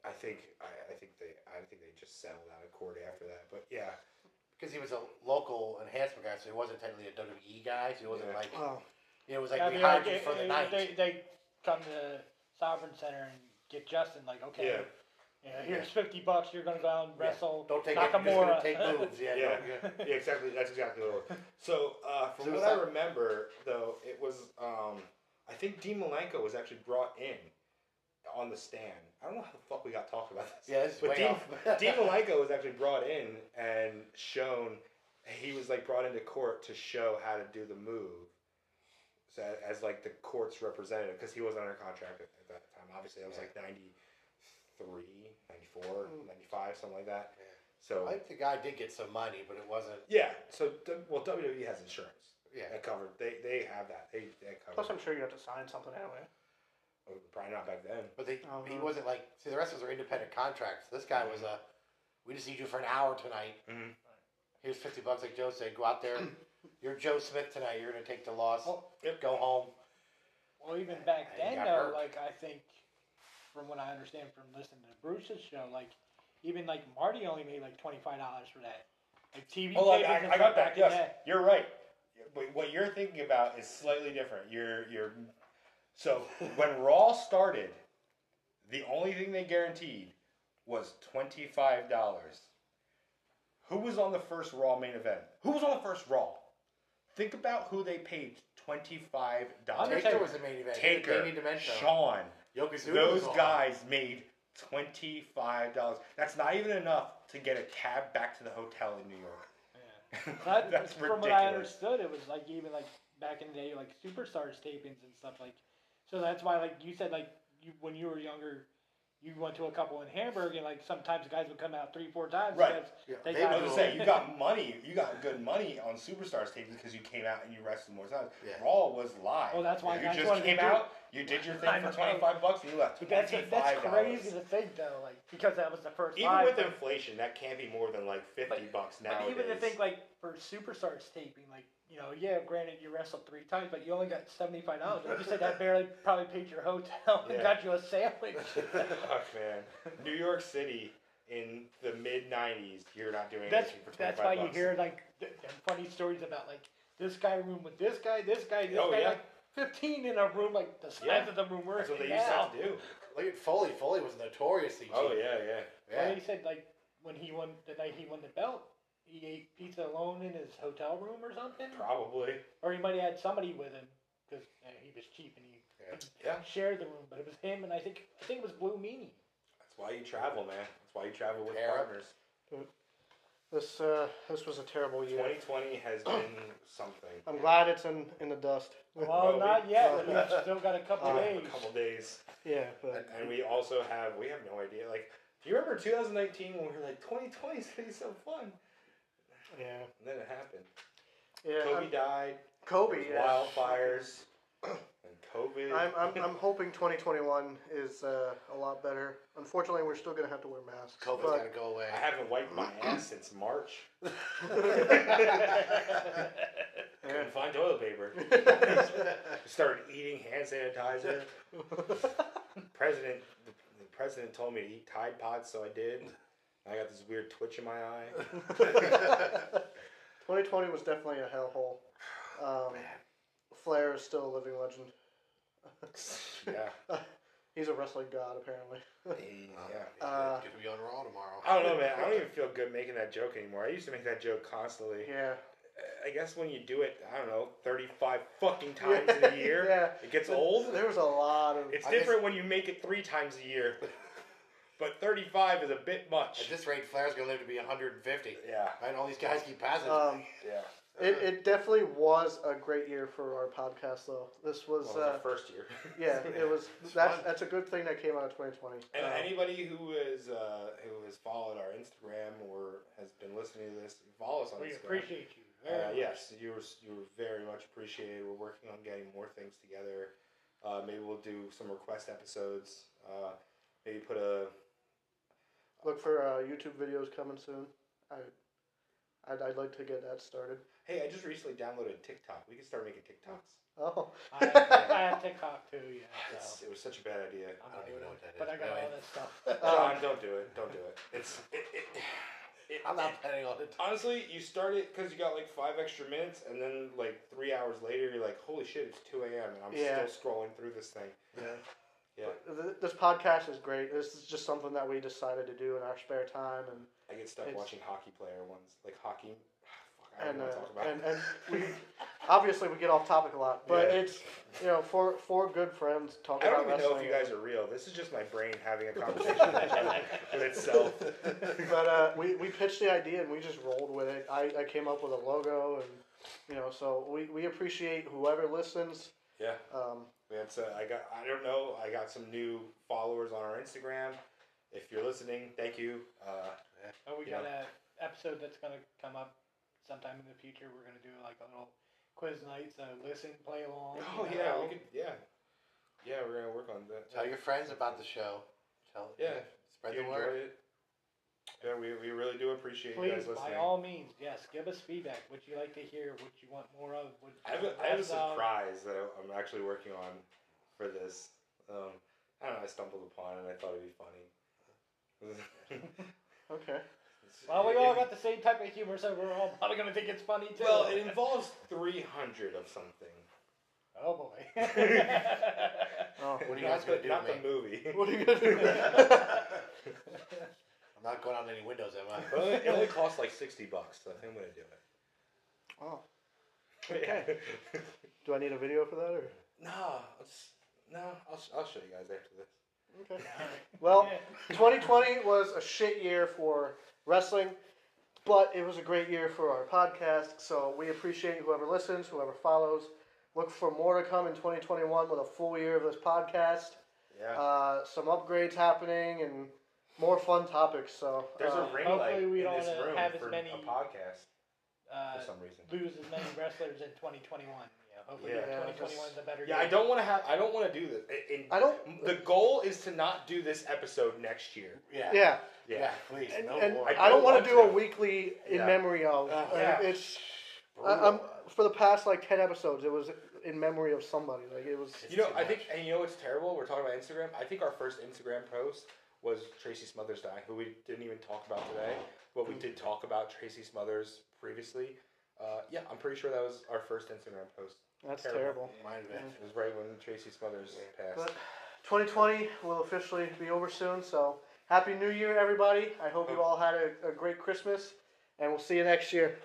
[SPEAKER 2] I think I, I think they I think they just settled out of court after that. But
[SPEAKER 4] [laughs]
[SPEAKER 2] yeah,
[SPEAKER 4] Because he was a local enhancement guy, so he wasn't technically a WWE guy. So he wasn't
[SPEAKER 2] Yeah.
[SPEAKER 4] like
[SPEAKER 1] Oh.
[SPEAKER 4] you know, it was like
[SPEAKER 3] I
[SPEAKER 4] we
[SPEAKER 3] mean,
[SPEAKER 4] hired
[SPEAKER 3] like,
[SPEAKER 4] you
[SPEAKER 3] it-
[SPEAKER 4] for the
[SPEAKER 3] it-
[SPEAKER 4] night.
[SPEAKER 3] They, they come to Sovereign Center and get Justin. Like, okay,
[SPEAKER 2] Yeah.
[SPEAKER 3] you know, here's fifty bucks. You're gonna go out and
[SPEAKER 2] Yeah.
[SPEAKER 3] wrestle
[SPEAKER 4] Don't take it. Just
[SPEAKER 3] Nakamura.
[SPEAKER 4] gonna take
[SPEAKER 3] [laughs]
[SPEAKER 2] [laughs]
[SPEAKER 4] moves. Yeah.
[SPEAKER 2] Yeah.
[SPEAKER 4] No, yeah.
[SPEAKER 2] yeah, exactly. That's exactly what it was. So, uh, from
[SPEAKER 4] So
[SPEAKER 2] what
[SPEAKER 4] was
[SPEAKER 2] I
[SPEAKER 4] that-
[SPEAKER 2] remember, though, it was um, I think Dean Malenko was actually brought in on the stand. I don't know how the fuck we got talking about this.
[SPEAKER 4] Yeah, this is
[SPEAKER 2] But
[SPEAKER 4] way
[SPEAKER 2] Dean,
[SPEAKER 4] off. [laughs]
[SPEAKER 2] Dean Malenko was actually brought in and shown. He was like brought into court to show how to do the move, so as like the court's representative because he was under contract at, at that time. Obviously, that was like 93, 94, 95, something like that.
[SPEAKER 4] Hmm. Yeah.
[SPEAKER 2] So
[SPEAKER 4] I think the guy did get some money, but it wasn't.
[SPEAKER 2] yeah. So w- well, WWE has insurance.
[SPEAKER 4] Yeah.
[SPEAKER 2] That covered. They they have that. They that covered.
[SPEAKER 1] Plus, I'm sure you have to sign something anyway.
[SPEAKER 2] Oh, Probably not back then.
[SPEAKER 4] But they, he
[SPEAKER 1] Uh-huh.
[SPEAKER 4] wasn't like. See, the rest of us are independent contracts. This guy was a.
[SPEAKER 2] Mm-hmm.
[SPEAKER 4] We just need you for an hour tonight.
[SPEAKER 2] Mhm.
[SPEAKER 4] Here's fifty bucks, like Joe said. Go out there. You're Joe Smith tonight. You're gonna take the loss.
[SPEAKER 3] Well-
[SPEAKER 2] Mm. Oh, Yep.
[SPEAKER 4] Go home.
[SPEAKER 3] Well, even back
[SPEAKER 4] And
[SPEAKER 3] then,
[SPEAKER 4] he got
[SPEAKER 3] though,
[SPEAKER 4] hurt.
[SPEAKER 3] like I think, from what I understand from listening to Bruce's show, like even like Marty only made like twenty five dollars for that. Like TV.
[SPEAKER 2] Hold on,
[SPEAKER 3] tapings
[SPEAKER 2] Oh, I,
[SPEAKER 3] and
[SPEAKER 2] I got
[SPEAKER 3] stuff
[SPEAKER 2] that.
[SPEAKER 3] in the
[SPEAKER 2] Yes,
[SPEAKER 3] day.
[SPEAKER 2] you're right. But what you're thinking about is slightly different. You're you're. So
[SPEAKER 3] [laughs]
[SPEAKER 2] when Raw started, the only thing they guaranteed was twenty five dollars. Who was on the first Raw main event? Who was on the first Raw? Think about who they paid twenty five dollars.
[SPEAKER 4] Taker was the main event.
[SPEAKER 2] Taker,
[SPEAKER 4] Amy Demento.
[SPEAKER 2] Sean,
[SPEAKER 4] Yokozuna
[SPEAKER 2] those
[SPEAKER 4] was on.
[SPEAKER 2] guys made twenty five dollars. That's not even enough to get a cab back to the hotel in New York. [laughs]
[SPEAKER 3] That,
[SPEAKER 2] That's
[SPEAKER 3] from what I
[SPEAKER 2] ridiculous.
[SPEAKER 3] understood, it was like even like back in the day, like superstars tapings and stuff like. So that's why, like you said, like you when you were younger, you went to a couple in Hamburg, and like sometimes guys would come out three, four times.
[SPEAKER 2] Right.
[SPEAKER 3] because
[SPEAKER 4] Yeah,
[SPEAKER 3] They
[SPEAKER 4] they
[SPEAKER 3] got
[SPEAKER 2] I
[SPEAKER 4] would
[SPEAKER 2] was gonna say you got money, you got good money on Superstars taping because you came out and you wrestled more times.
[SPEAKER 4] Yeah.
[SPEAKER 2] Raw was live.
[SPEAKER 3] Oh, that's why
[SPEAKER 2] you
[SPEAKER 3] guys
[SPEAKER 2] just
[SPEAKER 3] wanted
[SPEAKER 2] came
[SPEAKER 3] to do it.
[SPEAKER 2] out, you did
[SPEAKER 3] [laughs]
[SPEAKER 2] your
[SPEAKER 3] I
[SPEAKER 2] thing
[SPEAKER 3] know.
[SPEAKER 2] for twenty five bucks, and you left.
[SPEAKER 3] But that's
[SPEAKER 2] $25.
[SPEAKER 3] that's crazy to think though, like because that was the first.
[SPEAKER 2] Even
[SPEAKER 3] live,
[SPEAKER 2] with
[SPEAKER 3] like-
[SPEAKER 2] inflation, that can't be more than like fifty
[SPEAKER 3] But-
[SPEAKER 2] bucks now.
[SPEAKER 3] But even to
[SPEAKER 2] [laughs]
[SPEAKER 3] think like for superstars taping, like you know, yeah, granted you wrestled three times, but you only got seventy five dollars. Like you said, that barely probably paid your hotel and
[SPEAKER 2] Yeah.
[SPEAKER 3] got you a sandwich.
[SPEAKER 2] Fuck man, New York City in the mid '90s, you're not doing
[SPEAKER 3] that's
[SPEAKER 2] anything for twenty five
[SPEAKER 3] that's
[SPEAKER 2] bucks.
[SPEAKER 3] why you hear like th- them funny stories about like this guy room with this guy, this guy, this
[SPEAKER 2] Oh,
[SPEAKER 3] guy,
[SPEAKER 2] yeah.
[SPEAKER 3] like fifteen in a room like the size
[SPEAKER 2] Yeah.
[SPEAKER 3] of the room we're
[SPEAKER 2] That's what
[SPEAKER 3] in
[SPEAKER 2] they used to
[SPEAKER 3] now.
[SPEAKER 2] have to do.
[SPEAKER 4] Look at Foley. Foley was notoriously cheap.
[SPEAKER 2] Oh yeah, yeah.
[SPEAKER 3] Well,
[SPEAKER 4] Yeah.
[SPEAKER 3] he said like when he won the night he won the belt, he ate pizza alone in his hotel room or something,
[SPEAKER 2] Probably.
[SPEAKER 3] or he might have had somebody with him because he was cheap and he
[SPEAKER 4] Yeah.
[SPEAKER 2] Yeah.
[SPEAKER 3] shared the room, but it was him and I think I think it was Blue Meanie.
[SPEAKER 2] That's why you travel, man. That's why you travel with
[SPEAKER 4] Pair up.
[SPEAKER 2] partners.
[SPEAKER 1] This, uh, this was a terrible year.
[SPEAKER 2] 2020
[SPEAKER 1] [clears throat]
[SPEAKER 2] has been something.
[SPEAKER 1] I'm glad it's in, in the dust.
[SPEAKER 2] Well,
[SPEAKER 3] [laughs] Well,
[SPEAKER 2] we-
[SPEAKER 3] not yet. We've still got a couple
[SPEAKER 1] Uh,
[SPEAKER 2] We
[SPEAKER 3] days.
[SPEAKER 2] have a couple days,
[SPEAKER 1] [laughs] yeah,
[SPEAKER 2] and,
[SPEAKER 1] but
[SPEAKER 2] and we also have we have no idea. Like, do you remember 2019 when we were like 2020 is gonna be so fun?
[SPEAKER 1] Yeah.
[SPEAKER 2] And then it happened.
[SPEAKER 1] Yeah.
[SPEAKER 2] Kobe
[SPEAKER 1] I'm-
[SPEAKER 2] died.
[SPEAKER 1] Kobe.
[SPEAKER 2] there was
[SPEAKER 1] yeah.
[SPEAKER 2] Wildfires. and COVID.
[SPEAKER 1] I'm, I'm, I'm hoping 2021 is uh, a lot better. Unfortunately, we're still going to have to wear masks.
[SPEAKER 4] COVID's
[SPEAKER 1] but-
[SPEAKER 4] gotta go away.
[SPEAKER 2] I haven't wiped my ass since
[SPEAKER 1] [laughs]
[SPEAKER 2] March. Couldn't find toilet paper. Started eating hand sanitizer.
[SPEAKER 1] [laughs]
[SPEAKER 2] [laughs] President, the, the president told me to eat Tide Pods, so I did. I got this weird twitch in my eye. [laughs]
[SPEAKER 1] 2020 was definitely a hellhole. Um, Flair is still a living legend.
[SPEAKER 2] [laughs] Yeah,
[SPEAKER 1] He's a wrestling god,
[SPEAKER 2] [laughs]
[SPEAKER 1] apparently.
[SPEAKER 2] he-
[SPEAKER 4] Uh,
[SPEAKER 2] yeah.
[SPEAKER 1] Uh,
[SPEAKER 4] Get to be on Raw tomorrow.
[SPEAKER 2] I don't know, man. I don't even feel good making that joke anymore. I used to make that joke constantly.
[SPEAKER 1] Yeah.
[SPEAKER 2] I guess when you do it, I don't know, 35
[SPEAKER 1] [laughs]
[SPEAKER 2] fucking times in a year,
[SPEAKER 1] Yeah.
[SPEAKER 2] it gets old.
[SPEAKER 1] There was a lot of.
[SPEAKER 2] It's
[SPEAKER 4] I guess-
[SPEAKER 2] different when you make it three times a year, but 35 is a bit
[SPEAKER 4] [laughs] At
[SPEAKER 2] much.
[SPEAKER 4] this rate, Flair's gonna live to be 150.
[SPEAKER 2] Yeah,
[SPEAKER 4] Right, all these guys keep passing.
[SPEAKER 1] Um,
[SPEAKER 2] yeah.
[SPEAKER 1] it,
[SPEAKER 2] Uh-huh.
[SPEAKER 1] it definitely was a great year for our podcast, though. This was.
[SPEAKER 2] Well, it
[SPEAKER 1] uh,
[SPEAKER 2] was the first year. [laughs]
[SPEAKER 1] yeah, it was.
[SPEAKER 4] It's
[SPEAKER 1] That's,
[SPEAKER 4] fun.
[SPEAKER 1] that's a good thing that came out of 2020.
[SPEAKER 2] And
[SPEAKER 1] Um,
[SPEAKER 2] anybody who is uh, who has followed our Instagram or has been listening to this, follow us on
[SPEAKER 3] We
[SPEAKER 2] Instagram.
[SPEAKER 3] appreciate you. Very
[SPEAKER 2] Uh,
[SPEAKER 3] much.
[SPEAKER 2] [laughs] yes, you were you were very much appreciated. We're working on getting more things together. Uh, maybe we'll do some request episodes. Uh, maybe put a
[SPEAKER 1] Look for uh, YouTube videos coming soon. I, I'd, I'd like to get that started.
[SPEAKER 2] hey. I just recently downloaded TikTok. We could start making TikToks.
[SPEAKER 1] Oh,
[SPEAKER 3] I, have, I have TikTok too.
[SPEAKER 2] [laughs]
[SPEAKER 3] Yeah.
[SPEAKER 2] It's-
[SPEAKER 3] So.
[SPEAKER 2] it was such a bad idea.
[SPEAKER 3] I'm
[SPEAKER 4] I don't
[SPEAKER 3] not
[SPEAKER 4] even
[SPEAKER 3] doing
[SPEAKER 4] know
[SPEAKER 3] it.
[SPEAKER 4] what that is.
[SPEAKER 3] But I got
[SPEAKER 4] Anyway,
[SPEAKER 3] all that
[SPEAKER 2] [laughs]
[SPEAKER 3] stuff.
[SPEAKER 2] John, don't do it. Don't do it. It's it, it, it-
[SPEAKER 4] I'm not planning on
[SPEAKER 2] [laughs]
[SPEAKER 4] it.
[SPEAKER 2] Honestly, you start it because you got like five extra minutes, and then like three hours later, you're like, "Holy shit, it's two a.m. and I'm
[SPEAKER 1] Yeah.
[SPEAKER 2] still scrolling through this thing." Yeah,
[SPEAKER 1] Th- this podcast is great. This is just something that we decided to do in our spare time, and
[SPEAKER 2] I get stuck
[SPEAKER 1] It's-
[SPEAKER 2] watching hockey player ones, like hockey. [sighs] Fuck, I don't
[SPEAKER 1] and
[SPEAKER 2] want
[SPEAKER 1] uh,
[SPEAKER 2] to talk about.
[SPEAKER 1] and
[SPEAKER 2] it.
[SPEAKER 1] and we
[SPEAKER 2] [laughs]
[SPEAKER 1] obviously we get off topic a lot, but
[SPEAKER 2] Yeah.
[SPEAKER 1] it's you know for for good friends
[SPEAKER 2] I
[SPEAKER 1] talking
[SPEAKER 2] don't
[SPEAKER 1] about
[SPEAKER 2] even know
[SPEAKER 1] wrestling.
[SPEAKER 2] if you guys are real. This is just my brain having a conversation with each other,
[SPEAKER 1] [laughs]
[SPEAKER 2] with itself.
[SPEAKER 1] but uh, we we pitched the idea and we just rolled with it. I, I came up with a logo and you know so we, we appreciate whoever listens.
[SPEAKER 2] Yeah.
[SPEAKER 1] Um,
[SPEAKER 2] Man, so I got I don't know. I got some new followers on our Instagram. If you're listening, thank you. Uh,
[SPEAKER 3] Oh, we
[SPEAKER 2] Yeah.
[SPEAKER 3] got a episode that's gonna come up sometime in the future. We're gonna do like a little quiz night, so listen, play along. you
[SPEAKER 2] oh
[SPEAKER 3] know.
[SPEAKER 2] yeah, we could yeah, yeah. We're gonna work on that.
[SPEAKER 4] [laughs] Tell your friends about the show. Tell
[SPEAKER 2] Yeah.
[SPEAKER 4] Spread
[SPEAKER 2] you
[SPEAKER 4] the
[SPEAKER 2] enjoyed
[SPEAKER 4] word.
[SPEAKER 2] it. Yeah, we, we really do appreciate you guys
[SPEAKER 3] Please, by
[SPEAKER 2] listening.
[SPEAKER 3] all means, yes, give us feedback. What you like to hear, what you want more of. What
[SPEAKER 2] I have,
[SPEAKER 3] you
[SPEAKER 2] a, I have a
[SPEAKER 3] less of.
[SPEAKER 2] surprise that I- I'm actually working on for this. Um, I don't know. I stumbled upon it. and I thought it'd be funny.
[SPEAKER 1] okay.
[SPEAKER 2] It's-
[SPEAKER 3] Well, we
[SPEAKER 2] [laughs] it-
[SPEAKER 3] all
[SPEAKER 2] it-
[SPEAKER 3] got the same type of humor, so we're all probably gonna think it's funny too.
[SPEAKER 2] Well, it involves 300 of something.
[SPEAKER 3] oh boy.
[SPEAKER 2] [laughs]
[SPEAKER 3] [laughs]
[SPEAKER 1] Oh,
[SPEAKER 4] What are you
[SPEAKER 2] Not
[SPEAKER 4] guys gonna
[SPEAKER 2] the-
[SPEAKER 4] do to
[SPEAKER 2] Not the
[SPEAKER 4] me?
[SPEAKER 2] [laughs] movie.
[SPEAKER 1] what are you gonna do? [laughs]
[SPEAKER 4] I'm not going out any windows, am I?
[SPEAKER 2] Well, it only costs like 60 bucks, so I think I'm going to do it. [laughs]
[SPEAKER 1] Oh,
[SPEAKER 2] Okay. [laughs]
[SPEAKER 1] do I need a video for that or?
[SPEAKER 2] no, I'll just, no, I'll, sh- I'll show you guys after this.
[SPEAKER 1] Okay. Well,
[SPEAKER 3] Yeah.
[SPEAKER 1] 2020 was a shit year for wrestling, but it was a great year for our podcast. So we appreciate whoever listens, whoever follows. Look for more to come in 2021 with a full year of this podcast,
[SPEAKER 2] Yeah.
[SPEAKER 1] uh, some upgrades happening, and more fun topics. So
[SPEAKER 2] There's
[SPEAKER 1] uh,
[SPEAKER 2] a ring
[SPEAKER 3] hopefully
[SPEAKER 2] light in
[SPEAKER 3] we
[SPEAKER 2] this
[SPEAKER 3] don't, uh,
[SPEAKER 2] room
[SPEAKER 3] have as
[SPEAKER 2] for
[SPEAKER 3] many-
[SPEAKER 2] a podcast
[SPEAKER 3] uh,
[SPEAKER 2] for some reason.
[SPEAKER 3] lose as many wrestlers in 2021. Yeah, hopefully,
[SPEAKER 2] Yeah.
[SPEAKER 1] Yeah,
[SPEAKER 3] 2021 is a better
[SPEAKER 2] Yeah,
[SPEAKER 3] year.
[SPEAKER 2] I don't want to have. I don't want to do this. I- in-
[SPEAKER 1] I don't-
[SPEAKER 2] The goal is to not do this episode next year.
[SPEAKER 4] Yeah.
[SPEAKER 1] yeah,
[SPEAKER 4] [laughs] Yeah, please.
[SPEAKER 1] and,
[SPEAKER 4] no
[SPEAKER 1] and
[SPEAKER 4] more.
[SPEAKER 1] I don't,
[SPEAKER 2] I don't
[SPEAKER 1] want
[SPEAKER 2] want
[SPEAKER 1] to do a
[SPEAKER 2] to.
[SPEAKER 1] weekly in
[SPEAKER 2] Yeah. Uh-huh.
[SPEAKER 1] memory of.
[SPEAKER 4] Uh,
[SPEAKER 1] Uh,
[SPEAKER 2] yeah.
[SPEAKER 1] It's I,
[SPEAKER 4] Brutal.
[SPEAKER 1] I'm, for the past like 10 episodes, it was in memory of somebody. Like it was.
[SPEAKER 2] You know,
[SPEAKER 4] Too
[SPEAKER 2] I
[SPEAKER 4] much.
[SPEAKER 2] think, and you know what's terrible? We're talking about Instagram. I think our first Instagram post was Tracy Smothers dying, who we didn't even talk about today, but we did talk about Tracy Smothers previously. Uh, yeah, I'm pretty sure that was our first Instagram post.
[SPEAKER 1] That's
[SPEAKER 2] terrible.
[SPEAKER 1] terrible.
[SPEAKER 4] Might have been.
[SPEAKER 2] It was right when Tracy Smothers passed.
[SPEAKER 1] But 2020 will officially be over soon, so Happy New Year, everybody. I hope you all had a, a great Christmas, and we'll see you next year.